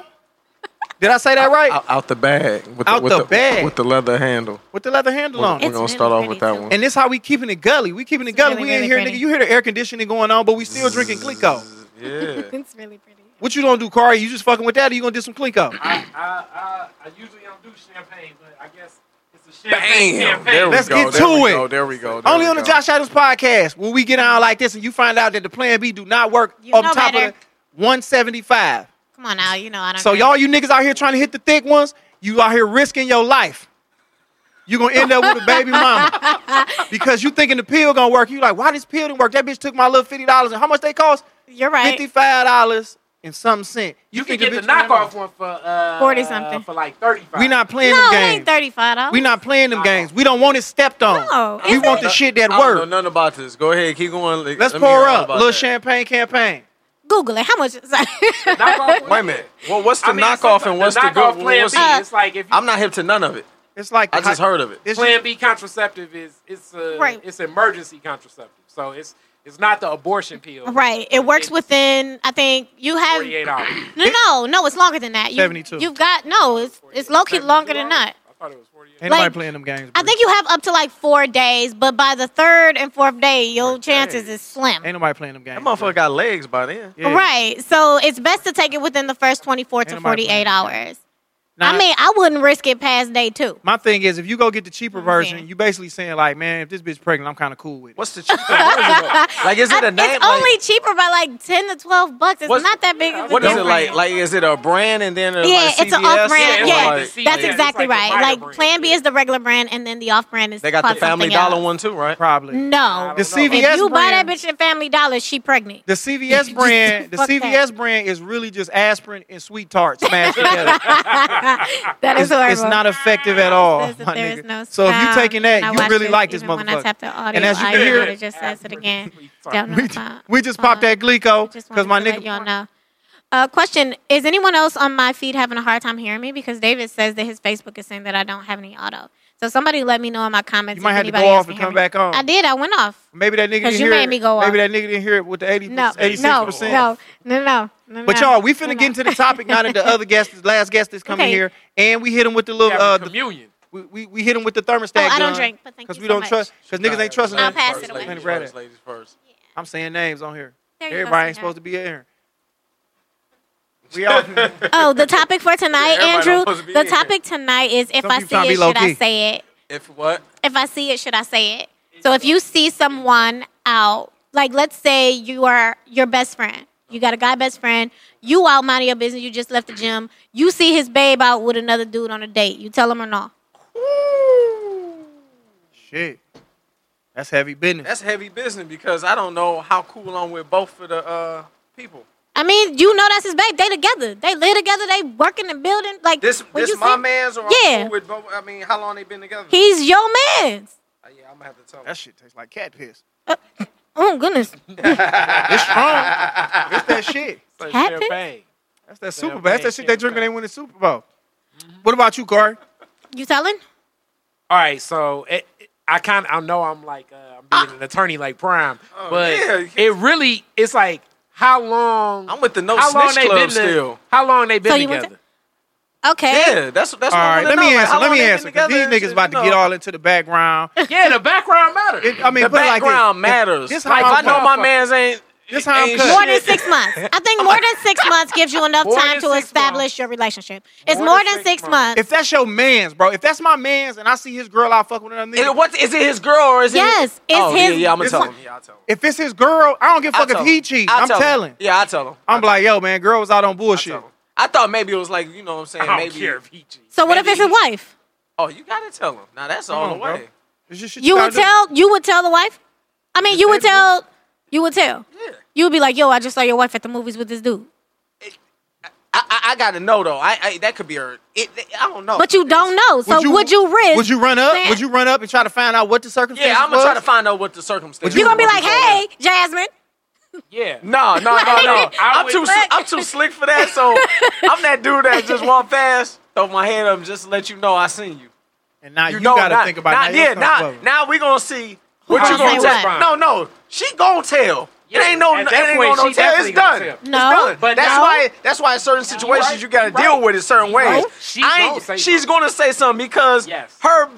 S2: Did I say that right?
S5: Out, out the bag. With
S2: Out
S5: the, with
S2: the bag.
S5: With the leather handle.
S2: With the leather handle
S5: We're,
S2: on.
S5: we're
S2: it.
S5: gonna
S3: really
S5: start off with
S3: pretty,
S5: that
S3: too.
S5: one.
S2: And this how we keeping it gully. We keeping it gully.
S3: really,
S2: we in
S3: really
S2: here,
S3: pretty.
S2: nigga. You hear the air conditioning going on, but we still drinking Clinko.
S5: yeah.
S3: It's really pretty.
S2: What you gonna do, Kari? You just fucking with that, or you gonna do some Clinko?
S4: I, I, I, I usually don't do champagne, but I guess it's a champagne.
S5: Bam!
S4: campaign.
S5: There we
S2: Let's
S5: go.
S2: get
S5: there
S2: to
S5: we
S2: it.
S5: Go, there we go. there
S2: Only
S5: we
S2: on the
S5: go.
S2: Josh Adams podcast will we get on like this, and you find out that the Plan B do not work
S3: You
S2: on
S3: know
S2: top
S3: better.
S2: of the 175.
S3: Come on now. You know I don't
S2: So
S3: drink.
S2: y'all, you niggas out here trying to hit the thick ones, you out here risking your life. You gonna end up with a baby mama because you thinking the pill gonna work. You like, why this pill didn't work? That bitch took my little fifty dollars, and how much they cost?
S3: You're right.
S2: Fifty-five dollars and some cent.
S4: You can
S2: think
S4: get the
S2: bitch ran off.
S4: knockoff one for uh,
S3: 40 something.
S4: for like thirty five.
S2: We not playing
S3: No,
S2: them
S3: it
S2: games.
S3: ain't thirty-five dollars.
S2: We not playing them games. We don't want it stepped on.
S3: No,
S2: we
S3: is
S2: want
S3: it?
S2: the shit that
S5: I don't know
S2: work.
S5: nothing about this. Go ahead, keep going. Let-
S2: Let's
S5: let me
S2: pour
S5: hear all
S2: up.
S5: about
S2: Little
S5: that.
S2: champaign campaign.
S3: Google it. How much? Is that?
S4: knockoff one?
S5: Wait a minute. Well, what's the
S4: I mean,
S5: knockoff
S4: sometimes
S5: and what's the,
S4: knockoff
S5: good?
S4: Plan
S5: what's
S4: B?
S3: Uh,
S5: the-
S4: It's like if you
S5: I'm not hip to none of it.
S2: It's like
S5: I just heard of it.
S2: It's
S4: Plan B contraceptive is it's a,
S3: Right.
S4: it's emergency contraceptive. So it's it's not the abortion pill.
S3: right. It works within. I think you have.
S4: 48 hours.
S3: No, no, no. It's longer than that. You,
S2: 72.
S3: You've got no. It's it's low key longer than that.
S4: I thought it was 48.
S2: Ain't nobody
S3: like-
S2: playing them games.
S3: I
S2: Bree.
S3: think you have up to like four days, but by the third and fourth day, your chances is slim.
S2: Ain't nobody playing them games.
S5: That motherfucker got legs by then.
S2: Yeah.
S3: Right. So it's best to take it within the first 24
S2: Ain't
S3: to
S2: nobody
S3: 48
S2: playing that.
S3: hours.
S2: Nah,
S3: I mean, I wouldn't risk it past day two.
S2: my thing is, if you go get the cheaper
S3: I'm
S2: version,
S3: saying.
S2: you basically saying like, man, if this bitch pregnant, I'm kind of cool with it.
S5: What's the cheapest version? though? Like, is it a name?
S3: It's only cheaper by like 10 to 12 bucks. It's
S5: What's-
S3: not that big. of
S5: Like,
S3: a
S5: what is it
S3: difference.
S5: like? Like, is it a brand and then a,
S3: Yeah,
S5: like
S3: it's an
S5: CVS?
S3: off-brand,
S5: Or
S3: yeah.
S5: like-
S4: Yeah,
S3: That's
S4: it's
S3: exactly
S4: like the
S3: right.
S4: minor
S3: Like
S4: brand.
S3: Plan B is the regular brand, and then the off brand is
S5: They got the
S3: called
S5: Family
S3: something
S5: Dollar
S3: else.
S5: one too, right?
S3: Mm.
S2: Probably.
S3: No,
S2: The
S4: don't know.
S2: CVS
S3: if you buy that
S2: brand.
S3: bitch in Family Dollar, she pregnant.
S2: The CVS
S3: Just
S2: brand, the
S3: fuck that.
S2: CVS brand is really just aspirin and sweet tarts smashed together.
S3: That is
S2: It's,
S3: horrible. Ah,
S2: it's not effective at all,
S3: Says that
S2: my
S3: there is
S2: nigga.
S3: no
S2: so if you
S3: sound.
S2: taking
S3: I
S2: that, you
S3: watched
S2: really
S3: it
S2: like this
S3: even When I
S2: mother.
S3: tap the audio,
S2: And as you
S3: I
S2: can hear-
S3: it just says it again. Down on my
S2: We just
S3: phone.
S2: popped that Glico
S3: Just
S2: because
S3: wanted
S2: my
S3: to let
S2: nigga.
S3: y'all know. Uh, question: Is anyone else on my feed having a hard time hearing me? Because David says that his Facebook is saying that I don't have any auto. So somebody let me know in my comments.
S2: You might
S3: if
S2: have to go
S3: anybody else
S2: off
S3: can
S2: and
S3: hear
S2: come
S3: me.
S2: back on.
S3: I did. I went off.
S2: Maybe that nigga
S3: 'Cause
S2: didn't
S3: you
S2: hear
S3: made
S2: it.
S3: me go off.
S2: Maybe that nigga didn't hear it with the 80,
S3: No,
S2: 86%.
S3: no, no, no, no, no.
S2: But
S3: no.
S2: y'all, we finna get into the topic now that the other guest, the last guest that's coming
S3: Okay.
S2: here, and we hit him with the little,
S4: Yeah,
S2: uh,
S4: with
S2: the,
S4: communion.
S2: we, we, we hit him with the thermostat
S3: Oh, I don't
S2: gun,
S3: drink, but thank you
S2: we
S3: so
S2: don't
S3: much.
S2: trust, because niggas ain't trusting
S3: I'll
S2: us.
S3: pass it away.
S5: Ladies
S2: Right
S5: first,
S2: at.
S5: ladies first.
S2: I'm saying names on here.
S3: There you go,
S2: Everybody ain't
S3: sweetheart.
S2: supposed to be in here. We all,
S3: Oh, the topic for tonight,
S5: Yeah, everybody
S3: Andrew.
S5: don't supposed to be
S3: The
S5: in here.
S3: topic tonight is if
S2: Some
S3: I
S2: people
S3: see
S2: tryna be
S3: it, should I
S2: low-key.
S3: say it?
S5: If what?
S3: If I see it, should I say it? So if you see someone out, like let's say you are your best friend, you got a guy best friend, you out minding your business, you just left the gym, you see his babe out with another dude on a date, you tell him or not?
S2: shit. That's heavy business.
S5: That's heavy business because I don't know how cool I'm with both of the uh, people.
S3: I mean, you know that's his babe. They together. They live together. They work in the building. Like
S5: This
S3: when
S5: this
S3: you
S5: my
S3: see-
S5: man's or I'm
S3: Yeah.
S5: cool with both. I mean, how long they been together?
S3: He's your man's.
S5: Uh, yeah, I'm gonna have to tell.
S2: that shit tastes like cat piss.
S3: Oh goodness.
S2: It's strong. it's that shit.
S4: It's
S3: Happy?
S4: champagne.
S2: That's that Super Bowl. That's that shit they drink when they win the Super Bowl. What about you, Corey?
S3: You telling?
S4: All right, so it, it- I kind of I know I'm like uh, I'm being an attorney like Prime, but
S5: Oh, yeah, you
S4: it really it's like how long
S5: I'm with the no
S4: how long
S5: snitch
S4: they
S5: club
S4: been to-
S5: still.
S4: how long they been
S3: So you went
S4: together?
S3: to- Okay.
S5: Yeah, that's that's what
S2: All right,
S5: I wanna
S2: let
S5: know.
S2: me
S5: like,
S2: answer.
S5: how
S2: Let
S5: long
S2: me
S5: they been
S2: answer. 'cause
S5: together
S2: These
S5: and shit,
S2: niggas about
S5: you
S2: to get
S5: know.
S2: all into the background.
S4: yeah, the background matters.
S2: It- I mean,
S5: The
S2: put it like this.
S5: background
S2: If-
S5: matters.
S2: This how
S5: like, if I
S2: I'm
S5: know
S2: cut.
S5: my man's ain't.
S2: This how I'm
S5: ain't
S2: cut.
S3: More than six months. I think more than six months gives you enough
S5: More
S3: time
S5: than
S3: to
S5: six
S3: establish
S5: months.
S3: your relationship. It's
S5: More
S3: more,
S5: than
S3: than
S5: six
S3: six,
S5: months.
S3: months.
S2: If that's your man's, bro. If that's my man's, and I see his girl, I fuck with another
S5: It,
S2: nigga.
S5: what is it? His girl or is it?
S3: Yes, it's
S5: oh,
S3: his-
S5: Yeah, yeah, I'm gonna
S2: it's
S5: tell
S2: one-
S5: him. Yeah, I'll tell him.
S2: If it's his girl, I don't give a
S5: I'll
S2: fuck
S5: tell
S2: if he
S5: him.
S2: cheats.
S5: I'll
S2: I'm
S5: tell him.
S2: telling.
S5: Yeah, I tell him.
S2: I'm like, yo, man, girl was out on
S5: I
S2: bullshit.
S5: tell him. I thought maybe it was like you know what I'm saying.
S4: I don't
S5: maybe.
S4: care if he cheats.
S3: so what if it's his wife?
S5: Oh, you gotta tell him. Now that's all
S2: on,
S5: the way.
S2: It's just shit
S3: You
S2: gotta
S3: would
S2: do.
S3: tell you would tell the wife? I mean you would tell you would tell.
S5: Yeah.
S3: You would be like, yo, I just saw your wife at the movies with this dude.
S5: I, I, I gotta know though. I, I that could be her. It, I don't know.
S3: But you don't know. So would you, risk
S2: Would you run up?
S3: saying-
S2: Would you run up and try to find out what the circumstances?
S5: Yeah, I'm gonna
S2: was?
S5: try to find out what the circumstances.
S3: You're gonna be
S5: were
S3: like,
S5: before
S3: hey,
S5: that.
S3: Jasmine.
S4: Yeah,
S5: No, no, no, no.
S4: Like, I
S5: I'm
S4: would-
S5: too, sli- I'm too slick for that. So I'm that dude that just walk past, throw my hand up, just to let you know I seen you.
S2: And now
S5: You
S2: you,
S5: know,
S2: gotta
S5: now-
S2: think about
S5: now,
S2: it.
S5: yeah,
S2: now. you
S5: now,
S2: fucked up.
S5: now we gonna see what
S3: gonna
S5: you gonna
S3: say
S4: what?
S5: tell. No, no, she gonna tell.
S4: Yeah,
S5: it ain't no,
S4: at
S5: it
S4: that
S5: ain't
S4: point,
S5: no, no
S4: she
S5: tell. It's
S4: definitely gonna
S5: done.
S4: tell.
S5: It's
S3: No.
S5: done.
S4: But
S5: that's
S4: no.
S5: why. That's why certain situations
S4: right,
S5: you gotta
S4: you right.
S5: deal with it certain ways.
S4: She
S5: I
S4: gonna say
S5: ain't, she's
S4: something.
S5: gonna say something because
S4: Yes.
S5: her.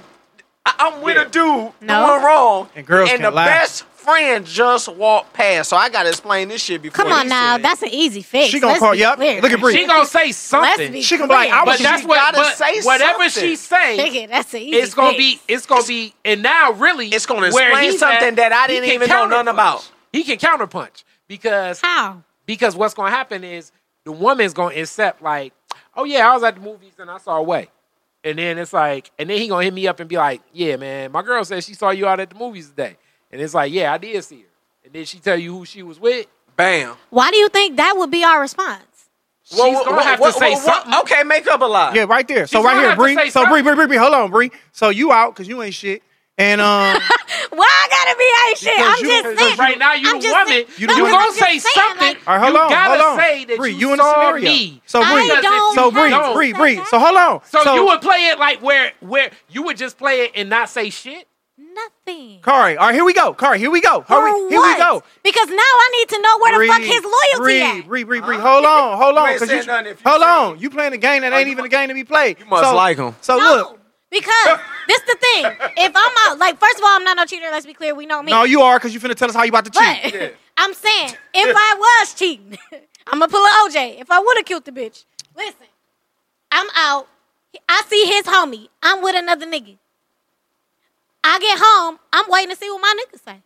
S5: I- I'm with
S4: Yeah.
S5: a dude
S3: No.
S5: doing wrong,
S2: And girls
S5: and
S2: can
S5: the
S2: lie.
S5: best friend just walked past. So I gotta explain this shit before.
S3: Come on
S5: they
S3: now,
S5: see it.
S3: that's an easy fix.
S2: She gonna
S3: Let's
S2: call
S3: be
S2: you up.
S3: clear.
S2: Look at Bree.
S4: she gonna say
S3: Let's
S4: something.
S3: be
S2: She gonna be like,
S3: clear.
S2: I
S4: but
S2: was-
S4: that's
S5: she
S4: what.
S5: gotta
S4: But
S5: say
S4: whatever she
S5: something.
S4: say,
S3: Nigga, that's an easy
S4: it's gonna be
S3: fix.
S4: it's gonna be and now really
S5: It's gonna
S4: where
S5: explain
S4: he's
S5: something
S4: at,
S5: that I
S4: he
S5: didn't
S4: can
S5: even know nothing
S4: counterpunch.
S5: about.
S4: He can counterpunch because
S3: how?
S4: because what's gonna happen is the woman's gonna accept like, oh yeah, I was at the movies and I saw a way. And then it's like, and then he gonna hit me up and be like, yeah, man, my girl said she saw you out at the movies today. And it's like, yeah, I did see her. And then she tell you who she was with.
S5: Bam.
S3: Why do you think that would be our response?
S4: She's gonna have to say something.
S5: Okay, make up a lie.
S2: Yeah, right there. So
S4: She's
S2: right
S4: gonna
S2: here,
S4: have to
S2: Bree.
S4: say
S2: So Bree,
S4: something.
S2: Bree, Bree, Bree, hold on, Bree. So you out because you ain't shit, and um,
S3: Why I gotta be ain't shit?
S2: Because
S3: I'm
S2: you-
S3: just
S2: because
S3: saying.
S4: Right now, you
S3: I'm
S4: the
S3: just
S4: woman.
S3: saying-
S4: you
S2: no,
S4: you
S2: but
S4: gonna
S3: I'm just
S4: say
S3: saying,
S4: something.
S3: like-
S2: All right, hold
S4: you
S2: on,
S4: gotta
S2: hold on.
S4: say that
S2: Bree,
S4: you,
S2: you in the
S4: saw
S2: scenario.
S4: me.
S2: So
S3: I
S2: Bree,
S4: Because if
S3: don't
S2: so
S4: you
S2: Bree,
S4: don't-
S2: Bree,
S3: say
S2: Bree.
S3: that.
S2: So hold on.
S4: So, you would play it like where where you would just play it and not say shit.
S3: Nothing.
S2: Kari. All right, here we go. Kari, here we go. Hurry,
S3: For
S2: here we
S3: what?
S2: go.
S3: Because now I need to know where
S2: Bree,
S3: the fuck his loyalty
S2: Bree,
S3: at.
S2: Bree, Bree, Bree. Hold on, hold
S5: You
S2: on.
S5: ain't
S2: 'cause
S5: said nothing if you
S2: hold
S5: said-
S2: on. You playing a game that ain't
S5: you
S2: even
S5: mu-
S2: a game to be played. You
S5: must like 'em.
S2: So
S3: no,
S2: look,
S3: because this the thing. If I'm out, like, first of all, I'm not no cheater. Let's be clear. We know me.
S2: no, you are because you finna tell us how you about to cheat.
S3: But I'm saying, if I was cheating, I'm gonna pull an OJ. If I would have killed the bitch, listen, I'm out. I see his homie. I'm with another nigga. I get home. I'm waiting to see what my nigga say.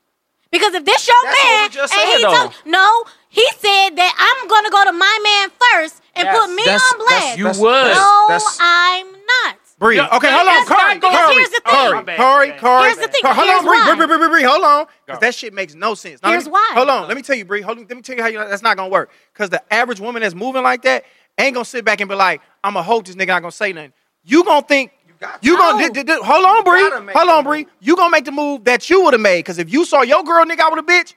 S3: Because if this your
S5: That's what
S3: man,
S5: we just
S3: and
S5: said,
S3: he
S5: though.
S3: told- no, he said that I'm gonna go to my man first and
S4: Yes,
S3: put me
S5: that's-
S3: on blast.
S4: You would.
S3: no,
S5: that's-
S3: I'm not.
S2: Bree.
S4: Yeah,
S2: Okay,
S4: but
S2: hold on,
S4: that's not
S2: Kari.
S4: going-
S2: Kari,
S3: Here's the thing.
S2: Kari,
S4: My bad,
S2: Kari,
S4: my bad.
S2: Kari.
S3: Here's the thing.
S2: Kari, Hold
S3: Here's
S2: on, Bree,
S3: why.
S2: Bree, Bree, Bree, Bree, hold on. 'Cause that shit makes no sense. Now, let
S3: Here's
S2: me-
S3: why.
S2: Hold on. Let me tell you, Bree. Hold on. Let me tell you how you, that's not gonna work. Cause the average woman that's moving like that ain't gonna sit back and be like, I'm gonna hold this nigga. Not gonna say nothing. You gonna think.
S5: got
S2: You
S5: to.
S2: gonna
S3: No.
S2: d- d- d- hold on, Bree.
S5: gotta make
S2: Hold
S5: the
S2: on,
S5: move.
S2: Bree. You gonna make the move that you would have made. Cause if you saw your girl nigga out with a bitch,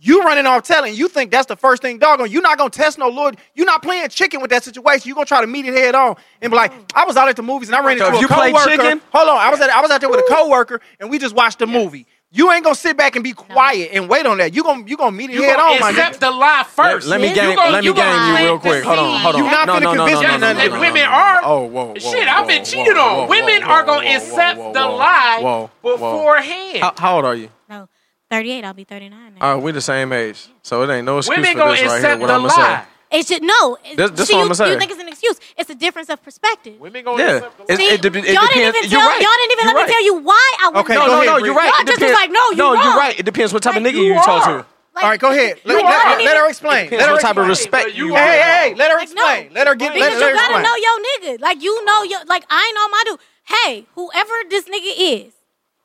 S2: you running off telling. You think that's the first thing, dog. On you not gonna test no lord. You not playing chicken with that situation. You gonna try to meet it head on and be like, I was out at the movies and I ran
S5: So
S2: into
S5: if
S2: a
S5: you play
S2: coworker.
S5: chicken-
S2: Hold on, I was at I was out there with a coworker and we just watched the movie. You ain't gonna sit back and be quiet and wait on that. You gonna you gonna meet it
S4: You
S2: head
S4: gonna
S2: on, my
S4: accept
S2: nigga.
S4: the lie first.
S5: Let, let me
S4: You
S5: game.
S4: gonna-
S5: let me
S4: you gonna
S5: game you
S4: plant
S5: real
S4: the
S5: quick. Hold on.
S4: seed.
S5: Hold on.
S2: You not
S5: no,
S2: finna
S5: no, no,
S2: convince
S5: no, no,
S2: me
S5: no,
S2: nothing.
S5: no,
S2: That
S5: no,
S4: women
S5: no, no.
S4: are-
S5: Oh, whoa, whoa,
S4: Shit, I've been
S5: whoa,
S4: cheated
S5: whoa,
S4: on.
S5: whoa,
S4: Women
S5: whoa,
S4: are
S5: whoa,
S4: gonna
S5: whoa,
S4: accept
S5: whoa,
S4: the
S5: whoa.
S4: lie
S5: Whoa, whoa.
S4: beforehand.
S5: How, how old are you?
S3: No, 38. I'll be 39. Now.
S5: All right, we're the same age, so it ain't no excuse
S4: Women
S5: for
S4: gonna
S5: this right here.
S4: accept
S5: What
S4: the
S5: I'm gonna say.
S4: lie.
S3: it should no. It-
S5: This- this
S3: see,
S5: what
S3: you,
S5: I'ma say.
S3: you think it's an excuse? It's a difference of perspective.
S4: Women gonna
S5: Yeah,
S4: accept the lie.
S5: it,
S3: See,
S5: it, de- it
S3: y'all
S5: depends.
S3: didn't even
S5: you're
S3: tell,
S5: right.
S3: y'all didn't even
S5: you're
S3: let
S5: right.
S3: me tell you why I wouldn't
S2: Okay,
S3: do
S2: Go
S5: No,
S3: it.
S5: no,
S2: ahead,
S5: no.
S2: Bree.
S5: You're right.
S3: Y'all
S5: It
S3: just was
S5: depends-
S3: like, no, you
S5: No, you're
S3: wrong.
S5: right. It depends what type of
S3: Like,
S5: nigga you
S4: you
S5: talk
S4: are.
S5: to.
S3: Like,
S2: All right, go ahead. Let,
S3: you
S2: let-
S3: didn't
S2: let- let
S3: even-
S2: her explain.
S5: Depends
S2: Let her
S5: what type
S2: explain.
S5: of respect
S4: But you
S5: you
S4: are-
S5: have.
S2: Hey, hey, hey, let her
S3: Like, no.
S2: explain. Let her get. Let,
S3: Because
S2: let her
S3: you gotta
S2: explain.
S3: know your nigga. Like you know your like I know my dude. Hey, whoever this nigga is,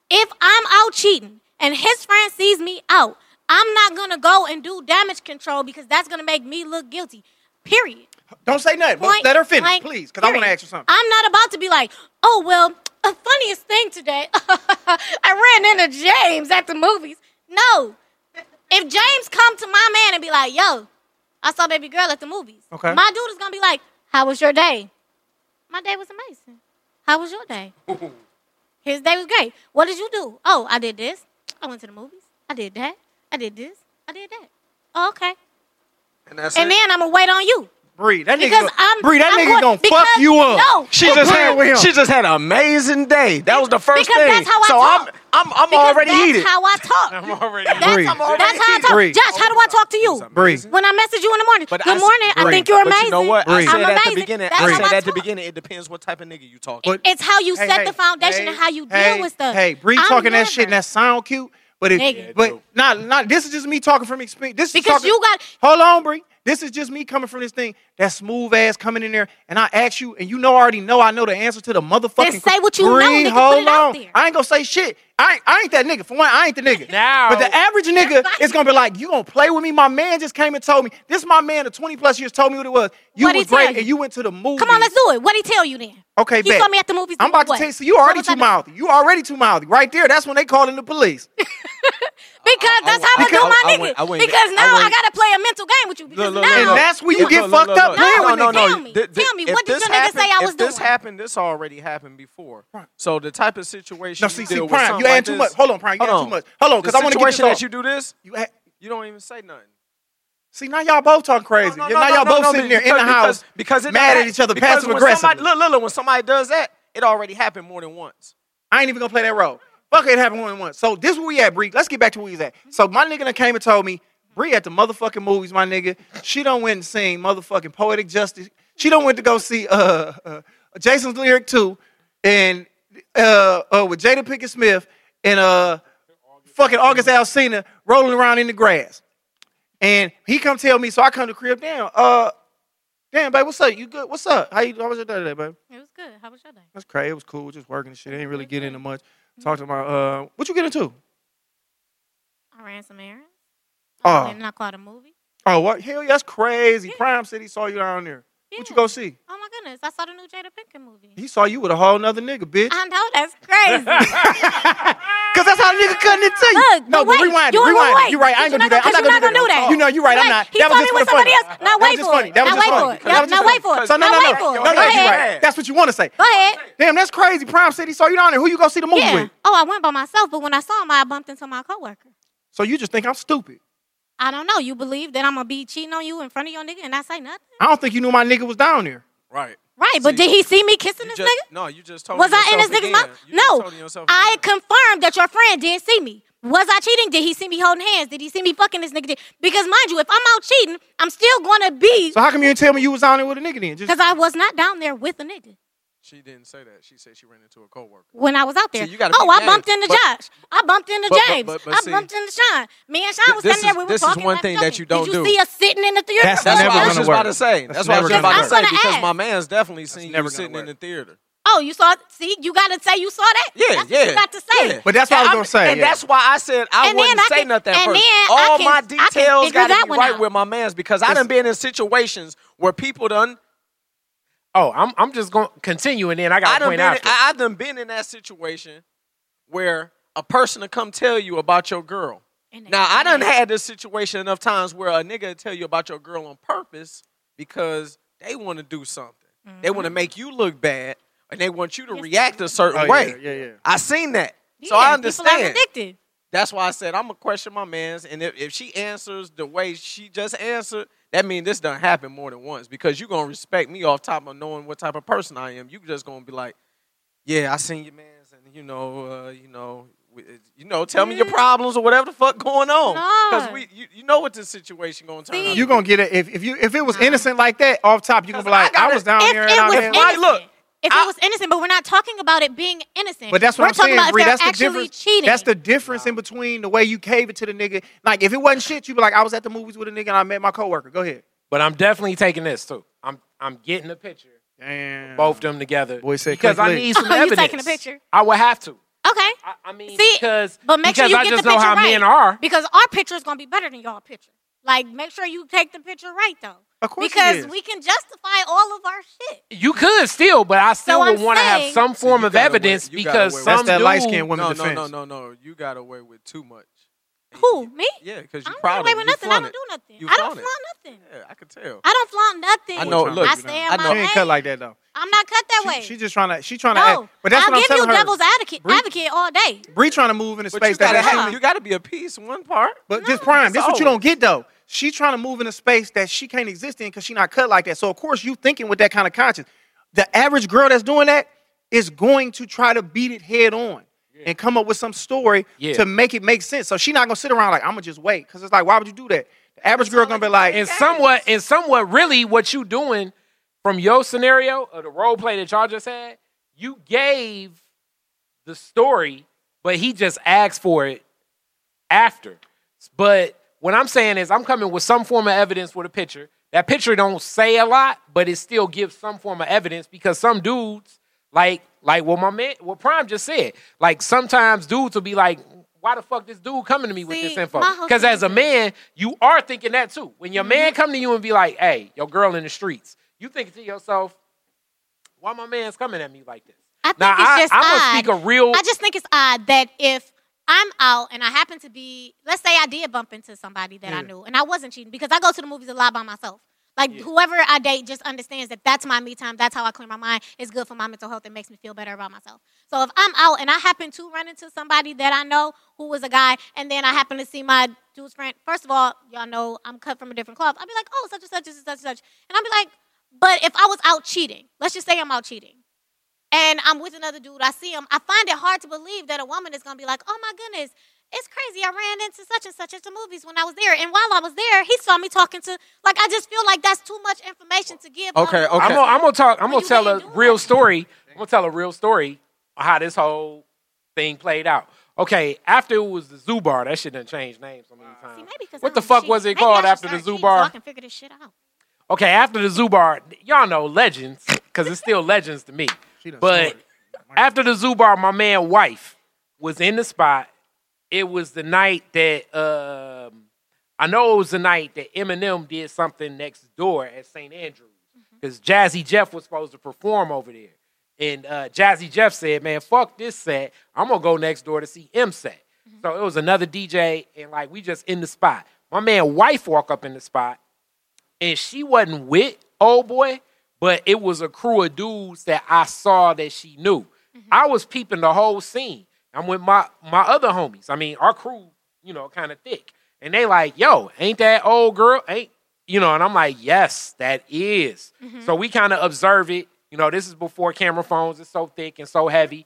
S3: if I'm out cheating and his friend sees me out, I'm not gonna go and do damage control because that's gonna make me look guilty. Period.
S2: Don't say nothing. but
S3: Point
S2: Let her finish,
S3: blank,
S2: please, because I want to
S3: period.
S2: ask you something.
S3: I'm not about to be like, oh well, the funniest thing today, I ran into James at the movies. No, if James come to my man and be like, yo, I saw baby girl at the movies.
S2: Okay.
S3: My dude is gonna be like, how was your day? My day was amazing. How was your day? His day was great. What did you do? Oh, I did this. I went to the movies. I did that. I did this. I did that. Oh, okay.
S2: And that's
S3: And then I'm gonna wait on you.
S2: Bree, that
S3: because
S2: nigga,
S3: I'm-
S2: Bree, that
S3: I'm
S2: nigga gonna
S3: going- because-
S2: fuck you up.
S3: no.
S5: She
S2: Quit
S5: just
S2: playing with him.
S5: had she just had an amazing day. That was the first
S3: Because
S5: thing.
S3: that's how I
S5: so
S3: talk.
S5: I'm I'm I'm
S3: Because
S5: already
S3: that's
S5: heated.
S3: how I talk.
S4: I'm already.
S3: That's,
S2: Breathe.
S3: I'm already that's how I talk.
S2: Breathe.
S3: Josh, how do I talk to you?
S2: Bree,
S3: When I message you in the morning,
S5: But I
S3: good
S5: s-
S3: morning. I
S2: Breathe.
S3: think you're amazing.
S5: But you know what?
S2: Breathe.
S5: I said
S3: I'm
S5: at
S3: amazing.
S5: the beginning.
S3: That's
S5: I
S3: how
S5: said
S3: I
S5: at the
S3: talk.
S5: beginning. It depends what type of nigga you talk.
S2: But-
S5: to.
S3: It's how you
S2: Hey,
S3: set
S2: hey,
S3: the foundation
S2: hey,
S3: and how you
S2: hey,
S3: deal with stuff.
S2: Hey, Bree
S3: I'm
S2: talking that shit
S3: never-
S2: and that sound cute, but it,
S3: Nigga. Yeah, it
S2: but
S4: do.
S2: not not. This is just me talking from experience. This
S3: Because
S2: is talking,
S3: you got-
S2: Hold on, Bree. This is just me coming from this thing. That smooth ass coming in there, and I ask you, and you know I already know I know the answer to the motherfucking.
S3: Then say what you know,
S2: Bree,
S3: nigga. Put
S2: hold
S3: it out
S2: on.
S3: there.
S2: I ain't gonna say shit. I ain't, I ain't that nigga. For one, I ain't the nigga.
S4: Now-
S2: but the average nigga is gonna be like, you gonna play with me? My man just came and told me. This my man of twenty plus years told me what it was. You
S3: What'd he
S2: was great,
S3: tell you?
S2: and you went to the movie.
S3: Come on, let's do it. What did he tell you then?
S2: Okay,
S3: he
S2: bet.
S3: saw me at the movies.
S2: I'm about
S3: what?
S2: to tell you. So you already
S3: What was I
S2: too
S3: doing?
S2: mouthy. You already too mouthy. Right there. That's when they calling the police.
S3: Because
S5: I-
S3: that's
S5: I-
S3: how I'm
S5: I-
S3: gonna do my
S5: I- I
S3: nigga.
S5: went- I went-
S3: because
S5: I
S3: now I,
S5: went-
S3: gotta play a mental game with you. Because
S5: Look, look,
S3: now
S5: look, look.
S2: And that's where you
S3: Come
S2: get
S3: on.
S2: fucked up playing
S3: no,
S2: with
S3: no,
S2: niggas.
S3: no. Tell me. Tell me.
S5: if
S3: What did
S5: this
S3: your nigga say I
S5: happened-
S3: was
S5: If this
S3: doing?
S5: happened, this already happened before. So the type of situation
S2: No,
S5: you
S2: see, see,
S5: deal with
S2: Prime,
S5: something
S2: you add
S5: like
S2: too
S5: this-
S2: much. Hold on, Prime, you
S5: Hold
S2: add
S5: on.
S2: too much. Hold on, 'cause
S5: The
S2: I wanna get this
S5: situation
S2: off.
S5: that you do this,
S2: You ha-
S5: you don't even say nothing.
S2: See, now y'all both talking crazy.
S5: No, no,
S2: now
S5: no,
S2: y'all
S5: no,
S2: both
S5: no,
S2: sitting there
S5: because-
S2: in the house
S5: because, because it
S2: mad
S5: don't
S2: at each other,
S5: because
S2: passive
S5: when somebody-
S2: aggressive.
S5: Look, look, look, when somebody does that, it already happened more than once.
S2: I ain't even gonna play that role. Fuck it, happened one and one. So this where we at, Bree. Let's get back to where we was at. So my nigga done came and told me, Bree at the motherfucking movies, my nigga. She done went and seen motherfucking Poetic Justice. She done went to go see uh, uh Jason's Lyric 2 and uh, uh with Jada Pickett Smith and uh fucking August Alsina rolling around in the grass. And he come tell me, so I come to crib down. Uh damn, babe, what's up? You good? What's up? How you how was your day today, babe?
S3: It was good. How was your day?
S2: That's crazy. It was cool. Just working and shit. I didn't really get into much. Talked to my uh, what you get into?
S3: I ran some errands.
S2: Oh,
S3: Didn't I caught a movie?
S2: oh, what? Hell, yeah, that's crazy. Prime said he saw you down there. What you
S3: Yeah.
S2: go see?
S3: Oh my goodness! I saw the new Jada Pinkett movie.
S2: He saw you with a whole nother nigga, bitch.
S3: I know that's crazy.
S2: Cause that's how the nigga cutting it to you.
S3: Look,
S2: no,
S3: but wait,
S2: rewind it.
S3: you ain't gonna
S2: Rewind it.
S3: wait.
S2: You're right. I ain't
S3: You're
S2: gonna do that.
S3: not
S2: I'm
S3: gonna-
S2: not gonna do that.
S3: you're not gonna do that.
S2: You know, you're right. I'm
S3: Right.
S2: not.
S3: He
S2: that was
S3: saw me
S2: just
S3: with
S2: for the
S3: somebody
S2: funny.
S3: else. Now
S2: That was
S3: wait
S2: just
S3: for
S2: funny.
S3: it.
S2: That was
S3: Now
S2: just
S3: wait
S2: funny.
S3: for it.
S2: That was
S3: Now
S2: just
S3: wait
S2: funny.
S3: for it.
S2: So no,
S3: Now
S2: no, no.
S3: wait for it.
S2: No, no,
S3: Go
S2: you're
S3: ahead.
S2: right. That's what you want to say.
S3: Go ahead.
S2: Damn, that's crazy. Prime said he saw you down there. Who you gonna see the movie
S3: Yeah.
S2: with?
S3: Oh, I went by myself, but when I saw him, I bumped into my coworker.
S2: So you just think I'm stupid?
S3: I don't know. You believe that I'm gonna be cheating on you in front of your nigga and not say nothing?
S2: I don't think you knew my nigga was down there.
S5: Right.
S3: Right, but did he see me kissing this
S5: just,
S3: nigga?
S5: No, you just told
S3: Was I in this
S5: yourself
S3: nigga's
S5: again.
S3: mouth?
S5: You just told
S3: No.
S5: yourself
S3: I
S5: again.
S3: confirmed that your friend did see me. Was I cheating? Did he see me holding hands? Did he see me fucking this nigga? Did- Because mind you, if I'm out cheating, I'm still gonna be
S2: So how come you didn't tell me you was down there with a nigga then? Just
S3: because I was not down there with a nigga.
S5: She didn't say that. She said she ran into a coworker.
S3: when I was out there.
S5: See, you gotta
S3: oh,
S5: be
S3: I
S5: mad.
S3: bumped into
S5: But-
S3: Josh. I bumped into
S5: but- but-
S3: James.
S5: but- but
S3: I
S5: see,
S3: bumped into Sean. Me and Sean was
S5: this
S3: standing there.
S5: is-
S3: We were
S5: this is
S3: talking.
S5: one
S3: laugh,
S5: thing that
S3: joking.
S5: you don't
S3: Did you
S5: do.
S3: see us sitting in the theater?
S2: That's
S5: That's
S2: never
S5: what I
S2: gonna
S5: was just
S2: work.
S5: about to say.
S2: That's
S5: That's, what I
S2: never
S5: was just about
S2: gonna
S5: to say
S3: work. I'm
S5: because
S3: gonna
S5: my
S3: ask.
S5: man's definitely seen
S2: never
S5: you
S2: gonna
S5: sitting in
S2: work.
S5: the theater.
S3: Oh, you saw? See, you got to say you saw that.
S5: Yeah,
S3: that's
S5: yeah.
S3: What you got to say.
S5: yeah.
S2: But that's what I was
S5: And
S2: gonna say,
S5: And
S2: yeah.
S5: that's why I said I
S3: And
S5: wouldn't
S3: then I
S5: say
S3: can-
S5: nothing at
S3: and
S5: first.
S3: then I
S5: All
S3: can- I
S5: my
S3: can
S5: details
S3: figure that
S5: got to be
S3: one
S5: right
S3: out.
S5: with my man's because I done been in situations where people done.
S4: Oh, I'm I'm just gonna continue and then I
S5: I
S4: got a
S5: done been.
S4: point after.
S5: I, I done been in that situation where a person to come tell you about your girl.
S3: And they-
S5: Now I done had this situation enough times where a nigga will tell you about your girl on purpose because they want to do something. They want to
S3: Mm-hmm.
S5: make you look bad and they want you to react a certain
S2: Oh, yeah,
S5: way.
S2: yeah, yeah.
S5: I seen that.
S3: Yeah,
S5: so
S3: People
S5: I
S3: are
S5: understand.
S3: addicted.
S5: That's why I said I'm gonna question my man's, and if, if she answers the way she just answered, that means this done happened more than once because you gonna respect me off top of knowing what type of person I am. You just gonna be like, yeah, I seen your man's, and you know, uh, you know, we- it- you know, tell me your
S3: Mm-hmm.
S5: problems or whatever the fuck going on, because
S3: No.
S5: we, you, you know what this situation gonna turn. out
S2: you
S5: to
S2: gonna get it if, if you if it was innocent like that off top. You gonna be
S5: 'Cause I
S2: like, I,
S5: gotta-
S2: was down
S3: If
S2: there
S3: it
S2: and
S3: was
S2: I
S3: innocent,
S2: had.
S5: Why, look,
S3: if
S5: I-
S3: it was innocent, but we're not talking about it being innocent.
S2: But that's what
S3: we're
S2: I'm
S3: talking
S2: saying,
S3: about if
S2: Bree.
S3: they're
S2: That's the
S3: actually
S2: difference.
S3: cheating.
S2: That's the difference in between the way you gave it to the nigga. Like if it wasn't shit, you'd be like, I was at the movies with a nigga and I met my coworker. Go ahead.
S4: but I'm definitely taking this too. I'm I'm getting the picture.
S2: Damn.
S4: Both them together.
S2: Boy said
S4: because
S2: click
S4: I
S2: lick.
S4: need some
S3: Oh, you
S4: evidence.
S3: taking a picture?
S4: I would have to.
S3: Okay.
S4: I, I mean,
S3: See,
S4: because
S3: But make
S4: because
S3: sure you
S4: I
S3: get
S4: just
S3: the
S4: know
S3: picture
S4: how
S3: right.
S4: men are.
S3: Because our picture is gonna be better than y'all picture. Like, make sure you take the picture right though.
S2: Of course it
S3: because
S2: is.
S3: we can justify all of our shit.
S4: You could still, but I still
S3: I'm
S4: would want to have
S3: saying-
S4: some form
S5: you
S4: of
S5: gotta wait-
S4: evidence
S5: you gotta
S4: because
S5: wait.
S4: some
S2: That's that
S4: dude,
S2: light-skinned woman
S5: no, no,
S2: defense.
S5: no, no, no. You got away with too much.
S3: Who? Me?
S5: Yeah, because
S3: I don't
S5: you
S3: get
S5: proud
S3: away
S5: of it.
S3: with
S5: You
S3: nothing. I
S5: flaunt
S3: don't
S5: it.
S3: do nothing.
S5: You
S3: I don't
S5: flaunt it.
S3: flaunt nothing.
S5: Yeah, I could tell.
S3: I don't flaunt nothing.
S5: I know, look,
S3: I stay
S5: I
S3: at my
S5: know.
S2: She ain't
S3: lane.
S2: cut like that though.
S3: I'm not cut that way.
S2: She, she just trying to. She trying to.
S3: no,
S2: Act, but that's
S3: I'll
S2: what I'm
S3: give
S2: telling
S3: you
S2: her.
S3: devil's advocate, advocate all day.
S2: Bree trying to move in a
S5: But you
S2: space that
S5: gotta,
S2: that she
S5: have, you gotta be a piece one part.
S2: But just prime, this is what you
S5: always.
S2: don't get though. She trying to move in a space that she can't exist in because she not cut like that. So of course you thinking with that kind of conscience. The average girl that's doing that is going to try to beat it head on and come up with some story
S4: Yeah.
S2: to make it make sense. So she not gonna sit around like I'm gonna just wait because it's like why would you do that? The average girl gonna be like,
S4: and somewhat, and somewhat, really, what you doing from your scenario or the role play that y'all just had, you gave the story, but he just asked for it after. But what I'm saying is, I'm coming with some form of evidence with a picture. That picture don't say a lot, but it still gives some form of evidence because some dudes, like, like what my man, what Prime just said, like sometimes dudes will be like, "Why the fuck this dude coming to me with
S3: See,
S4: this info?"
S3: my whole
S4: Because
S3: thing Mm-hmm.
S4: as a man, you are thinking that too. When your man come to you and be like, "Hey, your girl in the streets," you thinking to yourself, "Why my man's coming at me like this?"
S3: I think
S4: now
S3: it's
S4: I,
S3: just
S4: I'm
S3: odd.
S4: gonna speak a real.
S3: I just think it's odd that if I'm out and I happen to be, let's say I did bump into somebody that I knew and I wasn't cheating because I go to the movies a lot by myself. Like whoever I date just understands that that's my me time. That's how I clear my mind. It's good for my mental health. It makes me feel better about myself. So if I'm out and I happen to run into somebody that I know who was a guy, and then I happen to see my dude's friend, first of all, y'all know I'm cut from a different cloth. I'll be like, oh, such and such and such and such, and I'll be like, but if I was out cheating, let's just say I'm out cheating and I'm with another dude, I see him, I find it hard to believe that a woman is gonna be like, oh my goodness, it's crazy. I ran into such and such at the movies when I was there. And while I was there, he saw me talking to like I just feel like that's too much information to give. on-
S5: Okay, okay.
S4: I'm gonna, I'm gonna talk. I'm
S3: Well,
S4: gonna
S3: you
S4: tell
S3: can't
S4: a
S3: do
S4: real
S3: that.
S4: story. I'm gonna tell a real story on how this whole thing played out. Okay, after it was the Zoo Bar, that shit done changed names so many times.
S3: See, maybe because
S4: what
S3: I
S4: the
S3: don't
S4: fuck
S3: cheat.
S4: was it
S3: Maybe I
S4: called
S3: should
S4: after the
S3: start
S4: Zoo
S3: cheating So I
S4: Bar?
S3: can figure this shit out.
S4: Okay, after the Zoo Bar, y'all know legends because it's still legends to me.
S2: done
S4: But
S2: snorted.
S4: after the Zoo Bar, my man wife was in the spot. It was the night that um, I know it was the night that Eminem did something next door at St. Andrews because Jazzy Jeff was supposed to perform over there, and uh, Jazzy Jeff said, "Man, fuck this set. I'm gonna go next door to see M set." So it was another DJ, and like we just in the spot. My man wife walk up in the spot and she wasn't with old boy, but it was a crew of dudes that I saw that she knew. I was peeping the whole scene. I'm with my my other homies. I mean, our crew, you know, kind of thick, and they like, "Yo, ain't that old girl? Ain't you know?" And I'm like, "Yes, that is." So we kind of observe it. You know, this is before camera phones. It's so thick and so heavy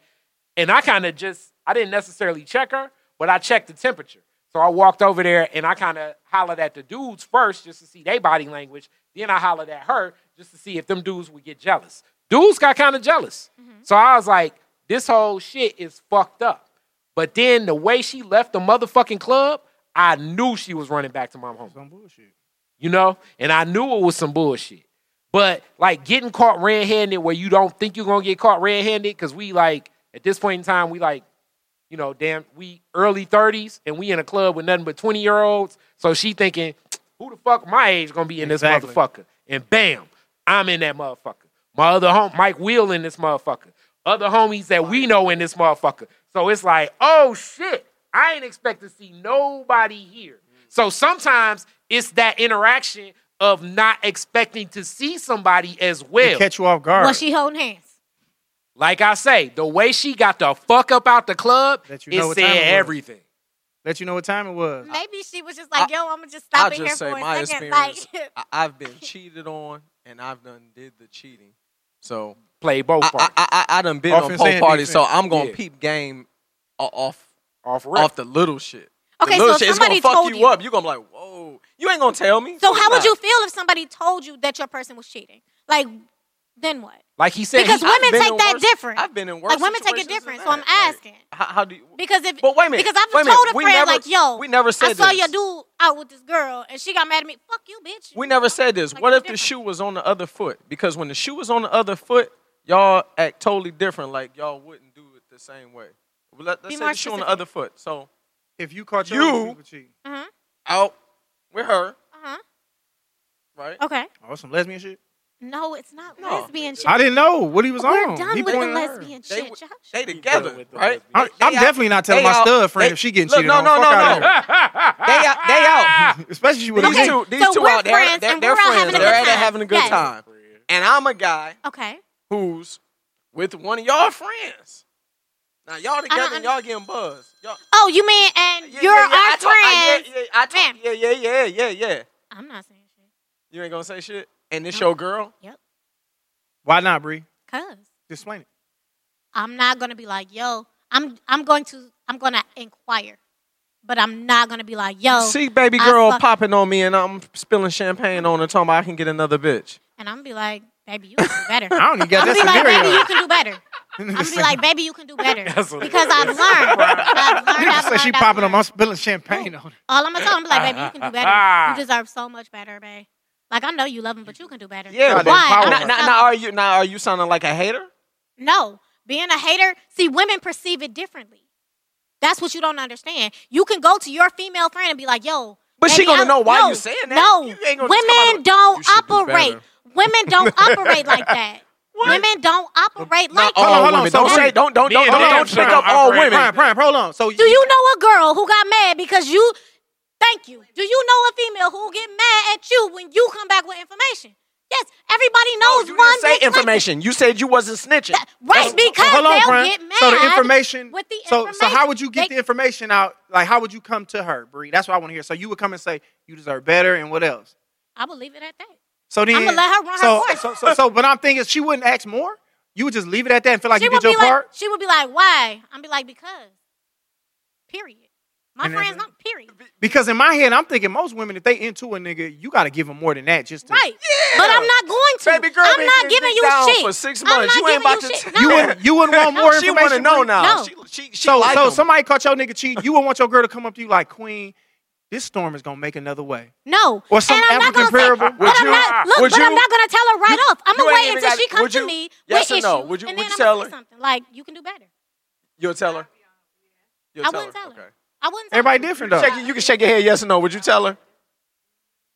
S4: and I kind of just I didn't necessarily check her, but I checked the temperature. So I walked over there and I kind of hollered at the dudes first just to see their body language. Then I hollered at her just to see if them dudes would get jealous. Dudes got kind of jealous. So I was like, this whole shit is fucked up. But then the way she left the motherfucking club, I knew she was running back to my home you know? And I knew it was some bullshit. But like getting caught red handed where you don't think you're gonna get caught red handed, because we like, at this point in time, we like, you know, damn, we early 30s and we in a club with nothing but 20 year olds. So she thinking, who the fuck my age gonna be in this
S2: Exactly.
S4: motherfucker? And bam, I'm in that motherfucker. My other home, Mike Will in this motherfucker. Other homies that we know in this motherfucker. So it's like, oh shit, I ain't expect to see nobody here. So sometimes it's that interaction of not expecting to see somebody as
S2: They
S4: well.
S2: catch you off guard.
S3: Was she holding hands?
S4: Like I say, the way she got the fuck up out the club,
S2: That you
S4: it
S2: know what
S4: said
S2: time it was.
S4: everything.
S2: Let you know what time it was.
S3: Maybe she was just like, yo, I'm gonna just
S5: I'll
S3: stop in here
S5: just
S3: for
S5: say
S3: a
S5: my
S3: second.
S5: experience.
S3: Like
S5: I, I've been cheated on, and I've done did the cheating. So
S4: Play both
S2: Uh,
S5: I, I,
S4: parties.
S5: I, I done been
S2: Offense
S5: on
S2: and
S5: both parties, so
S2: defense.
S5: I'm gonna
S4: Yeah.
S5: peep game o- off
S4: off rip.
S5: off the little shit. The
S3: Okay, so
S5: little
S3: if
S5: shit, it's
S3: somebody
S5: gonna fuck
S3: told
S5: you,
S3: you-
S5: up. You're gonna be like, whoa. You ain't gonna tell me.
S3: so how
S5: Nah.
S3: would you feel if somebody told you that your person was cheating? Like then what?
S4: like he said,
S3: Because
S4: he-
S5: I've
S3: women
S5: been
S3: take
S5: in
S3: that
S5: worse-
S3: different.
S5: I've been in worse
S3: Like women take it
S5: situations than
S3: different. So I'm
S5: that. Like,
S3: asking.
S5: How, how do you?
S3: Because if
S5: But wait a minute.
S3: because I've
S5: wait a minute.
S3: told a
S5: We
S3: friend
S5: never-
S3: like, yo,
S5: we never
S3: I
S5: said
S3: saw
S5: this.
S3: your dude out with this girl, and she got mad at me. Fuck you, bitch.
S5: We never said this.
S3: Like,
S5: what
S3: we're
S5: if the
S3: different.
S5: shoe was on the other foot? Because when the shoe was on the other foot, y'all act totally different. Like y'all wouldn't do it the same way. Well, let, us
S3: Be
S5: say
S3: more
S5: the shoe on the
S3: specific.
S5: other foot. So
S2: If you caught your
S5: You-
S2: people cheating,
S5: out with her,
S3: Uh-huh.
S5: right?
S3: Okay.
S2: oh, some lesbian shit.
S3: No, it's not
S5: No.
S3: lesbian shit.
S2: I didn't know what he was
S3: We're
S2: on.
S3: done
S2: He
S3: with the
S2: pointed at her.
S3: lesbian
S5: They
S3: shit,
S5: w-
S3: Josh.
S5: They together,
S4: with the
S5: right?
S4: lesbian.
S2: I'm,
S5: They
S2: I'm
S5: out-
S2: definitely not telling
S5: they
S2: my
S5: out-
S2: stud friend
S5: they-
S2: if she getting
S5: look,
S2: cheated
S5: no,
S2: on.
S5: no,
S2: Fuck
S5: no,
S2: outta
S5: no. They out. They out.
S2: here. Especially she with a
S5: These
S2: dick.
S5: two, these
S3: so
S5: two
S3: we're
S5: out there,
S3: friends
S5: they're,
S3: and
S5: they're
S3: we're all
S5: friends.
S3: having a
S5: they're
S3: good
S5: out there
S3: time.
S5: having a good
S3: Yes.
S5: time. And I'm a guy
S3: Okay.
S5: who's with one of y'all friends. Now y'all together and
S3: under-
S5: y'all getting buzzed. Y'all,
S3: Oh, you mean and
S5: yeah,
S3: you're
S5: yeah, yeah, I
S3: our
S5: talk- I-
S3: friends?
S5: yeah, yeah, I talk-
S3: Fam.
S5: yeah, yeah, yeah, yeah, yeah.
S3: I'm not saying shit.
S5: You ain't gonna say shit. And this your girl?
S2: Why not, Bree?
S3: Cause
S2: Just explain it.
S3: I'm not gonna be like, yo, I'm I'm going to I'm gonna inquire. But I'm not gonna be like, yo,
S5: See, baby
S3: I
S5: girl
S3: fuck-
S5: popping on me, and I'm spilling champagne on her, talking about I can get another bitch.
S3: and I'm gonna be like, baby, you can do better.
S2: I don't even
S3: I'm
S2: got
S3: gonna be like, baby, you
S2: that
S3: can do better. I'm gonna be
S2: scenario.
S3: like, baby, you can do better.
S4: That's what it
S3: Because
S4: is.
S3: I've learned. I've learned.
S2: People
S3: I've
S2: say
S3: learned.
S2: she
S3: I've
S2: popping
S3: learned.
S2: them. I'm spilling champagne on her.
S3: All I'm gonna tell him, be like, baby, you can do
S5: Ah.
S3: better. You deserve so much better, babe. Like I know you love him, but you can do better.
S5: Yeah,
S2: Gotta
S5: but
S3: why?
S2: empower
S3: I'm
S5: now,
S3: not
S2: her.
S5: now-
S3: telling-
S5: now are you now are you sounding like a hater?
S3: No, being a hater. See, women perceive it differently. That's what you don't understand. You can go to your female friend and be like, "Yo,"
S5: But she
S3: baby,
S5: gonna
S3: I-
S5: know why you
S3: no,
S5: saying that.
S3: No,
S5: You ain't gonna just come out
S3: women
S5: with,
S3: don't
S5: "You should do
S3: operate.
S5: better."
S3: Women don't operate like that. Women don't operate like
S2: Hold on,
S3: that.
S2: hold on,
S5: Oh, women.
S2: so
S5: Don't
S2: wait.
S5: say don't don't
S4: Me
S5: don't
S4: and
S5: don't,
S4: them
S5: don't
S4: trying
S5: pick
S4: to
S5: up all
S4: operate.
S5: women.
S2: Prime, prime, hold on. So
S3: Do you know a girl who got mad because you? Thank you. Do you know a female who get mad at you when you come back with information? Yes, everybody
S5: No,
S3: knows
S5: you
S3: one.
S5: didn't say
S3: bitch like that.
S5: information. You said you wasn't snitching.
S3: Right, because
S2: Hold on,
S3: they'll
S2: Prime.
S3: get mad.
S2: so the information.
S3: with the
S2: so so how
S3: information.
S2: would you get
S3: They-
S2: the information out? Like how would you come to her, Bree? That's what I want to hear. So you would come and say you deserve better and what else?
S3: I will leave it at that.
S2: So then
S3: I'ma let her run her
S2: so,
S3: course.
S2: So, so so but I'm thinking she wouldn't ask more. You would just leave it at that and feel like
S3: She
S2: you
S3: would
S2: did
S3: be
S2: your
S3: like,
S2: part.
S3: she would be like, why? I'm be like, because. Period. My
S2: And
S3: friends,
S2: then-
S3: not period.
S2: Because in my head, I'm thinking most women, if they into a nigga, you got to give them more than that. Just to,
S3: Right. But I'm not going to.
S5: Baby girl
S3: I'm
S5: been
S3: not
S5: getting
S3: giving you
S5: dick down
S3: shit.
S5: for six
S3: I'm not
S5: months. You ain't
S3: giving
S5: about
S3: you
S5: to
S3: shit.
S5: t-
S2: You
S3: No.
S2: wouldn't. You wouldn't want more
S5: she
S2: information.
S5: want to know
S2: Bree?
S5: now.
S3: No.
S5: She, she, she
S2: So
S5: like
S2: so
S5: him.
S2: somebody caught your nigga cheating. You wouldn't want your girl to come up to you like, Queen, this storm is gonna make another way.
S3: No.
S2: Or some
S3: and I'm
S2: African
S3: not gonna
S2: parable.
S3: Say,
S2: Would
S3: but
S2: you-
S3: I'm not, look,
S5: would
S3: but I'm
S5: you-
S3: not gonna tell her right off. I'm
S5: you
S3: gonna
S5: ain't
S3: wait
S5: even
S3: until
S5: gotta-
S3: she comes
S5: would you-
S3: to me
S5: yes
S3: with
S5: or no?
S3: issues,
S5: Would you-
S3: and
S5: would
S3: then
S5: you
S3: I'm gonna
S5: tell
S3: say
S5: her?
S3: something like, you can do better.
S5: You'll tell her. You'll
S3: I wouldn't tell her.
S5: Okay.
S3: I wouldn't. Tell
S2: Everybody
S3: her.
S2: different
S5: You
S2: though.
S5: shake your- you can shake your head yes or no. Would you tell her?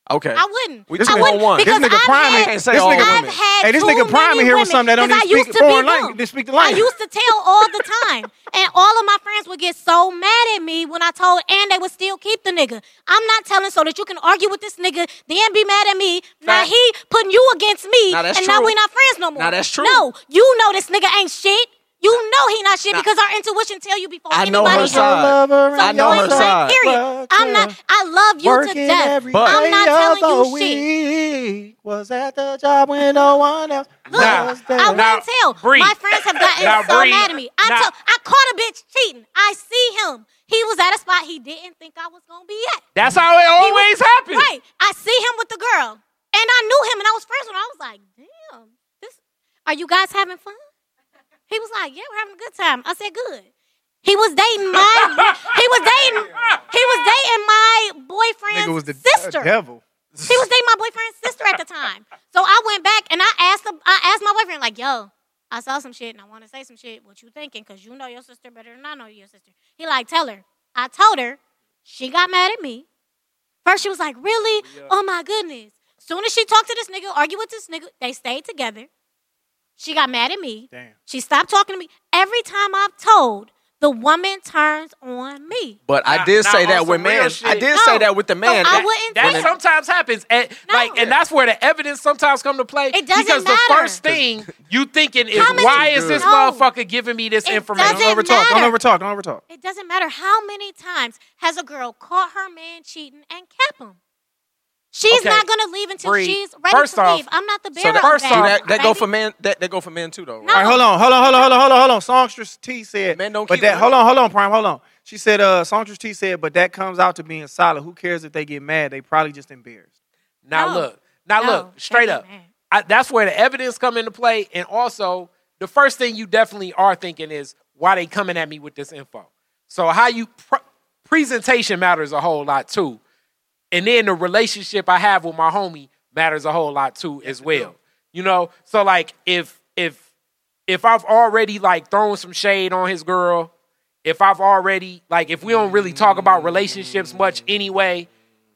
S5: Okay.
S3: I wouldn't.
S5: We- this
S3: I
S5: nigga
S3: wouldn't
S5: one. This
S3: because
S2: nigga
S3: I've
S2: prime
S3: had,
S2: in
S5: I can't say
S2: This
S5: all
S2: nigga-
S3: I've
S5: women.
S3: had
S2: Hey, this
S3: too
S2: nigga Prime in
S3: many
S2: here with
S3: women
S2: something that don't
S3: 'cause
S2: even
S3: I used
S2: speak
S3: to
S2: foreign
S3: be
S2: language.
S3: them.
S2: They speak the
S3: I
S2: language.
S3: used to tell all the time, and all of my friends would get so mad at me when I told, and they would still keep the nigga. I'm not telling so that you can argue with this nigga, then be mad at me. Now
S5: Fact.
S3: he putting you against me,
S5: Now that's
S3: and now
S5: true.
S3: we not friends no more.
S5: Now that's true.
S3: No, you know this nigga ain't shit. You know he not shit because our intuition tell you before
S5: I know
S3: anybody
S5: her
S3: else.
S5: side. I know her
S3: Point blank,
S5: side.
S3: Period. I'm not. I love you to
S2: Working
S3: death.
S2: every
S3: I'm
S2: day
S3: not
S2: of
S3: telling
S2: the
S3: you shit.
S2: week. Was at the job when no one else
S3: Look,
S4: Nah.
S2: was
S3: I
S2: there.
S3: wouldn't
S4: Now,
S3: tell.
S4: Bree.
S3: My friends have gotten
S4: Now,
S3: so
S4: Bree.
S3: mad at me. I,
S4: Now-
S3: told- I caught a bitch cheating. I see him. He was at a spot he didn't think I was gonna be at.
S4: That's how it
S3: He was-
S4: always happens.
S3: Right. I see him with the girl, and I knew him, and I was friends with him. I was like, "Damn, this. Are you guys having fun?" He was like, "Yeah, we're having a good time." I said, "Good." He was dating my. he was dating. He was dating my boyfriend's
S2: Nigga was the uh,
S3: sister.
S2: devil.
S3: She was dating my boyfriend's sister at the time. So I went back and I asked the, I asked my boyfriend, like, yo, I saw some shit and I want to say some shit. What you thinking? Because you know your sister better than I know your sister. He like, tell her. I told her. She got mad at me. First, she was like, really? Oh my goodness. Soon as she talked to this nigga, argued with this nigga, they stayed together. She got mad at me.
S2: Damn.
S3: She stopped talking to me. Every time I've told, the woman turns on me.
S5: But I
S4: Nah,
S5: did
S4: nah,
S5: say
S4: on
S5: that
S4: some
S5: with
S4: real
S5: man. I
S4: shit.
S5: did
S3: No.
S5: say that with the
S3: So
S5: man.
S3: I
S5: That-
S3: wouldn't
S4: That
S3: Yeah.
S4: sometimes happens, and
S3: No.
S4: like, and that's where the evidence sometimes come to play.
S3: It doesn't
S4: because the
S3: matter.
S4: first thing you thinking is,
S3: How many-
S4: why is this
S3: No.
S4: motherfucker giving me this
S3: It
S4: information?
S3: doesn't
S2: Don't over talk. Don't
S3: matter.
S2: over talk. Don't over talk.
S3: It doesn't matter how many times has a girl caught her man cheating and kept him. She's
S4: Okay.
S3: not gonna leave until
S4: Bree,
S3: she's ready
S4: first
S3: to
S4: off-
S3: leave. I'm not the bearer
S5: so that,
S3: of
S4: first
S3: that.
S5: so
S4: off-
S5: that, that go
S3: baby.
S5: for men. That, that go for men too, though. Right?
S3: No.
S2: All right, hold on, hold on, hold on, hold on, hold on, hold on. Songstress T said,
S5: Men don't
S2: but
S5: keep
S2: that,
S5: it.
S2: hold on, hold on, Prime, hold on. She said, uh, Songstress T said, but that comes out to being solid. Who cares if they get mad? They probably just embarrassed.
S4: Now
S3: No.
S4: look, now
S3: No,
S4: look, straight
S3: that's
S4: up.
S3: not man.
S4: I, that's where the evidence come into play, and also the first thing you definitely are thinking is why they coming at me with this info. So how you pr- presentation matters a whole lot too, and then the relationship I have with my homie matters a whole lot too as well. You know, so like if if if I've already like thrown some shade on his girl, if I've already like if we don't really talk about relationships much anyway,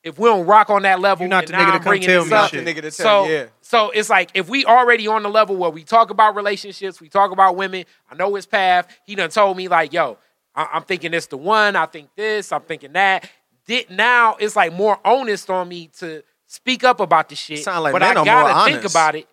S4: if we don't rock on that level,
S2: You're not
S4: and
S2: the nigga
S4: now
S2: to
S4: I'm
S2: come
S4: bringing
S2: tell
S4: this
S2: me
S4: up,
S2: shit.
S5: Nigga to tell
S4: so
S5: me, yeah.
S4: so it's like if we already on the level where we talk about relationships, we talk about women. I know his path. He done told me like, yo, I- am thinking this the one. I think this. I'm thinking that. Did now it's like more honest on me to speak up about the shit.
S5: Sound like
S4: but
S5: men
S4: I
S5: are
S4: gotta
S5: more
S4: think
S5: honest.
S4: about it.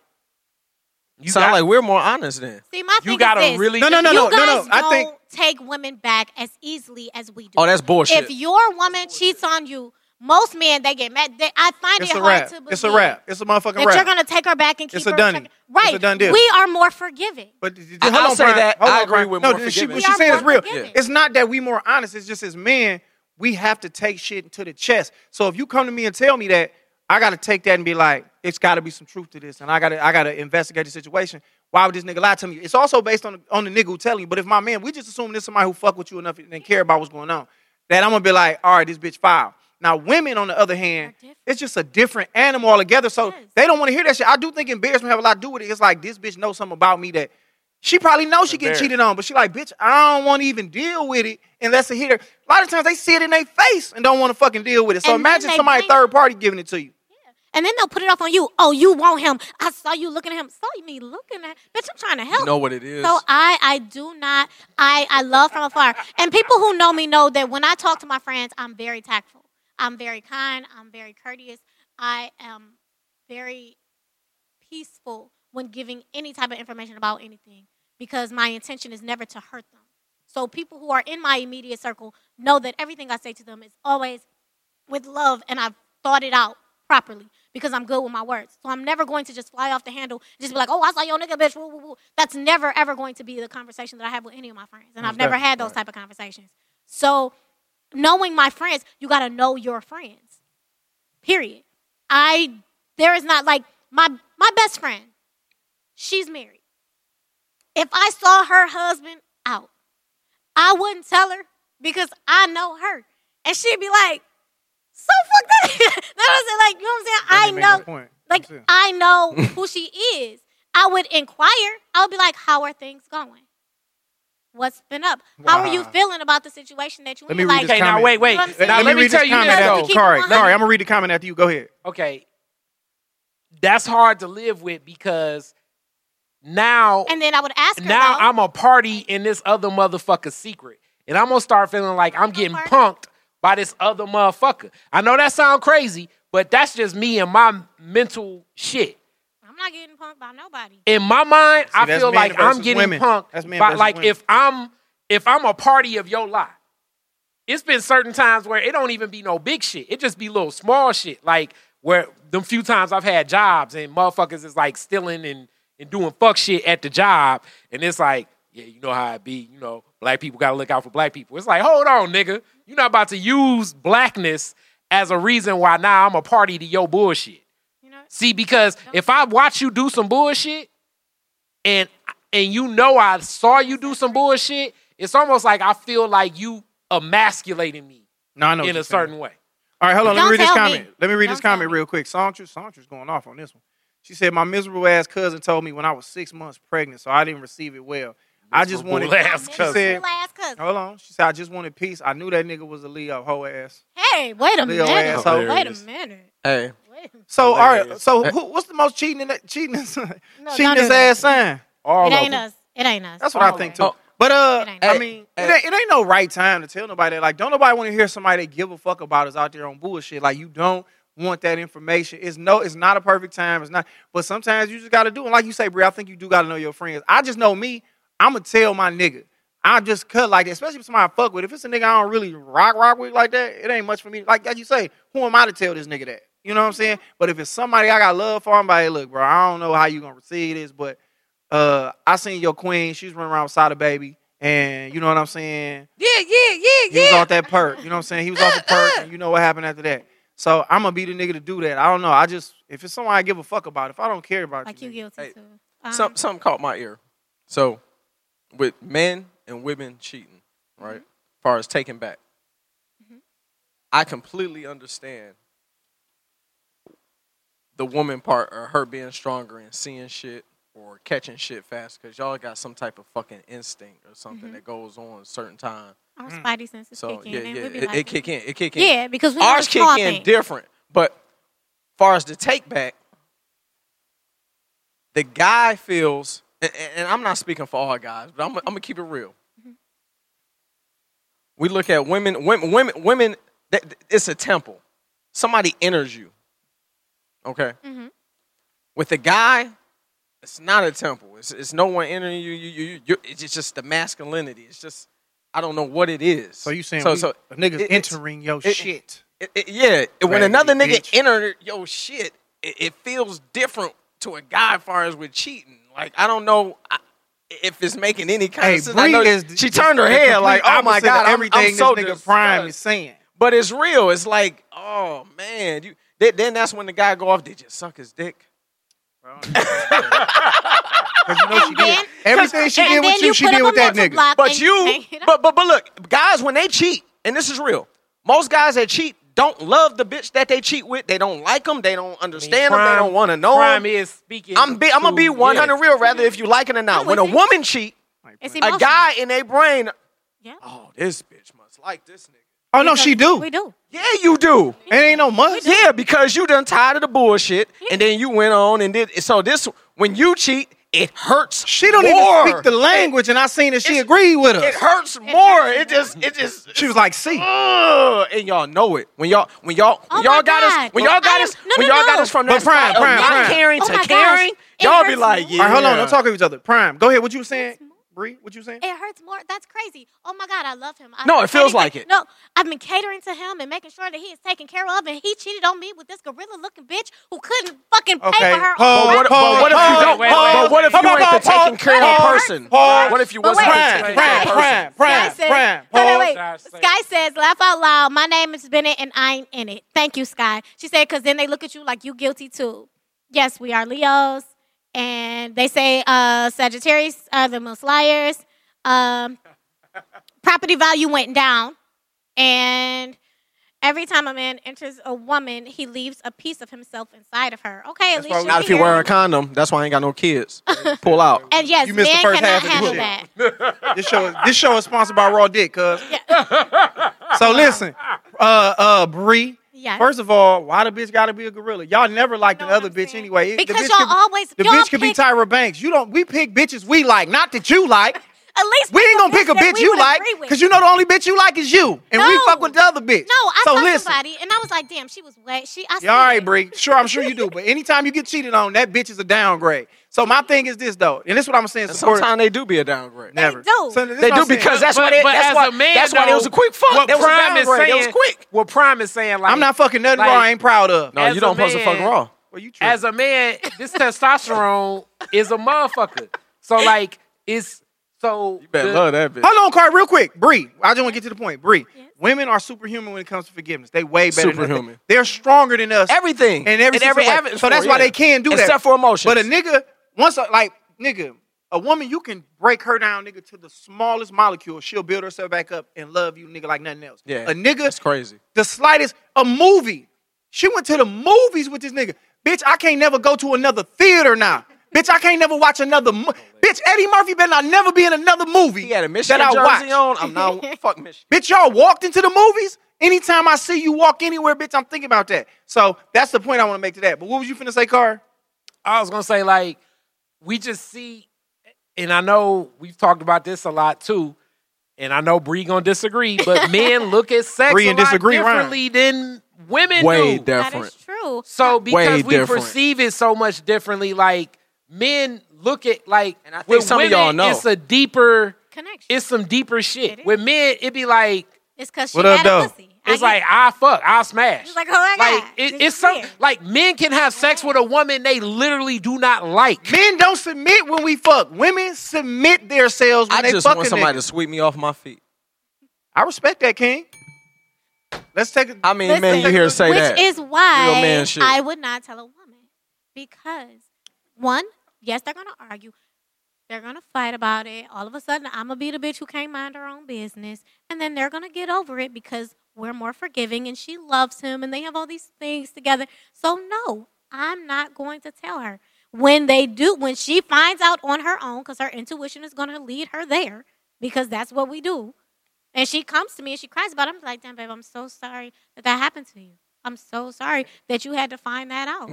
S4: You
S5: Sound
S4: got-
S5: like we're more honest then.
S3: See, my thing
S4: you gotta
S3: is this.
S4: really
S2: No, no, no,
S3: you
S2: no, no,
S3: guys
S2: no.
S3: don't
S2: I think
S3: take women back as easily as we do.
S5: Oh, that's bullshit.
S3: if your woman cheats on you, most men they get mad. They, I find
S2: it's
S3: it
S2: a
S3: hard
S2: wrap.
S3: to believe
S2: It's a wrap. It's a motherfucking
S3: that
S2: wrap.
S3: you're gonna take her back and keep
S2: It's a
S3: her.
S2: done
S3: protected.
S2: deal. It's
S3: Right,
S2: a done deal.
S3: we are more forgiving.
S2: But hold
S5: I- I'll
S2: on,
S5: say
S2: Brian.
S5: that
S2: Hold
S5: I
S2: on,
S5: agree
S2: Brian.
S5: with
S2: no.
S5: more
S2: she-
S5: forgiving.
S2: what she's
S3: We are
S2: saying is
S3: more
S2: real.
S3: forgiving.
S2: It's not that we more honest. It's just as men, we have to take shit to the chest. So if you come to me and tell me that, I got to take that and be like, it's got to be some truth to this, and I got to I got to investigate the situation. Why would this nigga lie to me? It's also based on on the nigga who telling you. But if my man, we just assuming this somebody who fuck with you enough and care about what's going on, that I'm gonna be like, all right, this bitch foul. Now, women, on the other hand,
S3: different.
S2: it's just a different animal altogether. So they don't want to hear that shit. I do think embarrassment have a lot to do with it. It's like this bitch knows something about me that she probably knows she getting cheated on, but she like, bitch, I don't want to even deal with it unless I hit her. A lot of times they see it in their face and don't want to fucking deal with it. So
S3: And then
S2: imagine
S3: they
S2: somebody
S3: blame-
S2: third party giving it to you.
S3: And then they'll put it off on you. Oh, you want him? I saw you looking at him. Saw me looking at. Bitch, I'm trying to help.
S5: You know what it is.
S3: So I, I do not. I, I love from afar. And people who know me know that when I talk to my friends, I'm very tactful. I'm very kind. I'm very courteous. I am very peaceful when giving any type of information about anything because my intention is never to hurt them. So people who are in my immediate circle know that everything I say to them is always with love and I've thought it out properly because I'm good with my words. So I'm never going to just fly off the handle and just be like, oh, I saw your nigga, bitch. Woo, woo, woo. That's never, ever going to be the conversation that I have with any of my friends. And I've never had those type of conversations. So knowing my friends, you got to know your friends, period. I, there is not like my, my best friend, she's married. If I saw her husband out, I wouldn't tell her because I know her. And she'd be like, so fuck that. that was like, you know what I'm saying? I know. Like I know who she is. I would inquire. I would be like, "How are things going? What's been up? How are you
S2: Wow.
S3: feeling about the situation that you
S2: Let
S3: in?"
S2: me read
S3: Like,
S2: this
S4: Okay, now
S2: comment.
S4: wait, wait.
S3: You know what I'm
S4: Now
S3: saying?
S4: let,
S2: read
S4: me
S2: this
S4: tell you
S2: comment
S4: this
S3: after
S4: though.
S3: you keep
S2: Kari,
S3: going.
S2: Kari, I'm gonna read the comment after you. Go ahead.
S4: okay, that's hard to live with because now
S3: and then I would ask her.
S4: now
S3: though,
S4: I'm a party in this other motherfucker's secret, and I'm gonna start feeling like I'm getting
S3: party.
S4: punked by this other motherfucker. I know that sound crazy, but that's just me and my mental shit.
S3: I'm not getting punked by nobody.
S4: in my mind, I
S2: that's
S4: feel
S2: men
S4: like I'm
S2: versus
S4: getting
S2: women.
S4: punked.
S2: That's men
S4: but
S2: versus
S4: like
S2: women.
S4: if I'm if I'm a party of your lie, it's been certain times where it don't even be no big shit. It just be little small shit. Like where them few times I've had jobs and motherfuckers is like stealing and and doing fuck shit at the job, and it's like. Yeah, you know how it be. You know, black people gotta look out for black people. It's like, hold on, nigga, you're not about to use blackness as a reason why now I'm a party to your bullshit.
S3: You know,
S4: See, because if I watch you do some bullshit, and and you know I saw you do some bullshit, it's almost like I feel like you emasculating me
S2: No, I know. what
S4: in
S2: you're
S4: a
S2: saying.
S4: certain way.
S2: All right, hold on. Let me
S3: Don't
S2: read this
S3: tell
S2: comment.
S3: me.
S2: Let me read
S3: Don't
S2: this comment
S3: tell me.
S2: real quick. Santra, Santra's going off on this one. She said, "My miserable ass cousin told me when I was six months pregnant, so I didn't receive it well. I just wanted."
S4: Miserable ass
S2: She
S4: cousin.
S2: said,
S3: last cousin.
S2: "Hold on." She said, "I just wanted peace. I knew that nigga was a Leo hoe ass."
S3: Hey, wait a
S2: Leo
S3: minute.
S2: asshole.
S3: Wait a minute.
S5: hey,
S3: Wait a minute.
S2: So, all right. So, who, what's the most cheating? In that, cheating, cheating
S3: don't do
S2: this
S3: that.
S2: ass sign.
S4: All
S3: It
S4: of
S3: ain't
S4: them.
S3: us. It ain't us.
S2: That's what I think too.
S5: Oh.
S2: But uh,
S3: It ain't
S2: I
S5: hey,
S2: mean, it
S5: hey.
S2: ain't, it ain't no right time to tell nobody. that. Like, don't nobody want to hear somebody they give a fuck about is out there on bullshit. Like, you don't want that information. It's no, it's not a perfect time. It's not. But sometimes you just got to do it. Like you say, Bri, I think you do got to know your friends. I just know me. I'ma tell my nigga. I just cut like that, especially if somebody I fuck with. If it's a nigga I don't really rock rock with like that, it ain't much for me. Like as you say, who am I to tell this nigga that? You know what I'm saying? But if it's somebody I got love for, I'm like, look, bro, I don't know how you gonna receive this, but uh, I seen your queen. She's running around beside a baby, and you know what I'm saying. Yeah, yeah, yeah, he yeah. was off that perk. You know what I'm saying. He was off the perk, and you know what happened after that. So I'm gonna be the nigga to do that. I don't know. I just if it's someone I give a fuck about, if I don't care about
S3: Like
S2: you,
S3: you
S2: nigga.
S3: guilty
S5: Hey,
S3: too. Um,
S5: some, something caught my ear. So, with men and women cheating,
S3: Mm-hmm.
S5: right? As far as taking back, I completely understand the woman part or her being stronger and seeing shit or catching shit fast because y'all got some type of fucking instinct or something that goes on a certain time
S3: Our spidey senses
S5: Mm. So
S3: kick Mm-hmm. in.
S5: yeah,
S3: and
S5: yeah,
S3: we be
S5: it,
S3: like,
S5: it kick in. It kick in.
S3: Yeah, because we were
S5: ours kick in
S3: talking.
S5: different. But far as the take back, the guy feels, and, and I'm not speaking for all guys, but I'm, I'm gonna keep it real.
S3: Mm-hmm.
S5: We look at women, women, women, women. That, it's a temple. Somebody enters you. Okay.
S3: Mm-hmm.
S5: With the guy, it's not a temple. It's, it's no one entering you. You, you, you. you- It's just the masculinity. It's just I don't know what it is.
S2: So you saying we- a nigga's
S5: it- it's-
S2: entering your
S5: it-
S2: shit?
S5: it- it- yeah, it- when
S2: Raggedy
S5: another nigga
S2: bitch.
S5: enter your shit, it, it feels different to a guy as far as with cheating. Like I don't know I, if it's making any kind
S2: Hey,
S5: of sense. I
S2: Bree
S5: know
S2: is
S5: she turned her
S2: the
S5: head
S2: complete
S5: like, oh my
S2: opposite of
S5: god, I'm-
S2: everything
S5: I'm, so
S2: this nigga Prime is
S5: disgusted."
S2: saying.
S5: But it's real. It's like, oh man, you. Then, then that's when the guy go off. Did you suck his dick?
S2: Because you know she did.
S3: then-
S2: Everything she
S3: and
S2: did with
S3: then
S2: you,
S3: you
S2: she
S3: put
S2: did
S3: him
S2: with
S3: on
S2: that
S3: mental
S2: nigga.
S3: block.
S5: But
S3: and
S5: you,
S3: hang it up.
S5: but but but look, guys, when they cheat, and this is real. Most guys that cheat don't love the bitch that they cheat with. They don't like them. They don't understand them. They don't want to know
S4: Prime
S5: them.
S4: is speaking.
S5: I'm be, I'm gonna
S4: to-
S5: be 100
S4: yeah.
S5: real, rather if you like it or not.
S3: I'm
S5: When a
S3: with you.
S5: woman cheat,
S3: It's
S5: a
S3: emotional.
S5: guy in their brain,
S3: Yeah.
S5: oh, this bitch must like this nigga.
S2: Oh no, she do.
S3: We
S2: It
S3: do.
S5: Yeah, you do.
S2: ain't no must.
S5: Yeah, because you done tired of the bullshit, and then you went on and did. So this, when you cheat, it hurts.
S2: She don't
S5: more.
S2: even speak the language, and I seen that she
S5: It's-
S2: agreed with us.
S5: It hurts more. It just, it just.
S2: She was like, "See,
S5: Ugh, and y'all know it when y'all when y'all
S3: Oh
S5: when
S3: my
S5: y'all got
S3: God.
S5: us when y'all got
S3: I
S5: us
S3: am- no,
S5: when
S3: no,
S5: y'all got
S3: no.
S5: us from
S2: But
S5: that
S2: prime,
S5: spot of
S2: prime,
S5: not
S2: prime.
S5: caring
S3: Oh
S5: to
S3: my gosh.
S5: caring
S3: It
S5: y'all be
S3: hurts
S5: like
S3: more.
S5: yeah
S2: all right, hold on, don't talk to each other." Prime, go ahead. What you were saying, Bree? What you were saying?
S3: It hurts more. That's crazy. Oh my God, I love him. I've
S5: No,
S3: been
S5: it feels
S3: catering-
S5: like it.
S3: No, I've been catering to him and making sure that he is taken care of, and he cheated on me with this gorilla looking bitch who couldn't fucking pay
S2: Okay,
S3: for her.
S2: pause,
S3: own-
S5: But what, but what if you don't?
S4: Wait, wait,
S5: But what if you
S2: wait, wait.
S5: ain't the taking care of
S3: Pause,
S5: person?
S2: pause.
S5: What if you
S3: But
S5: wasn't
S3: wait.
S5: the
S2: Prime,
S5: taking care
S2: prime, prime,
S5: of
S3: Sky
S5: person?
S2: prime,
S3: says,
S2: prime.
S3: No, no,
S2: Pause.
S3: wait.
S4: Sky says-
S3: Sky says, laugh out loud. My name is Bennett and I ain't in it. Thank you, Sky. She said, because then they look at you like you guilty too. Yes, we are Leos. And they say uh, Sagittarius are the most liars. Um, property value went down. And every time a man enters a woman, he leaves a piece of himself inside of her. Okay,
S2: why
S3: at least
S2: we-
S3: you're
S5: Not if you
S3: here.
S5: wear a condom. That's why I ain't got no kids. Pull out.
S3: And yes,
S2: You
S3: men
S2: missed the first
S3: cannot
S2: half of the
S3: handle
S2: shit.
S3: that.
S2: This show is this show is sponsored by Raw Dick, cuz. so listen, uh uh Bree.
S3: Yes.
S2: First of all, why the bitch gotta be a gorilla? Y'all never liked
S3: know
S2: another
S3: what I'm
S2: bitch
S3: saying.
S2: anyway. It- the
S3: Because
S2: bitch
S3: y'all
S2: could be-
S3: always-
S2: the
S3: y'all
S2: bitch could be
S3: pick-
S2: Tyra Banks. You don't we pick bitches we like, not that you like.
S3: At least
S2: We ain't gonna
S3: the
S2: pick a
S3: that
S2: bitch
S3: we
S2: you
S3: would
S2: like,
S3: agree with.
S2: cause you know the only bitch you like is you, and we
S3: No.
S2: fuck with the other bitch.
S3: No, I
S2: so
S3: saw
S2: listen,
S3: somebody and I was like, damn, she was wet. She I
S2: Yeah, all
S3: see
S2: right,
S3: it.
S2: Bree. Sure, I'm sure you do. But anytime you get cheated on, that bitch is a downgrade. So my thing is this though, and this is what I'm saying.
S5: And
S2: Support
S5: sometimes they do be a downgrade.
S2: never.
S3: do.
S2: So this is
S5: They
S2: what
S5: do
S2: I'm saying.
S5: because that's
S4: But-
S5: why they,
S4: but
S5: that's
S4: as
S5: why
S4: a man,
S5: that's why it was
S4: though,
S5: a quick fuck.
S4: What
S5: That was a
S4: Prime is
S5: downgrade. That was
S4: saying-
S5: quick.
S4: What Prime is saying, like
S2: I'm not fucking nothing raw. I ain't proud of.
S5: No,
S4: As
S5: you don't
S4: a
S5: supposed to fuck
S4: man-
S5: raw.
S2: Well, you tripping.
S4: as a man, this testosterone is a motherfucker. So like it's so
S5: You better
S4: the-
S5: love that bitch.
S2: Hold on, Carl, real quick. Bree, I just want to get to the point. Bree, women are superhuman when it comes to forgiveness. They way better than us.
S5: Superhuman.
S2: They're stronger than us.
S5: Everything
S2: And every,
S5: In every
S2: situation.
S5: avenue.
S2: So that's why
S5: Yeah.
S2: they can do that.
S5: except for emotions.
S2: But a nigga, once, a, like, nigga, a woman, you can break her down, nigga, to the smallest molecule. She'll build herself back up and love you, nigga, like nothing else.
S5: yeah,
S2: A nigga,
S5: That's crazy.
S2: the slightest, a movie. She went to the movies with this nigga. Bitch, I can't never go to another theater now. Bitch, I can't never watch another. Mo- Bitch, Eddie Murphy better not never be in another movie
S5: He had a Michigan
S2: that I watch.
S5: jersey on. I'm not fuck Michigan.
S2: Bitch, y'all walked into the movies. Anytime I see you walk anywhere, bitch, I'm thinking about that. So that's the point I want to make to that. But what was you finna say, Car?
S4: I was gonna say like we just see, and I know we've talked about this a lot too, and I know Bree gonna disagree, but men look at sex
S2: Bree
S4: a
S2: and
S4: lot
S2: disagree, Ryan.
S4: differently than women
S5: Way
S4: do.
S3: That is
S5: different.
S3: true.
S4: So because
S5: Way
S4: we
S5: different.
S4: perceive it so much differently, like men look at like
S5: And I think
S4: with
S5: some of
S4: women,
S5: y'all know.
S4: it's a deeper
S3: Connection.
S4: it's some deeper shit.
S3: It is.
S4: With men, it be like
S3: It's because she
S2: What up,
S3: had
S2: though?
S3: a pussy. I
S4: it's
S3: get
S4: like I fuck, I smash.
S3: It's like, oh my God,
S4: Like, it-
S3: this
S4: it's
S3: is
S4: some
S3: weird.
S4: like men can have sex with a woman they literally do not like.
S2: Men don't submit when we fuck. Women submit themselves when
S5: I
S2: they
S5: just
S2: fucking.
S5: want somebody
S2: niggas.
S5: to sweep me off my feet.
S2: I respect that, King. Let's take a.
S5: I mean,
S3: Listen,
S5: man, you hear her say
S3: which
S5: that.
S3: is why
S5: Real man shit.
S3: I would not tell a woman because one, yes, they're gonna argue, they're gonna fight about it. All of a sudden, I'm gonna be the bitch who can't mind her own business, and then they're gonna get over it because we're more forgiving and she loves him and they have all these things together. So no, I'm not going to tell her. When they do, when she finds out on her own, because her intuition is gonna lead her there, because that's what we do. And she comes to me and she cries about it. I'm like, damn, babe, I'm so sorry that that happened to you. I'm so sorry that you had to find that out.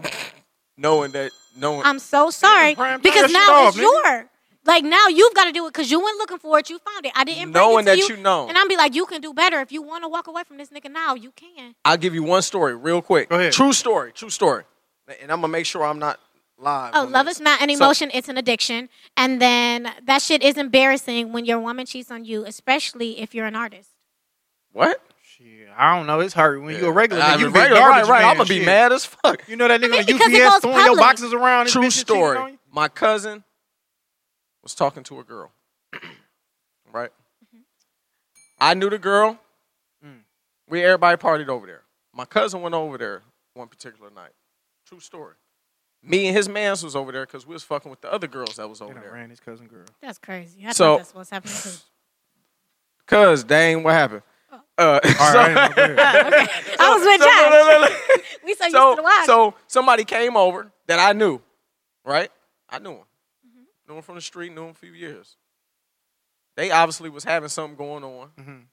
S5: knowing that knowing
S3: I'm so sorry
S2: prime time that
S3: because
S2: shit
S3: now
S2: off,
S3: it's
S2: nigga.
S3: your. Like now you've got to do it because you went looking for it. You found it. I didn't bring
S5: Knowing
S3: it to
S5: that
S3: you.
S5: you know.
S3: And I'm be like, you can do better if you want to walk away from this nigga now. You can.
S5: I'll give you one story real quick.
S2: Go ahead.
S5: True story. True story. And I'm gonna make sure I'm not live.
S3: Oh,
S5: on
S3: love
S5: this.
S3: is not an
S5: So-
S3: emotion, it's an addiction. And then that shit is embarrassing when your woman cheats on you, especially if you're an artist.
S5: What?
S2: Shit, I don't know. It's hard when you a regular.
S5: I'm
S2: nigga, you
S5: a
S2: big
S5: regular,
S2: garbage
S5: right, right.
S2: man,
S5: I'm gonna be
S2: shit.
S5: mad as fuck.
S2: You know that nigga
S3: mean,
S2: on
S3: because it
S2: UPS
S3: goes
S2: throwing your
S3: public.
S2: boxes around. and
S5: True
S2: bitches cheating on
S5: story.
S2: you?
S5: My cousin was talking to a girl. right.
S3: Mm-hmm.
S5: I knew the girl.
S2: Mm.
S5: We everybody partied over there. My cousin went over there one particular night. True story. Me and his mans was over there because we was fucking with the other girls that was over
S2: They done
S5: there.
S2: ran his cousin girl.
S3: That's crazy. I
S5: So-
S3: thought that's what's happening too.
S5: Cause dang, what happened? Uh,
S2: All
S5: so-
S2: right, I ain't gonna do it.
S3: I was with
S5: so-
S3: Josh.
S5: no, no, no, no.
S3: We so used to the
S5: so,
S3: watch.
S5: so somebody came over that I knew, right? I knew him.
S3: Mm-hmm.
S5: Knew him from the street, knew him a few years. They obviously was having something going on.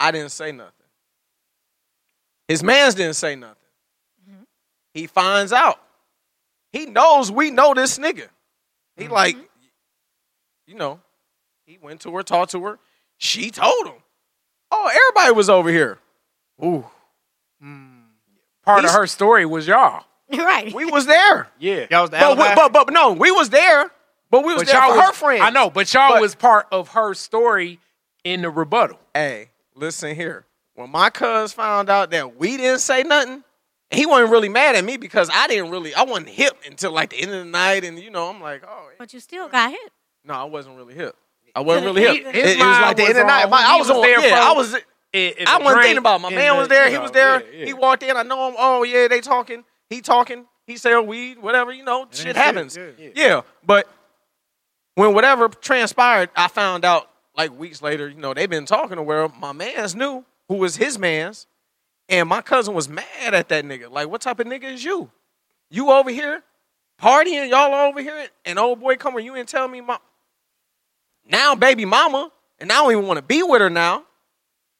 S5: I didn't say nothing. His mans didn't say nothing.
S3: Mm-hmm.
S5: He finds out. He knows we know this nigga. He
S3: Mm-hmm.
S5: like, you know, he went to her, talked to her. She told him. Oh, everybody was over here.
S4: Ooh. Part
S5: He's-
S4: of her story was y'all.
S3: right.
S5: We was there.
S4: Yeah.
S2: Y'all was the
S5: But, we,
S2: outlier?
S5: but but no, we was there. But we was there for her friend.
S4: I know, but y'all
S5: But-
S4: was part of her story in the rebuttal.
S5: Hey, listen here. When my cuz found out that we didn't say nothing, he wasn't really mad at me because I didn't really I wasn't hip until like the end of the night, and you know I'm like, oh
S3: But you still got hit.
S5: no, I wasn't really hip. I wasn't really
S4: He-
S5: hip.
S4: his
S5: It, it was
S4: mind
S5: like the end
S4: was
S5: of the night.
S4: on
S5: My-
S4: who
S5: I
S4: he
S5: was,
S4: was
S5: on.
S4: there
S5: Yeah,
S4: from.
S5: I was.
S4: In- in
S5: I
S4: the
S5: wasn't
S4: drink,
S5: thinking about it. my
S4: in
S5: man
S4: the-
S5: was there.
S4: you
S5: He
S4: know,
S5: was there.
S4: yeah, yeah.
S5: He walked in. I know him. Oh yeah, they talking. He talking. He sell weed. Whatever you know, shit happens.
S2: yeah.
S5: yeah. but when whatever transpired, I found out like weeks later. You know, they've been talking to where my man's knew who was his man's, and my cousin was mad at that nigga. Like, what type of nigga is you? You over here partying, y'all over here, and old boy come and you and tell me my now baby mama, and I don't even want to be with her now.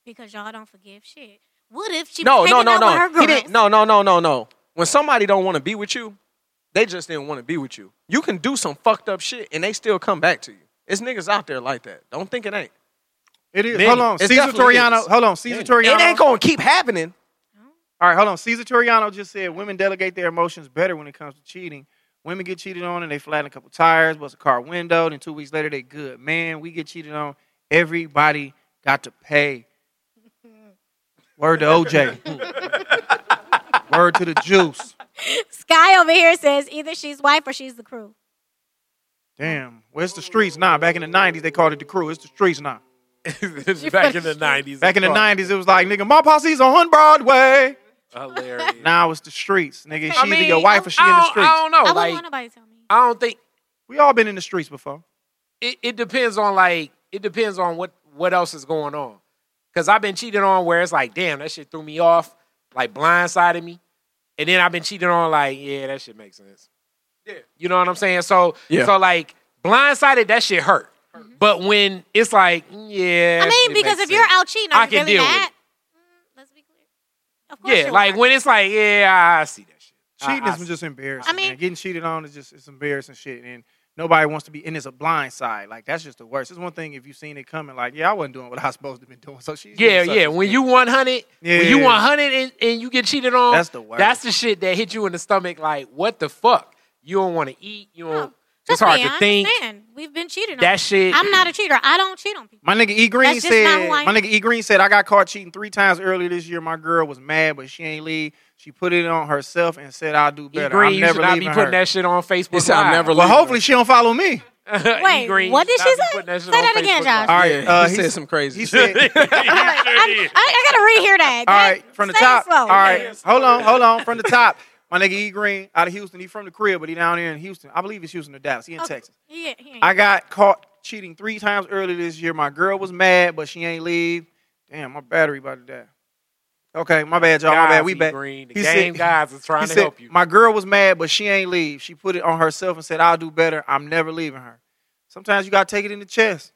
S3: Because y'all don't forgive shit. What if she
S5: No,
S3: was
S5: no,
S3: hanging
S5: no,
S3: out
S5: no.
S3: with her
S5: He
S3: girls?
S5: didn't, no, no, no, no, no. When somebody don't want to be with you, they just didn't want to be with you. You can do some fucked up shit and they still come back to you. It's niggas out there like that. Don't think it ain't.
S2: It is.
S4: Many.
S2: Hold on,
S5: It
S2: Caesar
S5: definitely
S2: Toriano.
S5: is.
S2: Hold on, Caesar Toriano.
S5: It ain't gonna keep happening.
S2: All right, hold on. Caesar Toriano just said women delegate their emotions better when it comes to cheating. Women get cheated on and they flatten a couple tires, bust a car window, then two weeks later they good. Man, we get cheated on. Everybody got to pay. Word to OJ. Word to the juice.
S3: Sky over here says either she's wife or she's the crew.
S2: Damn. Well, it's the streets now. Back in the 90s, they called it the crew. It's the streets now.
S4: back in the nineties.
S2: Back in the 90s, it was like, nigga, my posse's on Broadway.
S4: hilarious.
S2: Now it's the streets. Nigga, is she either your wife or she in
S4: I
S2: the
S4: don't-
S2: streets.
S4: I don't know.
S3: I wouldn't
S4: like,
S3: want nobody to tell me.
S4: I don't think
S2: We all been in the streets before.
S4: it, it depends on like it depends on what what else is going on. Cause I've been cheated on where it's like, damn, that shit threw me off, like blindsided me, and then I've been cheated on like, yeah, that shit makes sense. Yeah, you know what I'm saying. So
S5: Yeah.
S4: so like blindsided, that shit hurt. But when it's like, mm, yeah,
S3: Mm-hmm. I mean, because if you're out cheating,
S4: I
S3: are you
S4: can
S3: really
S4: deal with
S3: mad? Mm, let's be clear. Of course
S4: yeah,
S3: you're
S4: like
S3: mad.
S4: when it's like, yeah, I see that shit. I-
S2: Cheating
S4: I
S2: is just embarrassing.
S3: I mean-
S2: man. getting cheated on is just it's embarrassing shit, and nobody wants to be. And it's a blind side. Like that's just the worst. It's one thing if you seen it coming. Like yeah, I wasn't doing what I was supposed to be doing. So she's
S4: Yeah,
S2: doing such
S4: yeah.
S2: and
S4: When
S2: such.
S4: you 100, when you
S2: Yeah.
S4: 100 and, and you get cheated on,
S2: That's the worst.
S4: That's the shit that hit you in the stomach. Like, what the fuck? You don't want to eat. You don't. it's
S3: Trust
S4: hard
S3: me,
S4: to
S3: I
S4: think.
S3: Understand. We've been cheated on.
S4: That shit-
S3: I'm not a cheater. I don't cheat on people.
S2: My nigga E Green
S3: That's just not
S2: said.
S3: who I
S2: My
S3: am.
S2: nigga E Green said I got caught cheating three times earlier this year. My girl was mad, but she ain't leave. She put it on herself and said I'll do
S4: E
S2: better.
S4: Green,
S2: I'm
S4: you should
S2: never
S4: not be
S2: leaving
S4: putting
S2: her.
S4: that shit on Facebook.
S5: It's I'm
S4: Live.
S5: never
S2: well,
S5: leaving
S2: hopefully
S5: her.
S2: she don't follow me.
S4: E.
S3: Wait,
S4: Green,
S3: what
S4: you
S3: did
S4: should not
S3: she
S4: be
S3: say?
S4: putting shit
S3: Say
S4: on
S3: that again,
S4: Facebook
S3: Josh.
S4: Live.
S2: All right, uh,
S5: he, said some crazy
S2: He
S5: shit.
S2: said.
S3: I'm- I, I gotta rehear that.
S2: All
S3: That-
S2: right, from the
S3: say it
S2: top.
S3: slow.
S2: All right, hold on, hold on. From the top, my nigga E Green out of Houston. He from the crib, but he down here in Houston. I believe it's Houston or Dallas. He in
S3: Okay.
S2: Texas.
S3: Yeah, he ain't-
S2: I got caught cheating three times earlier this year. My girl was mad, but she ain't leave. Damn, my battery about to die. Okay, my bad, y'all. My bad.
S4: Guys,
S2: We
S4: E.
S2: back.
S4: Green, the
S2: He
S4: game
S2: said-
S4: guys is
S2: He
S4: trying to
S2: said,
S4: help you.
S2: My girl was mad, but she ain't leave. She put it on herself and said, I'll do better. I'm never leaving her. Sometimes you gotta take it in the chest.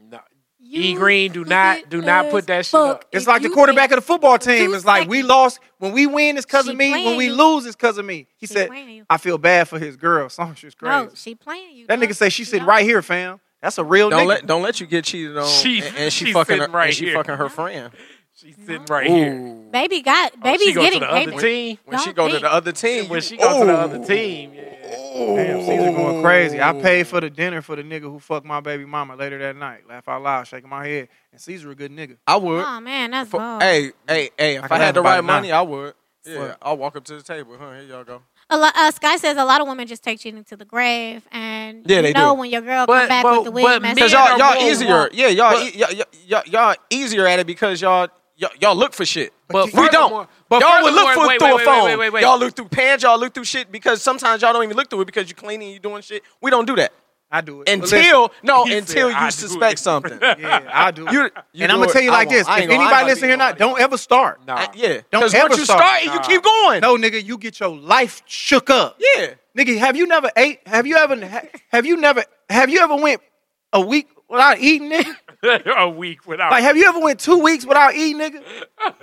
S4: No. E Green, do not do not put that shit
S6: fuck.
S4: up.
S2: It's
S6: If
S2: like the
S6: you
S2: quarterback of
S6: think-
S2: the football team.
S6: two
S2: It's like we
S6: seconds-
S2: lost when we win, it's because of
S3: She
S2: me. When
S3: playing
S2: we
S3: you.
S2: lose, it's because of me. He
S3: She
S2: said,
S3: playing you.
S2: "I feel bad for his girl." Some shit's crazy.
S3: No, she playing you.
S2: that
S3: dog.
S2: nigga say she sitting
S3: don't.
S2: right here, fam. That's a real
S5: Don't
S2: nigga.
S5: let don't let you get cheated on.
S4: She-
S5: and, and she
S4: she's
S5: fucking her,
S4: sitting right
S5: and she
S4: here.
S5: fucking her friend.
S4: She's sitting right here.
S5: Ooh.
S3: Baby got
S4: Oh, she
S3: baby's
S4: go
S3: getting
S4: to the other
S3: baby.
S4: team.
S5: When she
S3: Don't
S5: go to
S3: think.
S5: the other team,
S4: When
S5: you-
S4: she go to the
S5: Ooh.
S4: other team, yeah.
S2: Damn, Caesar going crazy. I paid for the dinner for the nigga who fucked my baby mama later that night. Laugh out loud, shaking my head. And Caesar a good nigga.
S5: I would.
S3: Oh man, that's
S5: For-
S3: ball.
S5: Hey, hey, hey! If
S2: I
S5: I,
S2: can have
S5: had the
S2: about
S5: right money,
S2: nine.
S5: I would. Yeah,
S2: Fuck.
S5: I'll walk up to the table. Huh? Here y'all go.
S3: A lot, uh, Sky says a lot of women just take cheating to the grave, and
S5: Yeah,
S3: you
S5: they
S3: know
S5: do.
S3: when your girl
S4: But-
S3: come back
S4: but-
S3: with the wig
S4: but
S3: messed
S4: men
S5: Cause
S4: Yeah,
S3: up.
S5: y'all, y'all
S4: bro,
S5: easier.
S4: what?
S5: Yeah, y'all,
S4: But-
S5: e- y'all, y'all, y'all, easier at it because y'all, y'all, y'all look for shit.
S4: But
S5: we
S4: furthermore-
S5: don't.
S4: but
S5: y'all would look
S4: furthermore-
S5: for
S4: wait,
S5: through
S4: wait,
S5: a
S4: wait,
S5: phone.
S4: wait, wait, wait.
S5: Y'all look through pans. Y'all look through shit because sometimes y'all don't even look through it because you're cleaning, you're doing shit. We don't do that
S2: I do it. But listen,
S5: until no,
S4: He said,
S5: until
S4: "I do
S5: you suspect
S4: it."
S5: something.
S2: yeah, I do it.
S5: You- you
S2: and I'm gonna
S5: do it.
S2: tell you
S5: I
S2: like
S5: won't-
S2: this:
S5: I ain't
S2: if
S5: gonna- I ain't
S2: anybody
S5: gonna be
S2: listening here, not
S5: nobody.
S2: don't ever start.
S4: Nah.
S5: I- yeah,
S2: Don't
S5: because
S2: ever
S5: once you
S2: stop.
S5: start, you
S4: Nah.
S5: keep going.
S2: No, nigga, you get your life shook up.
S5: Yeah.
S2: Nigga, have you never ate? Have you ever? ha- Have you never? Have you ever went a week without eating, nigga?
S4: a week without.
S2: Like, have you ever went two weeks without eating, nigga?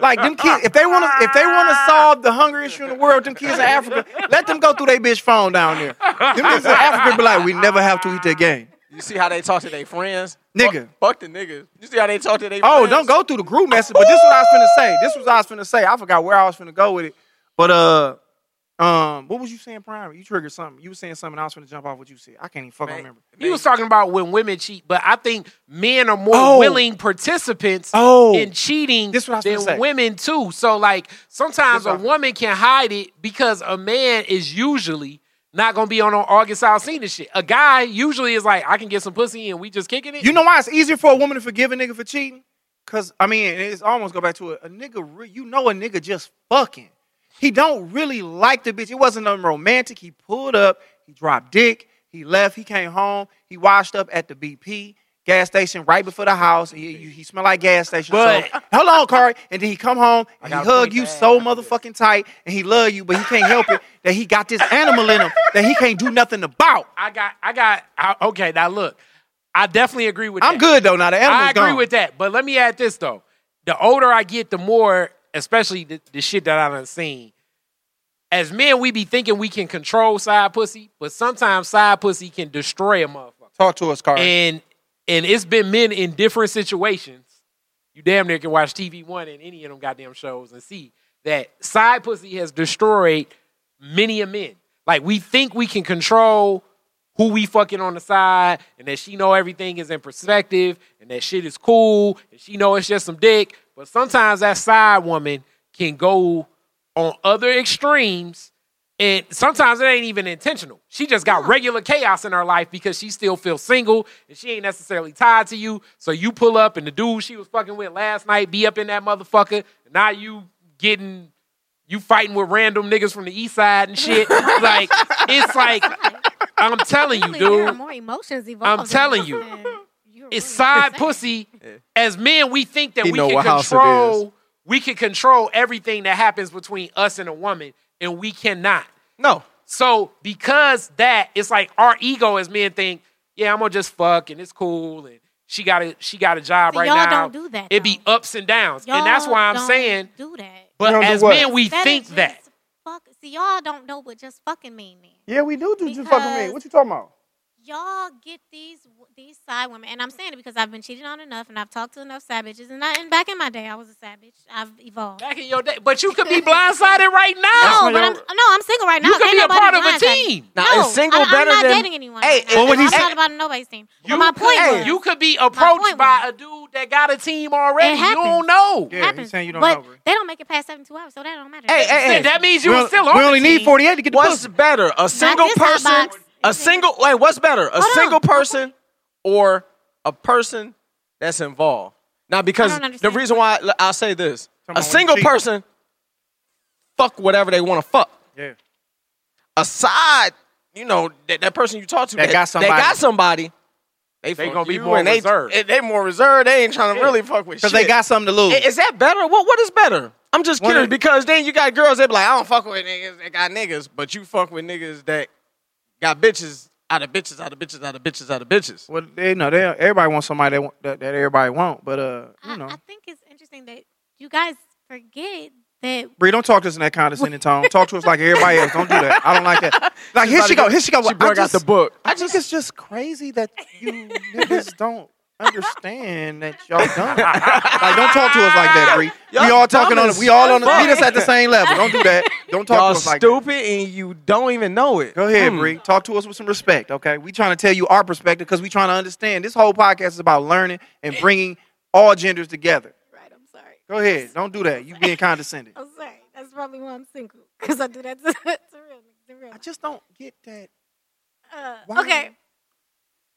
S2: Like them kids, if they wanna, if they wanna solve the hunger issue in the world, them kids in Africa, let them go through their bitch phone down there. Them kids in Africa be like, we never have to eat that game.
S5: You see how they talk to their friends,
S2: Nigga.
S5: Fuck, fuck the niggas. You see how they talk to their.
S2: Oh, don't go through the group message. But this is what I was finna say. This was what I was finna say. I forgot where I was finna go with it. But uh, um, what was you saying, Prime? You triggered something. You was saying something. I was finna jump off what you said. I can't even fucking remember.
S4: He was talking about when women cheat, but I think men are more
S2: Oh.
S4: willing participants
S2: Oh.
S4: in cheating
S2: This what I was
S4: than
S2: gonna say.
S4: women too. So like sometimes
S2: This
S4: a
S2: what I-
S4: woman can hide it because a man is usually not gonna be on on August Alsina shit. A guy usually is like, I can get some pussy and we just kicking it.
S2: You know why it's easier for a woman to forgive a nigga for cheating? Cause I mean, it's almost go back to it. A nigga, re- you know, a nigga just fucking. He don't really like the bitch. It wasn't nothing romantic. He pulled up. He dropped dick. He left. He came home. He washed up at the BP gas station right before the house. He, you- he smelled like gas station.
S4: But-
S2: soap. hold on, Carrie. And then he come home and he
S4: got a
S2: hug
S4: pretty
S2: you
S4: bad
S2: so
S4: idea.
S2: motherfucking tight, and he love you, but he can't help it that he got this animal in him that he can't do nothing about.
S4: I got I got I, okay, now look. I definitely agree with
S2: I'm
S4: that.
S2: good though. Now the animal's
S4: I agree
S2: gone.
S4: with that. But let me add this though: the older I get, the more, especially the, the shit that I done seen. As men, we be thinking we can control side pussy, but sometimes side pussy can destroy a motherfucker.
S2: Talk to us, Carrie.
S4: And and it's been men in different situations. You damn near can watch TV one and any of them goddamn shows and see that side pussy has destroyed many a men. Like we think we can control who we fucking on the side and that she know everything is in perspective and that shit is cool and she know it's just some dick. But sometimes that side woman can go on other extremes and sometimes it ain't even intentional. She just got regular chaos in her life because she still feels single and she ain't necessarily tied to you. So you pull up and the dude she was fucking with last night be up in that motherfucker. Now you getting you fighting with random niggas from the east side and shit. like it's like I'm telling you,
S3: Really, there are
S4: dude.
S3: more emotions evolved.
S4: I'm telling you. It's side pussy. As men, we think that
S5: He
S4: we
S5: know
S4: can
S5: what house it is.
S4: control. We can control everything that happens between us and a woman, and we cannot.
S5: No.
S4: So because that, it's like our ego as men think, yeah, I'm gonna just fuck and it's cool and she got a she got a job
S3: See,
S4: right
S3: y'all
S4: now.
S3: don't do that,
S4: It be
S3: though.
S4: ups and downs, and that's why I'm saying.
S3: do that.
S4: But
S2: don't do
S4: as
S2: what?
S4: men, we
S3: That is
S4: think
S3: just
S4: that.
S3: Fuck, see, y'all don't know what just fucking mean. Then.
S2: Yeah, we do do just fucking me.
S3: Because-
S2: What you talking about?
S3: y'all get these these side women, and I'm saying it because I've been cheated on enough, and I've talked to enough side bitches. And, I, and back in my day, I was a side bitch. I've evolved.
S4: Back in your day, but you could be blindsided right
S3: No,
S4: now.
S3: but I'm no, I'm single right now.
S4: you could
S3: Ain't
S4: be a
S3: nobody
S4: part of a
S3: blindsided me.
S4: team.
S5: Now,
S3: no,
S5: is single
S3: I, I'm
S5: better
S3: not
S5: than-
S3: dating anyone.
S5: Hey,
S3: right now.
S5: what would he
S3: I'm
S5: say?
S3: not about nobody's team.
S4: You
S3: but my point
S4: could,
S3: was,
S4: you could be approached
S3: point
S4: by
S3: was-
S4: a dude that got a team already.
S3: It
S4: You don't
S3: happens.
S4: know.
S2: Yeah,
S3: happens,
S2: he's saying you don't
S3: but
S2: know, bro.
S3: they don't make it past 72 hours, so that don't matter.
S5: Hey, hey, hey.
S4: Then that means you were still on
S2: we
S4: the
S2: only need
S4: team.
S2: 48 to get the
S5: What's
S2: pussy.
S5: better, a single
S3: this hot
S5: person,
S3: box.
S5: a single wait, what's better, a
S3: Hold on.
S5: single person or a person that's involved? Now, because
S3: don't
S5: the
S3: understand.
S5: reason why l- I'll say this,
S2: Someone
S5: a
S2: with
S5: single
S2: cheek.
S5: person fuck whatever they want to fuck.
S2: Yeah.
S5: A side, you know, that, that person you talk to
S2: That got somebody.
S5: They got somebody. They, fuck
S4: gonna be
S5: you,
S4: more
S5: and they,
S4: reserved.
S5: and They more reserved. They ain't trying to really fuck with shit.
S2: Because they got something to lose.
S5: I- Is that better? What What is better? I'm just
S2: One
S5: curious
S2: of-
S5: because then you got girls. They be like, I don't fuck with niggas that got niggas, but you fuck with niggas that got bitches. out of bitches, out of bitches, out of bitches, out of bitches.
S2: Well, they know they everybody wants somebody that, want- that that everybody want, but uh,
S3: I,
S2: you know,
S3: I think it's interesting that you guys forget that
S2: Bree, don't talk to us in that condescending tone. Talk to us like everybody else. Don't do that. I don't like that. Like here she go, here she go.
S5: She broke out the book.
S2: I just it's just crazy that you niggas don't understand that y'all dumb. like don't talk to us like that, Bree. We
S5: Y'all
S2: all talking
S5: dumb
S2: on
S5: as
S2: we all on the
S5: fuck.
S2: meet us at the same level. Don't do that. Don't talk
S5: Y'all
S2: to us like that.
S5: stupid and you don't even know it. Hmm.
S2: Go
S4: Hmm.
S2: ahead, Bree. Talk to us with some respect, okay? We trying to tell you our perspective because we trying to understand. This whole podcast is about learning and bringing all genders together.
S3: right. I'm sorry.
S2: Go ahead. Don't do that. You being condescending.
S3: I'm sorry. That's probably why I'm single because I do that to, to real niggas. to real.
S2: I just don't get that.
S3: Uh,
S2: Why?
S3: okay,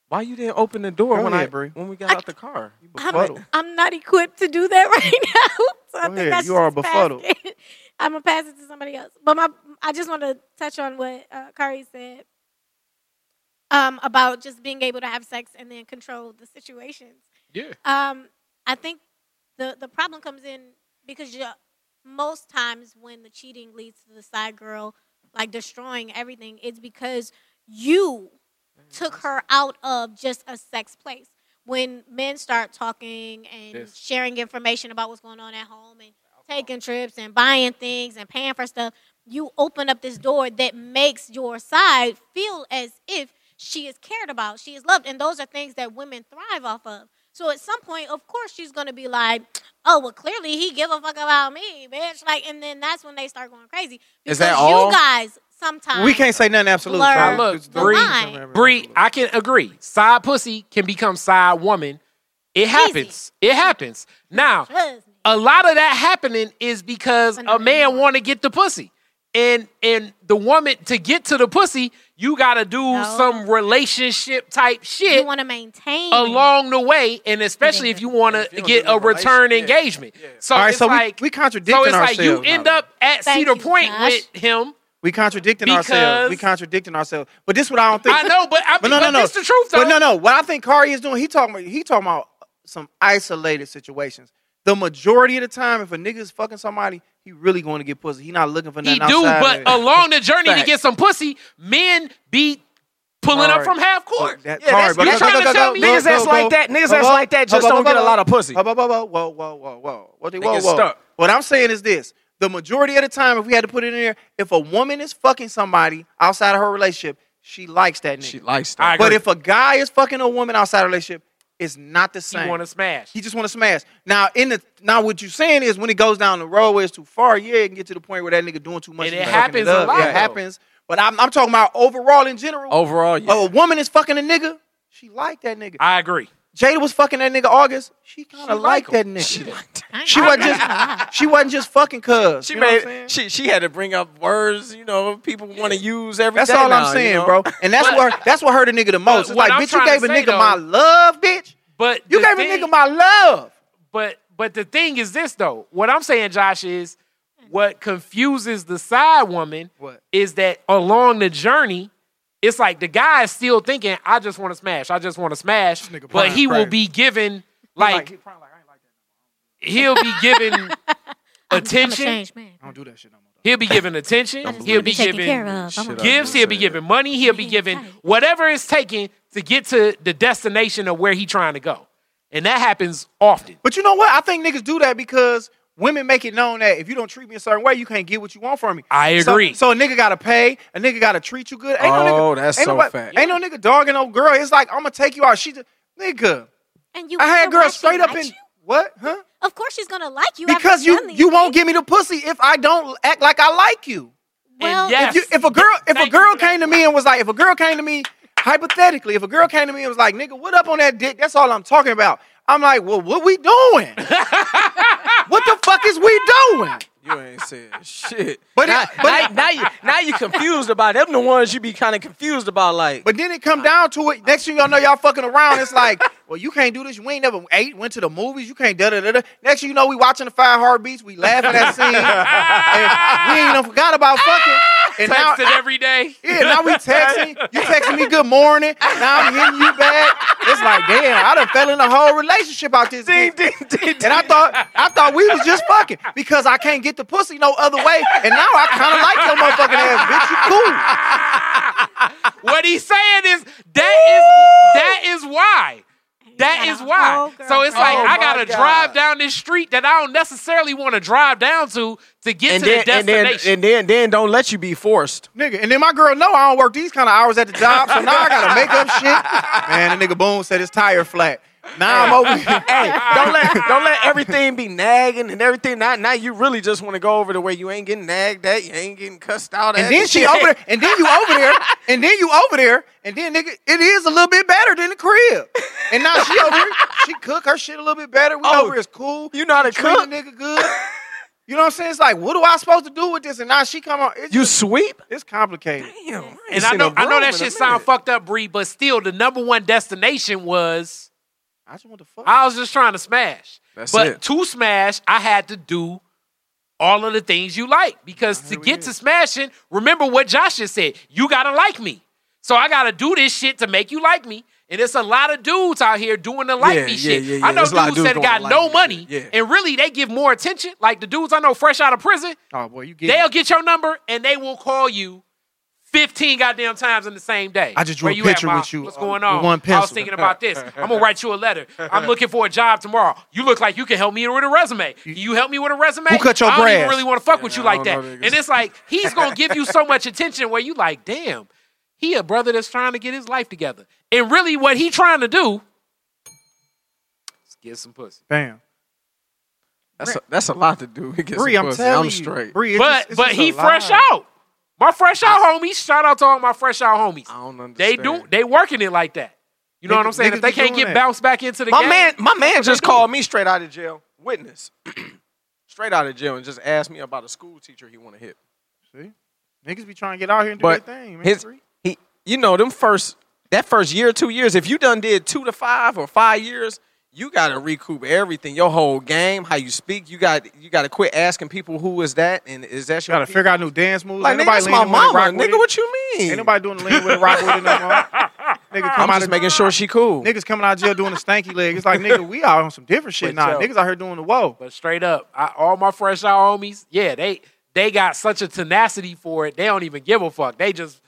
S5: Why you didn't open the door
S2: Go
S5: when
S2: ahead,
S5: I
S2: Bree.
S5: when we got out the car?
S2: You befuddled.
S3: I'm, I'm not equipped to do that right now. So I
S2: Go
S3: think
S2: ahead.
S3: I should
S2: You are
S3: just pass
S2: befuddled.
S3: it. I'm gonna pass it to somebody else. But my, I just want to touch on what uh, Kari said um, about just being able to have sex and then control the situations.
S4: Yeah.
S3: Um, I think the the problem comes in because you most times when the cheating leads to the side girl like destroying everything, it's because you took her out of just a sex place. When men start talking and
S4: Yes.
S3: sharing information about what's going on at home and taking trips and buying things and paying for stuff, you open up this door that makes your side feel as if she is cared about, she is loved. And those are things that women thrive off of. So at some point, of course, she's gonna be like, "Oh, well, clearly he give a fuck about me, bitch." Like, and then that's when they start going crazy because
S5: Is that all?
S3: you guys sometimes
S2: We can't say nothing absolute. so
S3: Blur
S4: Look,
S2: it's
S4: the
S2: Bree.
S3: line.
S4: Bree, I can agree. Side pussy can become side woman. It happens. It happens. Now,
S3: Trust me.
S4: a lot of that happening is because a man want to get the pussy. And and the woman to get to the pussy, you gotta do
S3: No.
S4: some relationship type shit
S3: you want to maintain
S4: along the way, and especially if you want to get a return engagement. So
S2: All right,
S4: it's
S2: so we-
S4: like
S2: we contradicting
S4: So it's like you
S2: ourselves now,
S4: end
S2: though.
S4: up at
S3: Thank
S4: Cedar
S3: you,
S4: Point
S3: Josh.
S4: with him.
S2: We contradicting ourselves. We
S4: Because-
S2: contradicting ourselves. But this is what I don't think.
S4: I know, but I mean, but this the truth,
S2: But
S4: though.
S2: no, no. What I think Kari is doing, he talking about he talking about some isolated situations. The majority of the time, if a nigga is fucking somebody, he really going to get pussy. He not looking for
S4: He
S2: nothing.
S4: do,
S2: outside
S4: but
S2: of it.
S4: along the journey to
S5: Facts.
S4: get some pussy, men be pulling up
S2: Alright.
S4: from half court.
S2: That-
S5: Yeah,
S2: Kari,
S5: that's-
S2: but
S4: you
S2: go,
S4: trying
S2: go,
S4: to
S2: go,
S4: tell
S2: go,
S4: me-
S2: go,
S4: Niggas
S2: go,
S5: that's
S2: go.
S5: like that- niggas
S2: Go,
S5: that's
S2: go,
S5: like that
S2: go,
S5: just
S2: go,
S5: don't
S2: go,
S5: get a
S2: go.
S5: lot of pussy.
S2: Whoa, whoa, whoa, whoa, whoa, whoa, whoa. What, they- whoa,
S5: Niggas
S2: whoa.
S5: stuck.
S2: What I'm saying is this: the majority of the time, if we had to put it in there, if a woman is fucking somebody outside of her relationship, she likes that nigga.
S5: She likes
S4: I
S5: that.
S4: agree.
S2: But if a guy is fucking a woman outside a relationship, it's not the same.
S4: You want to smash?
S2: He just want to smash. Now in the now, what you saying is when it goes down the road where it's too far, yeah, it can get to the point where that nigga doing too much.
S4: And
S2: he's
S4: it
S2: fucking
S4: happens a
S2: up.
S4: lot,
S2: Yeah,
S4: though.
S2: It happens. But I'm, I'm talking about overall in general.
S5: Overall, yeah.
S2: Oh, A woman is fucking a nigga. She liked that nigga.
S4: I agree.
S2: Jada was fucking that nigga August. She kind of liked that nigga. She, wasn't just she wasn't just fucking cuz.
S5: She
S2: You know what I'm
S5: made
S2: saying?
S5: she she had to bring up words you know people want to use every
S2: That's
S5: day
S2: all
S5: now,
S2: I'm
S5: you
S2: saying,
S5: know?
S2: bro. And that's what that's what hurt a nigga the most. It's
S4: what
S2: like,
S4: I'm
S2: bitch, you
S4: trying
S2: gave
S4: to
S2: a
S4: say,
S2: nigga my
S4: though-
S2: love, bitch.
S4: But
S2: You
S4: the
S2: gave
S4: thing-
S2: a nigga my love.
S4: But but the thing is this though. What I'm saying, Josh, is what confuses the side woman
S2: What?
S4: is that along the journey, it's like the guy is still thinking, "I just want to smash. I just want to smash," but
S2: Brian
S4: he will
S2: crazy.
S4: be given like, he'll be given
S3: I'm a
S4: attention.
S3: changed man.
S2: I don't do that shit no more.
S4: He'll be given attention. He'll be
S3: taken care
S4: given
S3: of. I'm a-
S4: gifts. He'll be giving money. He'll be giving whatever it's taking to get to the destination of where he's trying to go, and that happens often.
S2: But you know what? I think niggas do that because women make it known that if you don't treat me a certain way, you can't get what you want from me.
S4: I
S2: So-
S4: agree.
S2: So, a nigga gotta pay. A nigga gotta treat you good. Ain't no
S5: Oh,
S2: nigga,
S5: that's
S2: ain't
S5: so
S2: nobody-
S5: fact.
S2: Ain't no nigga dogging no girl. It's like I'm gonna take you out. She just nigga.
S3: And you,
S2: I had
S3: wonder why
S2: girls
S3: she
S2: straight up
S3: likes
S2: in
S3: you?
S2: what? Huh?
S3: Of course, she's gonna like you after
S2: Because
S3: you've
S2: you
S3: done these
S2: you won't
S3: things.
S2: give me the pussy if I don't act like I like you.
S3: Well,
S4: yes.
S2: If you if a girl if a
S4: Thank
S2: girl
S4: you.
S2: came to me and was like if a girl came to me hypothetically if a girl came to me and was like nigga what up on that dick that's all I'm talking about I'm like well what we doing what the fuck is we doing
S5: You ain't said shit.
S2: But it-
S5: now,
S2: but
S5: now,
S2: it-
S5: now you now you confused about them. The ones you be kind of confused about, like
S2: but then it come down to it next thing y'all know y'all fucking around it's like well you can't do this you ain't never ate went to the movies you can't da da da da next thing you know we watching the five heartbeats we laughing at scene and we ain't even forgot about fucking and now,
S4: texted every day.
S2: Yeah, now we texting. You texting me good morning. Now I'm hitting you back. It's like, damn, I done fell in a whole relationship out this bitch. And I thought I thought we was just fucking because I can't get the pussy no other way. And now I kind of like your motherfucking ass, bitch. You cool.
S4: What he's saying is, So it's like
S5: Oh
S4: I gotta drive down this street that I don't necessarily want to drive down to to get
S5: and
S4: to
S5: then,
S4: the
S5: and then
S4: destination.
S5: and then then don't let you be forced.
S2: Nigga, and then my girl know I don't work these kind of hours at the job, so now I gotta make up shit. Man, the nigga Boone said his tire flat. Now I'm over here.
S5: Hey, don't let don't let everything be nagging and everything. Now, now you really just want to go over to where you ain't getting nagged at, you ain't getting cussed out at.
S2: And then she over there, and then you over there, and then you over there, and then nigga, it is a little bit better than the crib. And now she over here, she cook her shit a little bit better. We
S5: Oh,
S2: over here, it's cool.
S5: you know how to
S2: Treat the
S5: cook?
S2: nigga good. You know what I'm saying? It's like, what do I supposed to do with this? And now she come on. It's,
S5: You sweep?
S2: it's complicated.
S5: Damn. ain't
S4: And I
S5: seen
S4: know
S5: a
S4: I know
S5: broom
S4: that
S5: in a
S4: shit sound
S5: minute.
S4: fucked up, Bree, but still the number one destination was
S2: I just want to fuck.
S4: I was just trying to smash.
S5: That's
S4: but
S5: it.
S4: to smash, I had to do all of the things you like because to get to smashing, remember what Josh just said. You gotta like me, so I gotta do this shit to make you like me. And it's a lot of dudes out here doing the like
S5: Yeah,
S4: me
S5: yeah,
S4: shit.
S5: yeah, yeah.
S4: I know
S5: There's a lot
S4: dudes
S5: of
S4: that
S5: dudes
S4: got
S5: doing the like
S4: no
S5: me
S4: money,
S5: shit, yeah.
S4: and really they give more attention. Like the dudes I know fresh out of prison,
S2: oh boy, you get.
S4: they'll get your number and they will call you 15 goddamn times in the same day.
S2: I just drew
S4: Where
S2: a
S4: at,
S2: picture
S4: Ma?
S2: with you,
S4: What's
S2: uh,
S4: going
S2: with
S4: on?
S2: one
S4: I was
S2: pencil.
S4: thinking about this. I'm gonna write you a letter. I'm looking for a job tomorrow. You look like you can help me with a resume. Can you help me with a resume?
S2: Who cut your
S4: I don't even
S2: grass?
S4: really want to fuck with you
S5: I
S4: like
S5: don't
S4: that.
S5: know, niggas.
S4: And it's like he's gonna give you so much attention where you like, damn, he a brother that's trying to get his life together. And really, what he trying to do is get some pussy.
S2: Bam.
S5: That's a, that's a lot to do. It gets
S2: Bree,
S5: some
S2: I'm
S5: pussy.
S2: telling
S5: I'm
S2: you.
S5: straight.
S2: Bree, it's
S4: but
S2: just- it's
S4: but
S2: just
S4: he
S2: a lot.
S4: fresh out. My fresh out homies. Shout out to all my fresh out homies.
S5: I don't understand.
S4: They do. They working it like that. You know what I'm
S2: Niggas-
S4: saying? If
S2: niggas
S4: they
S2: be
S4: can't
S2: doing
S4: get
S2: that.
S4: bounced back into the
S5: My
S4: game,
S5: man, my man just
S4: they
S5: called me straight out of jail. Witness, straight out of jail, and just asked me about a school teacher he want to hit.
S2: See? Niggas be trying to get out here and do
S5: But
S2: their thing, man.
S5: his,
S2: Bree.
S5: he, you know, them first that first year, two years. If you done did two to five or five years, you got to recoup everything, your whole game, how you speak. You got you got to quit asking people who is that and is that
S2: Gotta
S5: your people?
S2: figure out new dance moves.
S5: like
S2: Ain't
S5: nigga,
S2: nobody
S5: that's my
S2: leaning with it,
S5: mama,
S2: rock with
S5: nigga.
S2: it.
S5: What you mean?
S2: Ain't nobody doing the lean with it, rock with it no more. Nigga
S5: I'm
S2: come out
S5: just
S2: of
S5: making sure she cool.
S2: Niggas coming out of jail doing the stanky leg. It's like, nigga, we out on some different shit
S4: But
S2: now.
S4: yo-
S2: Niggas out here doing the whoa.
S4: But uh, straight up, I, all my fresh out homies, yeah, they they got such a tenacity for it. They don't even give a fuck. They just,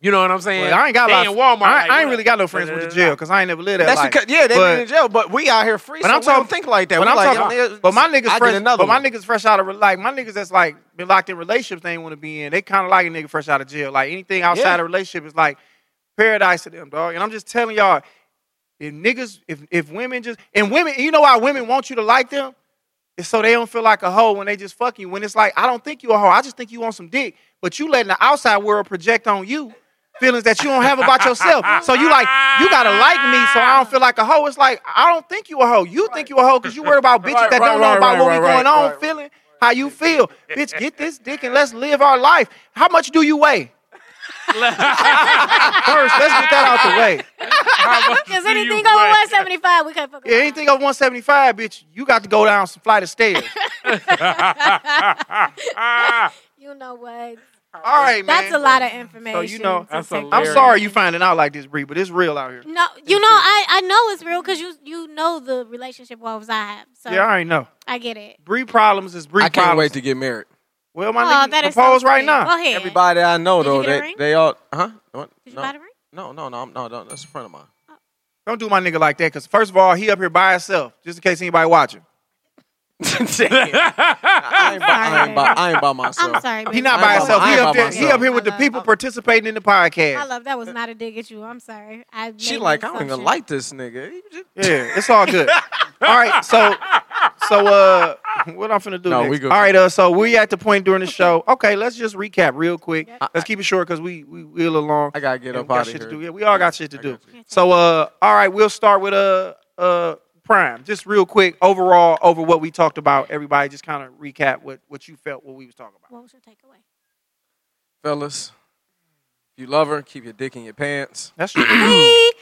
S4: you know what I'm saying?
S2: But I ain't got
S4: they
S2: a lot.
S4: in Walmart.
S2: I,
S4: like,
S2: I ain't
S4: what
S2: really
S4: up?
S2: got no friends with the jail because I ain't never lived that
S5: That's
S2: life.
S5: because yeah, they
S2: But-
S5: been in jail, but we out here free.
S2: But
S5: so
S2: I'm
S5: we
S2: talking,
S5: don't think like that.
S2: But
S5: We
S2: I'm
S5: like,
S2: talking,
S5: yo, nigga,
S2: but my niggas
S5: I
S2: fresh.
S5: did another
S2: but my
S5: one.
S2: niggas fresh out of like my niggas that's like been locked in relationships they ain't want to be in. They kind of like a nigga fresh out of jail. Like anything outside
S4: Yeah.
S2: of relationship is like paradise to them, dog. And I'm just telling y'all, if niggas, if if women just and women, you know why women want you to like them. It's so they don't feel like a hoe when they just fuck you. When it's like, I don't think you a hoe. I just think you want some dick. But you letting the outside world project on you feelings that you don't have about yourself. So you like, you gotta like me so I don't feel like a hoe. It's like, I don't think you a hoe. You think you a hoe because you worry about bitches
S7: Right,
S2: that
S7: right,
S2: don't know
S7: right,
S2: about
S7: right,
S2: what we
S7: right,
S2: going
S7: right,
S2: on,
S7: right.
S2: feeling how you feel. Bitch, get this dick and let's live our life. How much do you weigh? First, let's get that out the way.
S3: Because anything over 175, we can't fuck
S2: Yeah,
S3: around.
S2: anything over 175, bitch, you got to go down some flight of stairs.
S3: You know what?
S2: All right, man.
S3: That's a lot of information.
S2: you know,
S3: to
S4: that's
S3: take
S2: I'm
S4: hilarious.
S3: in.
S2: sorry you finding out like this, Bree, but it's real out here.
S3: No, you know, I, I know it's real because you you know the relationship woes I have. So
S2: Yeah, I already know.
S3: I get it.
S2: Bree problems is Bree
S5: I
S2: problems.
S5: can't wait to get married.
S2: Well, my
S3: Aw,
S2: nigga,
S3: Oh, that is so
S2: propose right
S3: sweet.
S2: now.
S3: Go ahead.
S5: Everybody I know
S3: Did you
S5: though,
S3: get a
S5: they
S3: ring?
S5: they all huh? What?
S3: Did you
S5: no.
S3: buy the ring?
S5: No, no, no, no, no, that's a friend of mine.
S2: Don't do my nigga like that, because first of all, he up here by himself, just in case anybody watching.
S5: I, ain't by, I, ain't by, I ain't by myself.
S3: I'm sorry.
S2: He
S3: baby.
S2: not
S5: I
S2: by
S5: ain't by
S2: himself.
S5: my- I
S2: He
S5: ain't
S2: up
S5: by
S2: there. He
S5: myself.
S2: up here with the
S3: I
S2: people
S3: love-
S2: participating in the
S3: My
S2: podcast.
S3: love, that was not a dig at you. I'm sorry. I
S5: She
S3: made
S5: like,
S3: an
S5: I don't even
S3: assumption.
S5: like this nigga. He just-
S2: Yeah, it's all good. all right, so so uh, what I'm finna do
S5: No,
S2: next?
S5: we good.
S2: All right, uh, so we at the point during the show. Okay, let's just recap real quick. Let's keep it short because we we we a little long.
S5: I gotta get
S2: and
S5: up
S2: we got
S5: out of
S2: shit
S5: here.
S2: To do. Yeah, we all got shit to
S5: I
S2: do.
S5: got
S2: So uh, all right, we'll start with uh uh prime. Just real quick, overall over what we talked about. Everybody, just kind of recap what what you felt what we was talking about.
S3: What was your takeaway?
S5: Fellas, if you love her, keep your dick in your pants.
S2: That's true. Hmm.
S3: He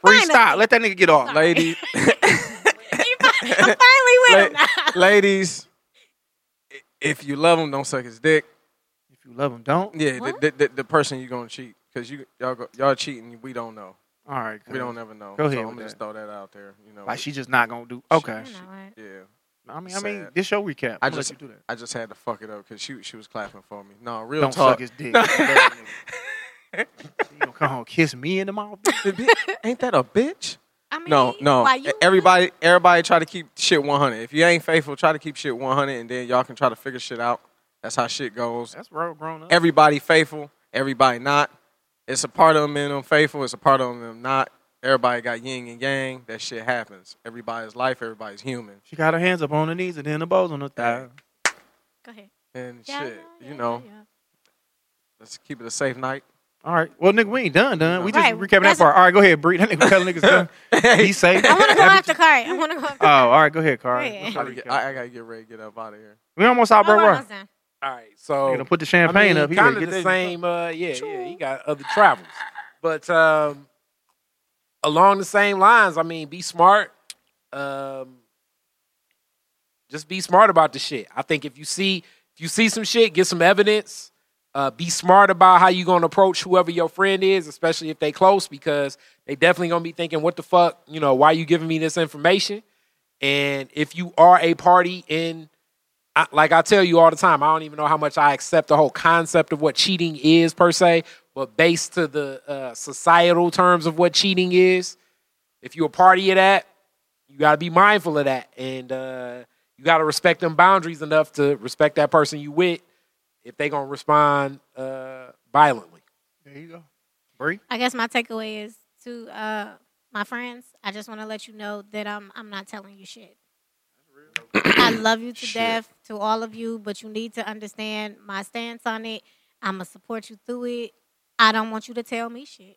S2: Free
S3: Finally.
S2: stop. Let that nigga get off.
S5: Ladies,
S3: he fin- I'm finally with him
S5: la-
S3: now.
S5: ladies, i- if you love him, don't suck his dick.
S2: If you love him, don't.
S5: Yeah, the, the, the, the person you gonna cheat because you y'all go, y'all cheating. We don't know.
S2: All right,
S5: We don't ever know.
S2: Go ahead
S5: So
S2: with
S5: I'm just
S2: that.
S5: throw that out there. You know.
S2: Like she just not gonna do. Okay.
S3: You know what?
S5: yeah.
S2: I mean, I
S5: Sad.
S2: mean, this your recap.
S5: I
S2: I'm gonna
S5: just
S2: let you do that.
S5: I just had to fuck it up because she she was clapping for me. No, real
S2: Don't
S5: talk.
S2: suck his dick. you gonna come home, kiss me in the mouth.
S5: The bi- Ain't that a bitch?
S3: I'm mean?
S5: No, no. E,
S3: Why, you-
S5: Everybody, everybody try to keep shit 100. If you ain't faithful, try to keep shit 100, and then y'all can try to figure shit out. That's how shit goes.
S2: That's real grown up.
S5: Everybody faithful, everybody not. It's a part of them and them faithful. It's a part of them not. Everybody got yin and yang. That shit happens. Everybody's life. Everybody's human.
S2: She got her hands up on her knees and then the bows on her thigh.
S3: Go ahead.
S5: And
S3: Yeah,
S5: shit,
S3: yeah,
S5: you know.
S3: yeah, yeah.
S5: Let's keep it a safe night.
S2: All right. Well, nigga, we ain't done, done. We just
S3: Right.
S2: recapping that
S3: That's-
S2: part. All right, go ahead, Bree. That nigga telling niggas done. Be safe.
S3: I want to go after Kari. I want to go after
S2: Oh, all right, go ahead, Carl.
S3: Go ahead.
S2: Let's
S5: I,
S2: try to
S5: gotta get-
S2: recap.
S5: I- I gotta get ready to get up out of here.
S2: We almost out, bro.
S3: I'm
S2: We're
S3: almost done.
S4: All right, so
S2: gonna put the champagne up. He
S4: Kind
S2: better
S4: of
S2: get
S4: the
S2: that-
S4: same. Uh, yeah, yeah. He got other travels, but um, along the same lines. I mean, be smart. Um, just be smart about the shit. I think if you see if you see some shit, get some evidence. Uh, be smart about how you gonna approach whoever your friend is, especially if they close, because they definitely gonna be thinking, "What the fuck? You know, why you giving me this information?" And if you are a party in I, like I tell you all the time, I don't even know how much I accept the whole concept of what cheating is per se, but based to the uh, societal terms of what cheating is, if you're a party of that, you got to be mindful of that, and uh, you got to respect them boundaries enough to respect that person you with if they gonna respond uh, violently.
S2: There you go. Bree.
S3: I guess my takeaway is to uh, my friends. I just want to let you know that I'm I'm not telling you shit. I love you to death to all of you, but you need to understand my stance on it. I'm gonna support you through it. I don't want you to tell me shit.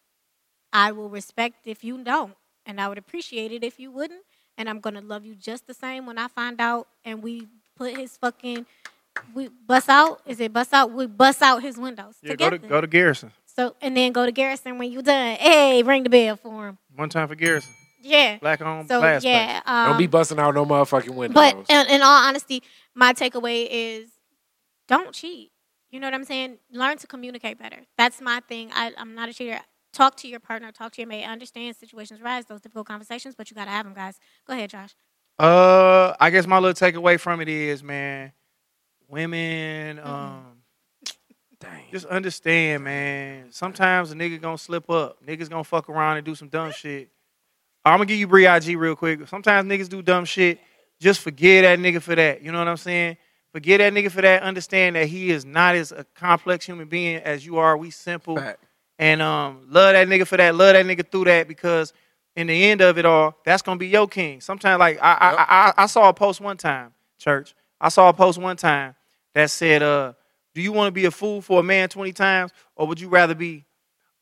S3: I will respect if you don't, and I would appreciate it if you wouldn't. And I'm gonna love you just the same when I find out. And we put his fucking we bust out. Is it bust out? We bust out his windows
S2: Yeah, go
S3: together.
S2: to go to Garrison.
S3: So and then go to Garrison when you done. Hey, ring the bell for him.
S2: One time for Garrison.
S3: Yeah.
S2: Black on
S3: So
S2: blast.
S3: yeah. Um,
S4: don't be busting out no motherfucking windows.
S3: but in, in all honesty, my takeaway is don't cheat. You know what I'm saying? Learn to communicate better. That's my thing. I, I'm not a cheater. Talk to your partner. Talk to your mate. I understand situations rise, those difficult conversations, but you gotta have them, guys. Go ahead, Josh.
S2: Uh, I guess my little takeaway from it is, man, women, um, just understand, man. Sometimes a nigga gonna slip up. Niggas gonna fuck around and do some dumb shit. I'm gonna give you Bree IG real quick. Sometimes niggas do dumb shit. Just forgive that nigga for that. You know what I'm saying? Forgive that nigga for that. Understand that he is not as a complex human being as you are. We simple.
S5: Fact.
S2: And um, love that nigga for that. Love that nigga through that because in the end of it all, that's gonna be your king. Sometimes, like I, I, I, I saw a post one time, church. I saw a post one time that said, "Uh, do you want to be a fool for a man twenty times, or would you rather be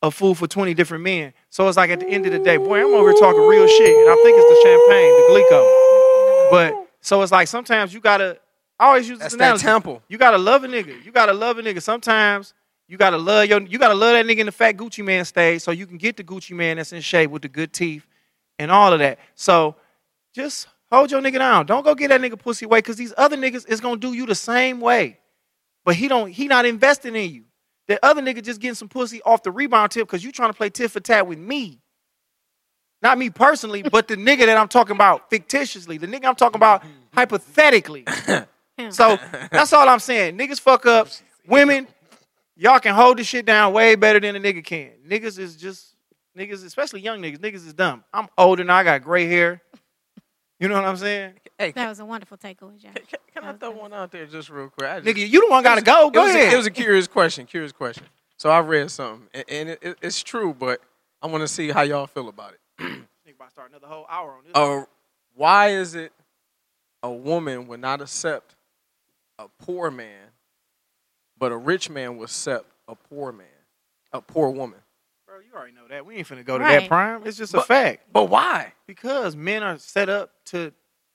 S2: a fool for twenty different men?" So it's like at the end of the day, boy, I'm over here talking real shit, and I think it's the champagne, the glico. But so it's like sometimes you gotta. I always use
S5: That's
S2: this
S5: that
S2: analogy.
S5: temple.
S2: You gotta love a nigga. You gotta love a nigga. Sometimes you gotta love your. You gotta love that nigga in the fat Gucci man stage, so you can get the Gucci man that's in shape with the good teeth, and all of that. So just hold your nigga down. Don't go get that nigga pussy away, cause these other niggas is gonna do you the same way. But he don't. He not investing in you. That other nigga just getting some pussy off the rebound tip, cause you trying to play tit for tat with me. Not me personally, but the nigga that I'm talking about fictitiously, the nigga I'm talking about
S5: Mm-hmm.
S2: hypothetically. so that's all I'm saying. Niggas fuck up. Women, y'all can hold this shit down way better than a nigga can. Niggas is just niggas, especially young niggas. Niggas is dumb. I'm older now. I got gray hair. You know what I'm saying,
S5: Hey,
S3: That was a wonderful takeaway, Josh.
S5: Can, can I throw one out there just real quick? I just-
S2: nigga? You the one gotta go.
S5: it
S2: Go
S5: was, a,
S2: ahead.
S5: it was a curious question. Curious question. So I read something, and, and it, it- it's true, but I want to see how y'all feel about it.
S2: Nigga about to start another whole hour on this.
S5: Uh, why is it a woman would not accept a poor man, but a rich man will accept a poor man, a poor woman?
S2: Bro, you already know that. We ain't finna go to that
S3: Right.
S2: prime. It's just a
S5: But-
S2: fact.
S5: But why?
S2: because men are set up to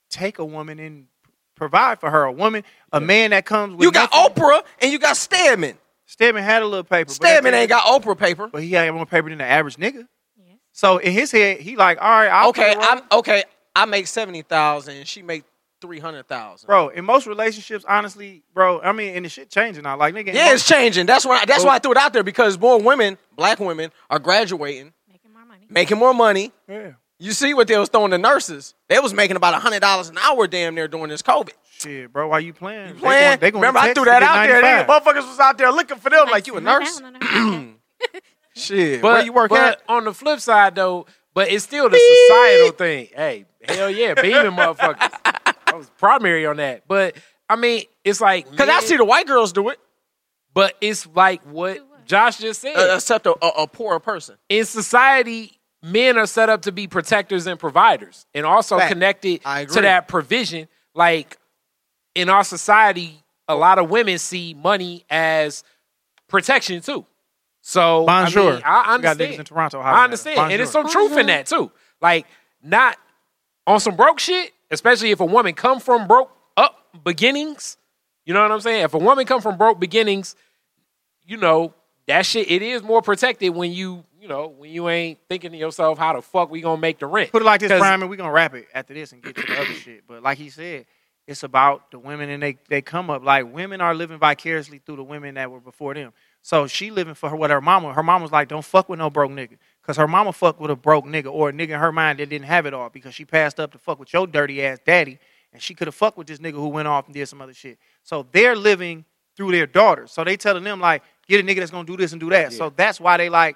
S2: take a woman and provide for her. A woman, a man that comes with
S5: You got
S2: nothing-
S5: Oprah and you got Stedman.
S2: Stedman had a little paper. but
S5: Stedman
S2: that-
S5: ain't got Oprah paper.
S2: but he had more paper than the average nigga.
S3: Yes.
S2: So in his head, he like, all right, I'll play
S5: Okay,
S2: the role.
S5: I'm okay. I make seventy thousand, and she make three hundred thousand.
S2: bro. In most relationships, honestly, bro, I mean, and the shit changing now. Like nigga, in
S5: Yeah,
S2: most-
S5: it's changing. That's why. That's why I threw it out there because more women, black women, are graduating,
S3: Making more money.
S5: making more money.
S2: yeah,
S5: You see what they was throwing the nurses? They was making about hundred dollars an hour, damn near during this COVID.
S2: shit, bro. Why you playing? You
S5: Man, remember I threw that out there. Then motherfuckers was out there looking for them like, you a
S3: Sit down
S5: nurse.
S3: on her.
S5: Shit,
S4: But
S5: where you work
S4: but
S5: at?
S4: on the flip side, though, But it's still the societal thing. Hey, hell yeah, beaming motherfuckers. I was primary on that. But I mean, it's like
S5: Because I
S4: men-
S5: see the white girls do it,
S4: But it's like what Josh just said.
S5: uh, except a, a, a poorer person.
S4: in society, men are set up to be protectors and providers, and also
S2: Fact.
S4: connected
S2: I
S4: to
S2: agree.
S4: that provision. Like in our society, a lot of women see money as protection too. So I,
S2: Bonjour.
S4: mean, I
S2: We got
S4: understand.
S2: niggas in Toronto hollering
S4: I
S2: at us.
S4: understand, and there's
S2: Bonjour.
S4: some truth in that too. Like not on some broke shit, especially if a woman come from broke up beginnings. You know what I'm saying? If a woman come from broke beginnings, you know that shit. It is more protected when you, you know, when you ain't thinking to yourself, "How the fuck we gonna make the rent?"
S2: Put it like this,
S4: 'Cause-
S2: Prime, and we're gonna wrap it after this and get to the other shit. But like he said, it's about the women and they they come up. Like women are living vicariously through the women that were before them. So she living for her what her mama. Her mama was like, don't fuck with no broke nigga. Cause her mama fucked with a broke nigga or a nigga in her mind that didn't have it all because she passed up to fuck with your dirty ass daddy. And she could have fucked with this nigga who went off and did some other shit. So they're living through their daughters. So they telling them like, get a nigga that's gonna do this and do that. So that's why they like,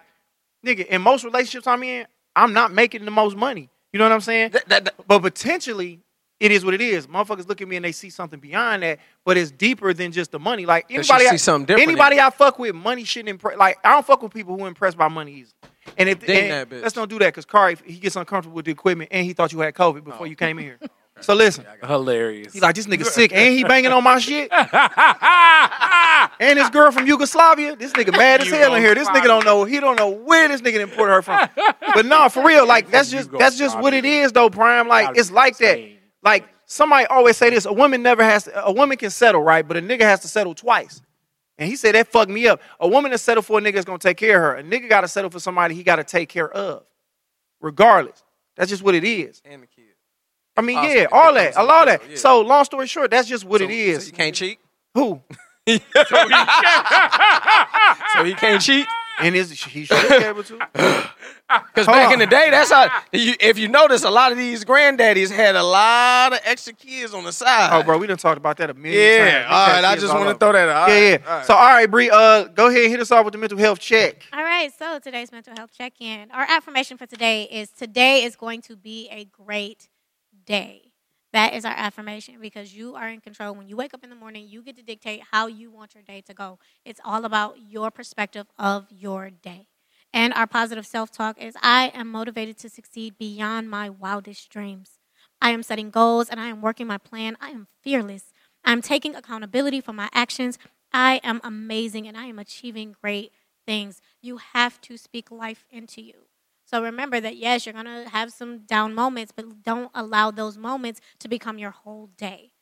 S2: nigga, in most relationships I'm in, I'm not making the most money. You know what I'm saying? but potentially, it is what it is. Motherfuckers look at me and they see something beyond that, but it's deeper than just the money. Like
S5: They should
S2: anybody, I,
S5: see something different in
S2: anybody I fuck with, money shouldn't impress. Like I don't fuck with people who are impressed by money easily. And if
S5: Dang
S2: and
S5: that bitch.
S2: let's don't do that, because Kari he gets uncomfortable with the equipment, and he thought you had COVID before you came in here. So listen,
S4: hilarious.
S2: he's like, this nigga sick, and he banging on my shit. And this girl from Yugoslavia, this nigga mad as hell in here. This nigga don't know. He don't know where this nigga imported her from. But no, for real, like that's just that's just what it is though, Prime. Like it's like that. Like somebody always say this: a woman never has to, a woman can settle right, but a nigga has to settle twice. And he said that fucked me up. A woman that settle for a nigga that's gonna take care of her. A nigga gotta settle for somebody he gotta take care of, regardless. That's just what it is.
S5: And the kid.
S2: I mean,
S5: Possibly.
S2: yeah, all that, all that.
S5: Yeah.
S2: So long story short, that's just what it
S5: So
S2: is.
S5: you can't cheat.
S2: Who?
S5: So he can't cheat.
S2: And is he should be able to?
S5: Because
S2: Hold
S5: back
S2: on.
S5: in the day, that's how. You, if you notice, a lot of these granddaddies had a lot of extra kids on the side.
S2: Oh, bro, we done talked about that a million times.
S5: Yeah.
S2: We've
S5: All
S2: had
S5: right. I
S2: kids
S5: just
S2: all
S5: want to
S2: over.
S5: throw that out.
S2: yeah, yeah. So, all right, Bree, uh, go ahead and hit us off with the mental health check.
S3: All right, so today's mental health check in. Our affirmation for today is today is going to be a great day. That is our affirmation because you are in control. When you wake up in the morning, you get to dictate how you want your day to go. It's all about your perspective of your day. And our positive self talk is I am motivated to succeed beyond my wildest dreams. I am setting goals and I am working my plan. I am fearless. I'm taking accountability for my actions. I am amazing and I am achieving great things. You have to speak life into you. So remember that, yes, you're going to have some down moments, but don't allow those moments to become your whole day.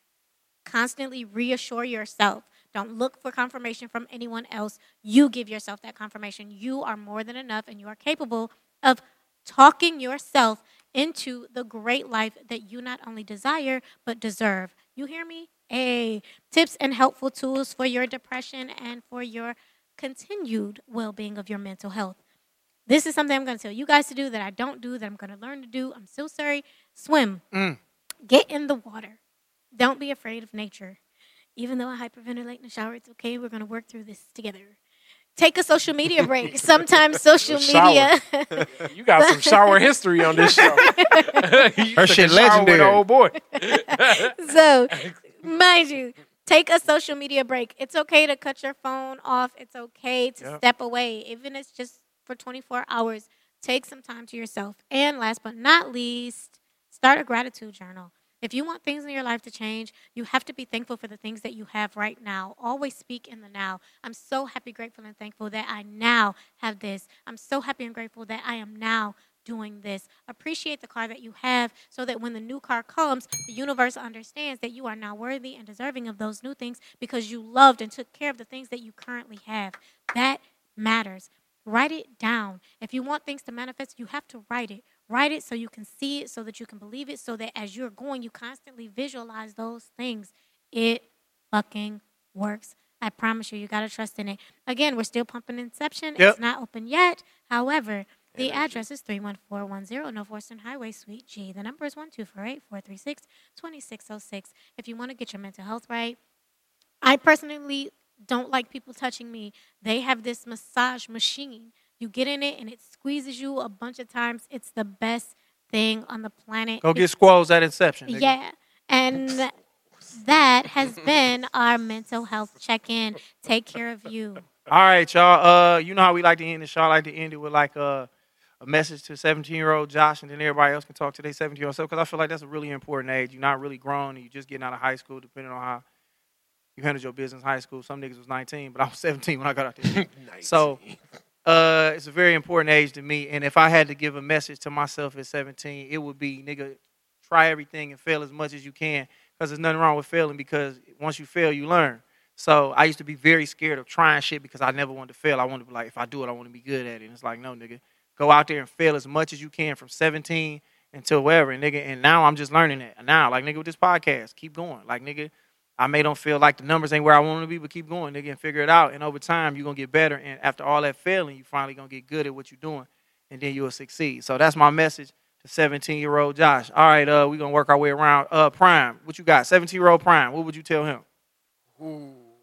S3: Constantly reassure yourself. Don't look for confirmation from anyone else. You give yourself that confirmation. You are more than enough and you are capable of talking yourself into the great life that you not only desire, but deserve. You hear me? Hey, tips and helpful tools for your depression and for your continued well being of your mental health. This is something I'm going to tell you guys to do that I don't do, that I'm going to learn to do. I'm so sorry. Swim, get in the water. Don't be afraid of nature. Even though I hyperventilate in the shower, it's okay. We're going to work through this together. Take a social media break. Sometimes social media.
S4: you got some shower history on this show. Her
S2: shit legendary.
S4: old boy.
S3: so, mind you, take a social media break. It's okay to cut your phone off. It's okay to step away, even if it's just for 24 hours. Take some time to yourself. And last but not least, start a gratitude journal. If you want things in your life to change, you have to be thankful for the things that you have right now. Always speak in the now. I'm so happy, grateful, and thankful that I now have this. I'm so happy and grateful that I am now doing this. Appreciate the car that you have so that when the new car comes, the universe understands that you are now worthy and deserving of those new things because you loved and took care of the things that you currently have. That matters. Write it down. If you want things to manifest, you have to write it. Write it so you can see it, so that you can believe it, so that as you're going, you constantly visualize those things. It fucking works. I promise you, you got to trust in it. Again, we're still pumping Inception.
S2: Yep.
S3: It's not open yet. However, the address is 31410 North Western Highway, Suite G. The number is 1248 436 2606. If you want to get your mental health right, I personally don't like people touching me. They have this massage machine You get in it and it squeezes you a bunch of times. It's the best thing on the planet.
S2: Go get
S3: It's-
S2: squalls at Inception. nigga.
S3: yeah. And that has been our mental health check in. Take care of you.
S2: All right, y'all. Uh, you know how we like to end this. Y'all like to end it with like a, a message to 17 year old Josh, and then everybody else can talk to their 17 year old self. Because I feel like that's a really important age. You're not really grown, and you're just getting out of high school, depending on how you handled your business in high school. Some niggas was 19, but I was 17 when I got out there. So, uh, it's a very important age to me. And if I had to give a message to myself at 17, it would be, nigga, try everything and fail as much as you can. Because there's nothing wrong with failing. Because once you fail, you learn. So I used to be very scared of trying shit because I never wanted to fail. I wanted to be like, if I do it, I want to be good at it. And it's like, no, nigga, go out there and fail as much as you can from 17 until wherever, nigga. And now I'm just learning it. Now, like, nigga, with this podcast, keep going. Like, nigga, I may don't feel like the numbers ain't where I want to be, but keep going, nigga, and figure it out. And over time, you're gonna get better. And after all that failing, you finally gonna get good at what you're doing, and then you'll succeed. So that's my message to 17 year old Josh. All right, uh, we're gonna work our way around. Uh, Prime, what you got? 17 year old Prime, what would you tell him?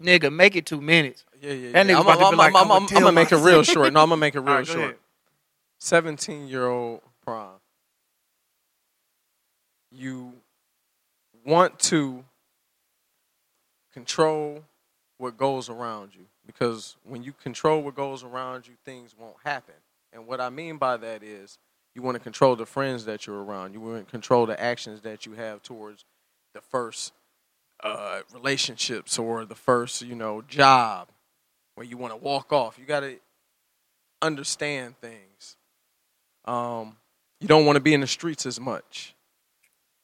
S2: Nigga, make it two minutes.
S5: Yeah, yeah.
S2: That
S5: yeah.
S2: nigga
S5: I'm,
S2: about to
S5: I'm,
S2: be like,
S5: I'm,
S2: I'ma
S5: I'm, I'm,
S2: tell
S5: gonna make it
S2: myself.
S5: real short. No, I'm gonna make it real
S2: All right, go ahead.
S5: short. 17 year old prime. You want to control what goes around you because when you control what goes around you, things won't happen. And what I mean by that is you want to control the friends that you're around, you want to control the actions that you have towards the first uh, relationships or the first, you know, job where you want to walk off. You got to understand things. Um, you don't want to be in the streets as much.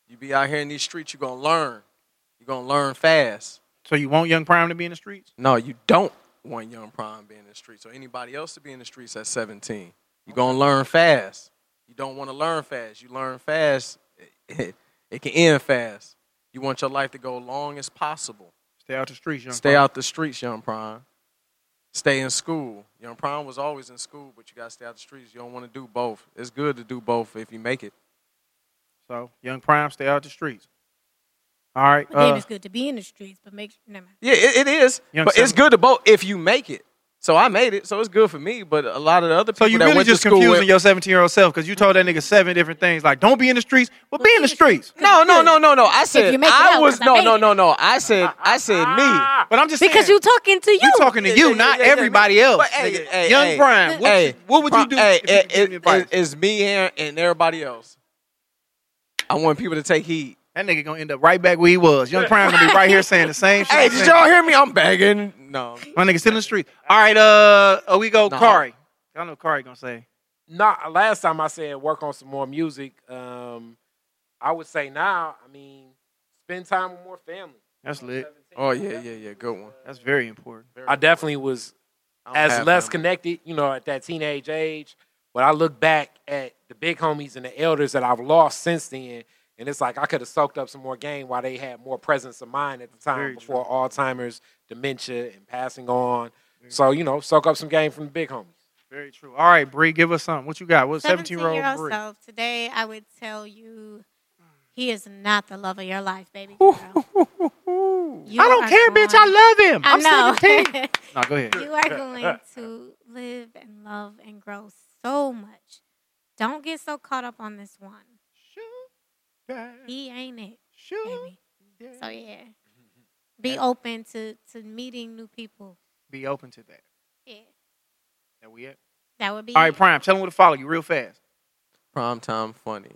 S5: You be out here in these streets, you're going to learn. You're going to learn fast.
S2: So you want young Prime to be in the streets?
S5: No, you don't want young prime being in the streets or anybody else to be in the streets at 17. You're going to learn fast. You don't want to learn fast. You learn fast, it, can end fast. You want your life to go long as possible.
S2: Stay out the streets, young.
S5: Stay
S2: Prime.
S5: out the streets, young prime. Stay in school. Young prime was always in school, but you got to stay out the streets. You don't want to do both. It's good to do both if you make it.
S2: So young Prime, stay out the streets. All right.
S3: But
S2: Uh,
S3: then it's good to be in the streets, but make sure. Never mind.
S5: Yeah, it, it is.
S2: Young
S5: but it's
S2: Sam-
S5: good to both if you make it. So I made it, so it's good for me. But a lot of the other
S2: So
S5: people
S2: you
S5: that
S2: really
S5: went to
S2: just
S5: school
S2: confusing
S5: with,
S2: your 17 year old self because you told that nigga seven different things like don't be in the streets, but be in the streets.
S5: No, no, no, no, no. I said
S3: you make it
S5: I
S3: out,
S5: was
S3: 'cause I
S5: no,
S3: made
S5: no,
S3: it.
S5: no, no. I said I said me.
S2: But I'm just
S3: Because
S2: saying,
S3: you talking to you.
S2: we talking to
S5: Yeah,
S2: Ah, you,
S5: yeah,
S2: not
S5: yeah, yeah,
S2: everybody
S5: yeah.
S2: else.
S5: But, hey,
S2: nigga.
S5: hey,
S2: young
S5: hey.
S2: Prime, what,
S5: Hey,
S2: you- what would you
S5: Prime-
S2: do?
S5: Hey,
S2: if you could
S5: it-
S2: give me
S5: it-
S2: advice?
S5: it- it's me here and everybody else. I want people to take heed.
S2: that nigga gonna end up right back where he was. Young Prime gonna be right here saying the same shit.
S5: Hey,
S2: I'm
S5: did
S2: saying.
S5: y'all hear me? I'm begging. No.
S2: My nigga still in the street. All right, uh, uh, we go
S5: No.
S2: Kari. Y'all know Kari gonna say.
S4: Nah, last time I said work on some more music. Um, I would say now, I mean, spend time with more family.
S2: That's lit.
S5: Oh yeah, yeah, yeah. Good one.
S2: That's very important.
S4: I definitely was
S5: I don't
S4: as
S5: have
S4: less
S5: them.
S4: connected, you know, at that teenage age. But I look back at the big homies and the elders that I've lost since then, and it's like I could have soaked up some more game while they had more presence of mind at the time
S2: Very
S4: before Alzheimer's, dementia, and passing on. So you know, soak up some game from the big homies.
S2: Very true. All right, Bree, give us something. What you got? What 17 year old
S3: 17-year-old
S2: Bree?
S3: self, today I would tell you he is not the love of your life, baby. girl. You
S2: I don't
S3: are
S2: care, bitch.
S3: going-
S2: I love him. I'm
S3: I know.
S2: 17. No, go ahead.
S3: you are going to live and love and grow so much. Don't get so caught up on this one. He ain't it, baby. So yeah,
S2: Mm-hmm.
S3: be open to to meeting new people.
S2: Be open to that.
S3: Yeah,
S2: That we it?
S3: that would be.
S2: All right,
S3: it.
S2: Prime, tell him where to follow you real fast.
S5: Prime time funny.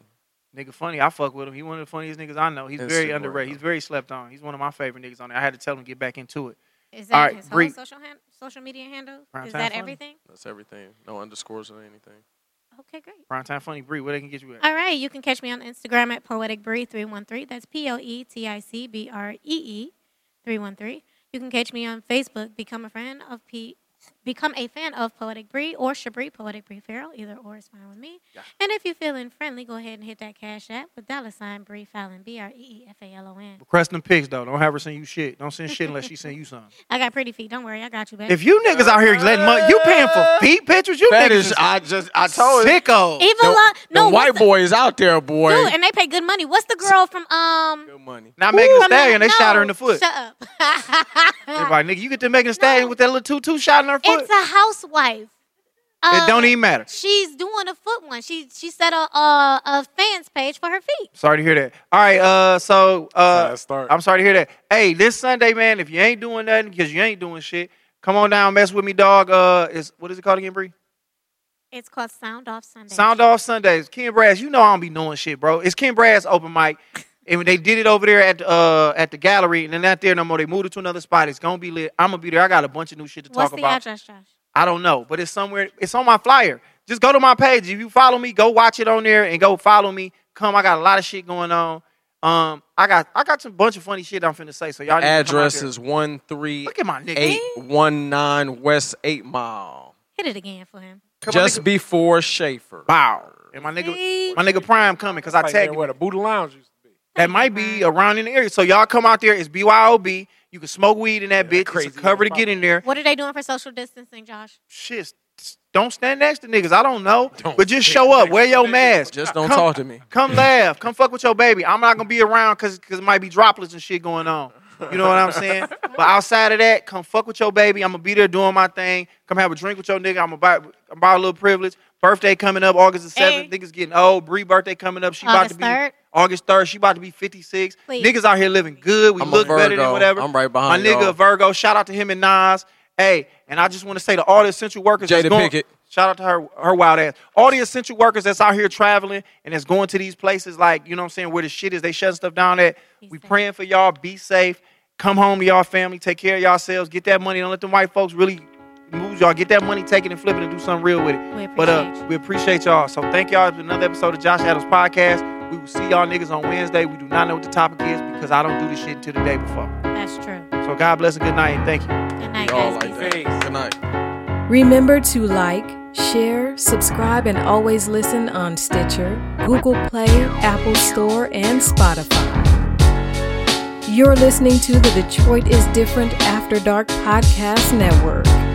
S2: Nigga funny, I fuck with him. He one of the funniest niggas I know. He's very
S5: Instagram.
S2: underrated. He's very slept on. He's one of my favorite niggas on there. I had to tell him to get back into it.
S3: Is
S2: all
S3: that
S2: right,
S3: his
S2: Bree.
S3: whole social hand, social media handle?
S2: Prime
S3: Is
S2: Time
S3: that
S2: Funny.
S3: everything?
S5: That's everything. No underscores or anything.
S3: Okay, great.
S2: Prime time funny, Bree, where they can get you at?
S3: All right, you can catch me on Instagram at Poetic Bree 313. That's P O E T I C B R E E 313. You can catch me on Facebook, become a fan of P become a fan of Poetic Bree or Shabri Poetic Bree Farrell. Either or is fine with me. And if you're feeling friendly, go ahead and hit that cash app with dollar sign Bree Fallon B R E E F A L O N.
S2: Request them pics though. Don't have her send you shit. Don't send shit unless she send you something.
S3: I got pretty feet. Don't worry, I got you, baby.
S2: If you niggas out here letting money, you paying for feet pictures. You
S5: That
S2: niggas
S5: is, I just, I told you.
S2: sicko.
S3: Even lo- no
S5: the white
S3: what's the-
S5: boy is out there, boy.
S3: Dude, and they pay good money. What's the girl from um?
S5: Good money.
S2: Not Megan Thee
S3: from
S2: Stallion. They
S3: no,
S2: shot her in the foot.
S3: Shut up.
S2: Everybody, nigga, you get to Megan Thee Stallion with that little tutu shot in her foot.
S3: It's a housewife. Uh,
S2: it don't even matter.
S3: She's doing a foot one. She she set a a, a fans page for her feet.
S2: Sorry to hear that. All right, uh, so uh,
S4: Sad start.
S2: I'm sorry to hear that. Hey, this Sunday, man, if you ain't doing nothing because you ain't doing shit, come on down, mess with me, dog. Uh, is what is it called again, Bree?
S3: It's called Sound Off Sunday.
S2: Sound off Sundays. Ken Brass, you know I don't be knowing shit, bro. It's Ken Brass open mic. And they did it over there at uh at the gallery, and they're not there no more. They moved it to another spot. It's gonna be lit. I'm gonna be there. I got a bunch of new shit to
S3: What's
S2: talk
S3: the
S2: about.
S3: address, Josh?
S2: I don't know, but it's somewhere. It's on my flyer. Just go to my page. If you follow me, go watch it on there and go follow me. Come, I got a lot of shit going on. Um, I got I got some bunch of funny shit I'm finna say. So y'all need to come out
S5: Address
S2: there.
S5: is one three
S2: Look at my nigga.
S5: eight one nine West Eight Mile,
S3: Hit it again for him.
S2: Come on,
S5: just
S2: nigga.
S5: before Schaefer.
S2: Bow. And my nigga,
S3: See?
S2: my nigga Prime coming because I
S4: Like, man,
S2: tagged him.
S4: where the Buddha Lounge used to be.
S2: that might be around in the area. So y'all come out there. It's BYOB. You can smoke weed in that bitch. it's
S4: crazy
S2: a cover to get in there.
S3: What are they doing for social distancing, Josh?
S2: Shit, s- don't stand next to niggas. I don't know, but just show up. Wear your mask.
S5: Just don't
S2: Come-
S5: talk to me.
S2: Come laugh. Come fuck with your baby. I'm not gonna be around because it might be droplets and shit going on. You know what I'm saying? but outside of that, come fuck with your baby. I'm gonna be there doing my thing. Come have a drink with your nigga. I'm about about a little privilege. Birthday coming up August the
S3: Hey.
S2: seventh. Niggas getting old. Bree birthday coming up. She
S3: August
S2: about to
S3: 3rd?
S2: be August third. She about to be 56.
S3: Please.
S2: Niggas out here living good. We
S5: I'm a
S2: look better than
S5: Virgo.
S2: whatever.
S5: I'm right behind
S2: my nigga
S5: y'all.
S2: Virgo. Shout out to him and Nas. Hey, and I just want to say to all the essential workers. that's
S5: Jada
S2: going-
S5: Pinkett.
S2: Shout out to her, her wild ass. All the essential workers that's out here traveling and that's going to these places, like, you know what I'm saying, where the shit is, they shutting stuff down at. We praying for y'all. Be safe. Come home to y'all family. Take care of yourselves. Get that money. Don't let them white folks really move y'all. Get that money, take it and flip it and do something real with it.
S3: We
S2: but
S3: appreciate
S2: uh,
S3: you.
S2: we appreciate y'all. So thank y'all for another episode of Josh Adams Podcast. We will see y'all niggas on Wednesday. We do not know what the topic is because I don't do this shit until the day before.
S3: That's true.
S2: So God bless and good night and thank you.
S3: Good night,
S5: Y'all
S3: guys.
S5: like
S3: Peace.
S5: that. Good night.
S6: Remember to like, share, subscribe, and always listen on Stitcher, Google Play, Apple Store, and Spotify. You're listening to the Detroit is Different After Dark Podcast Network.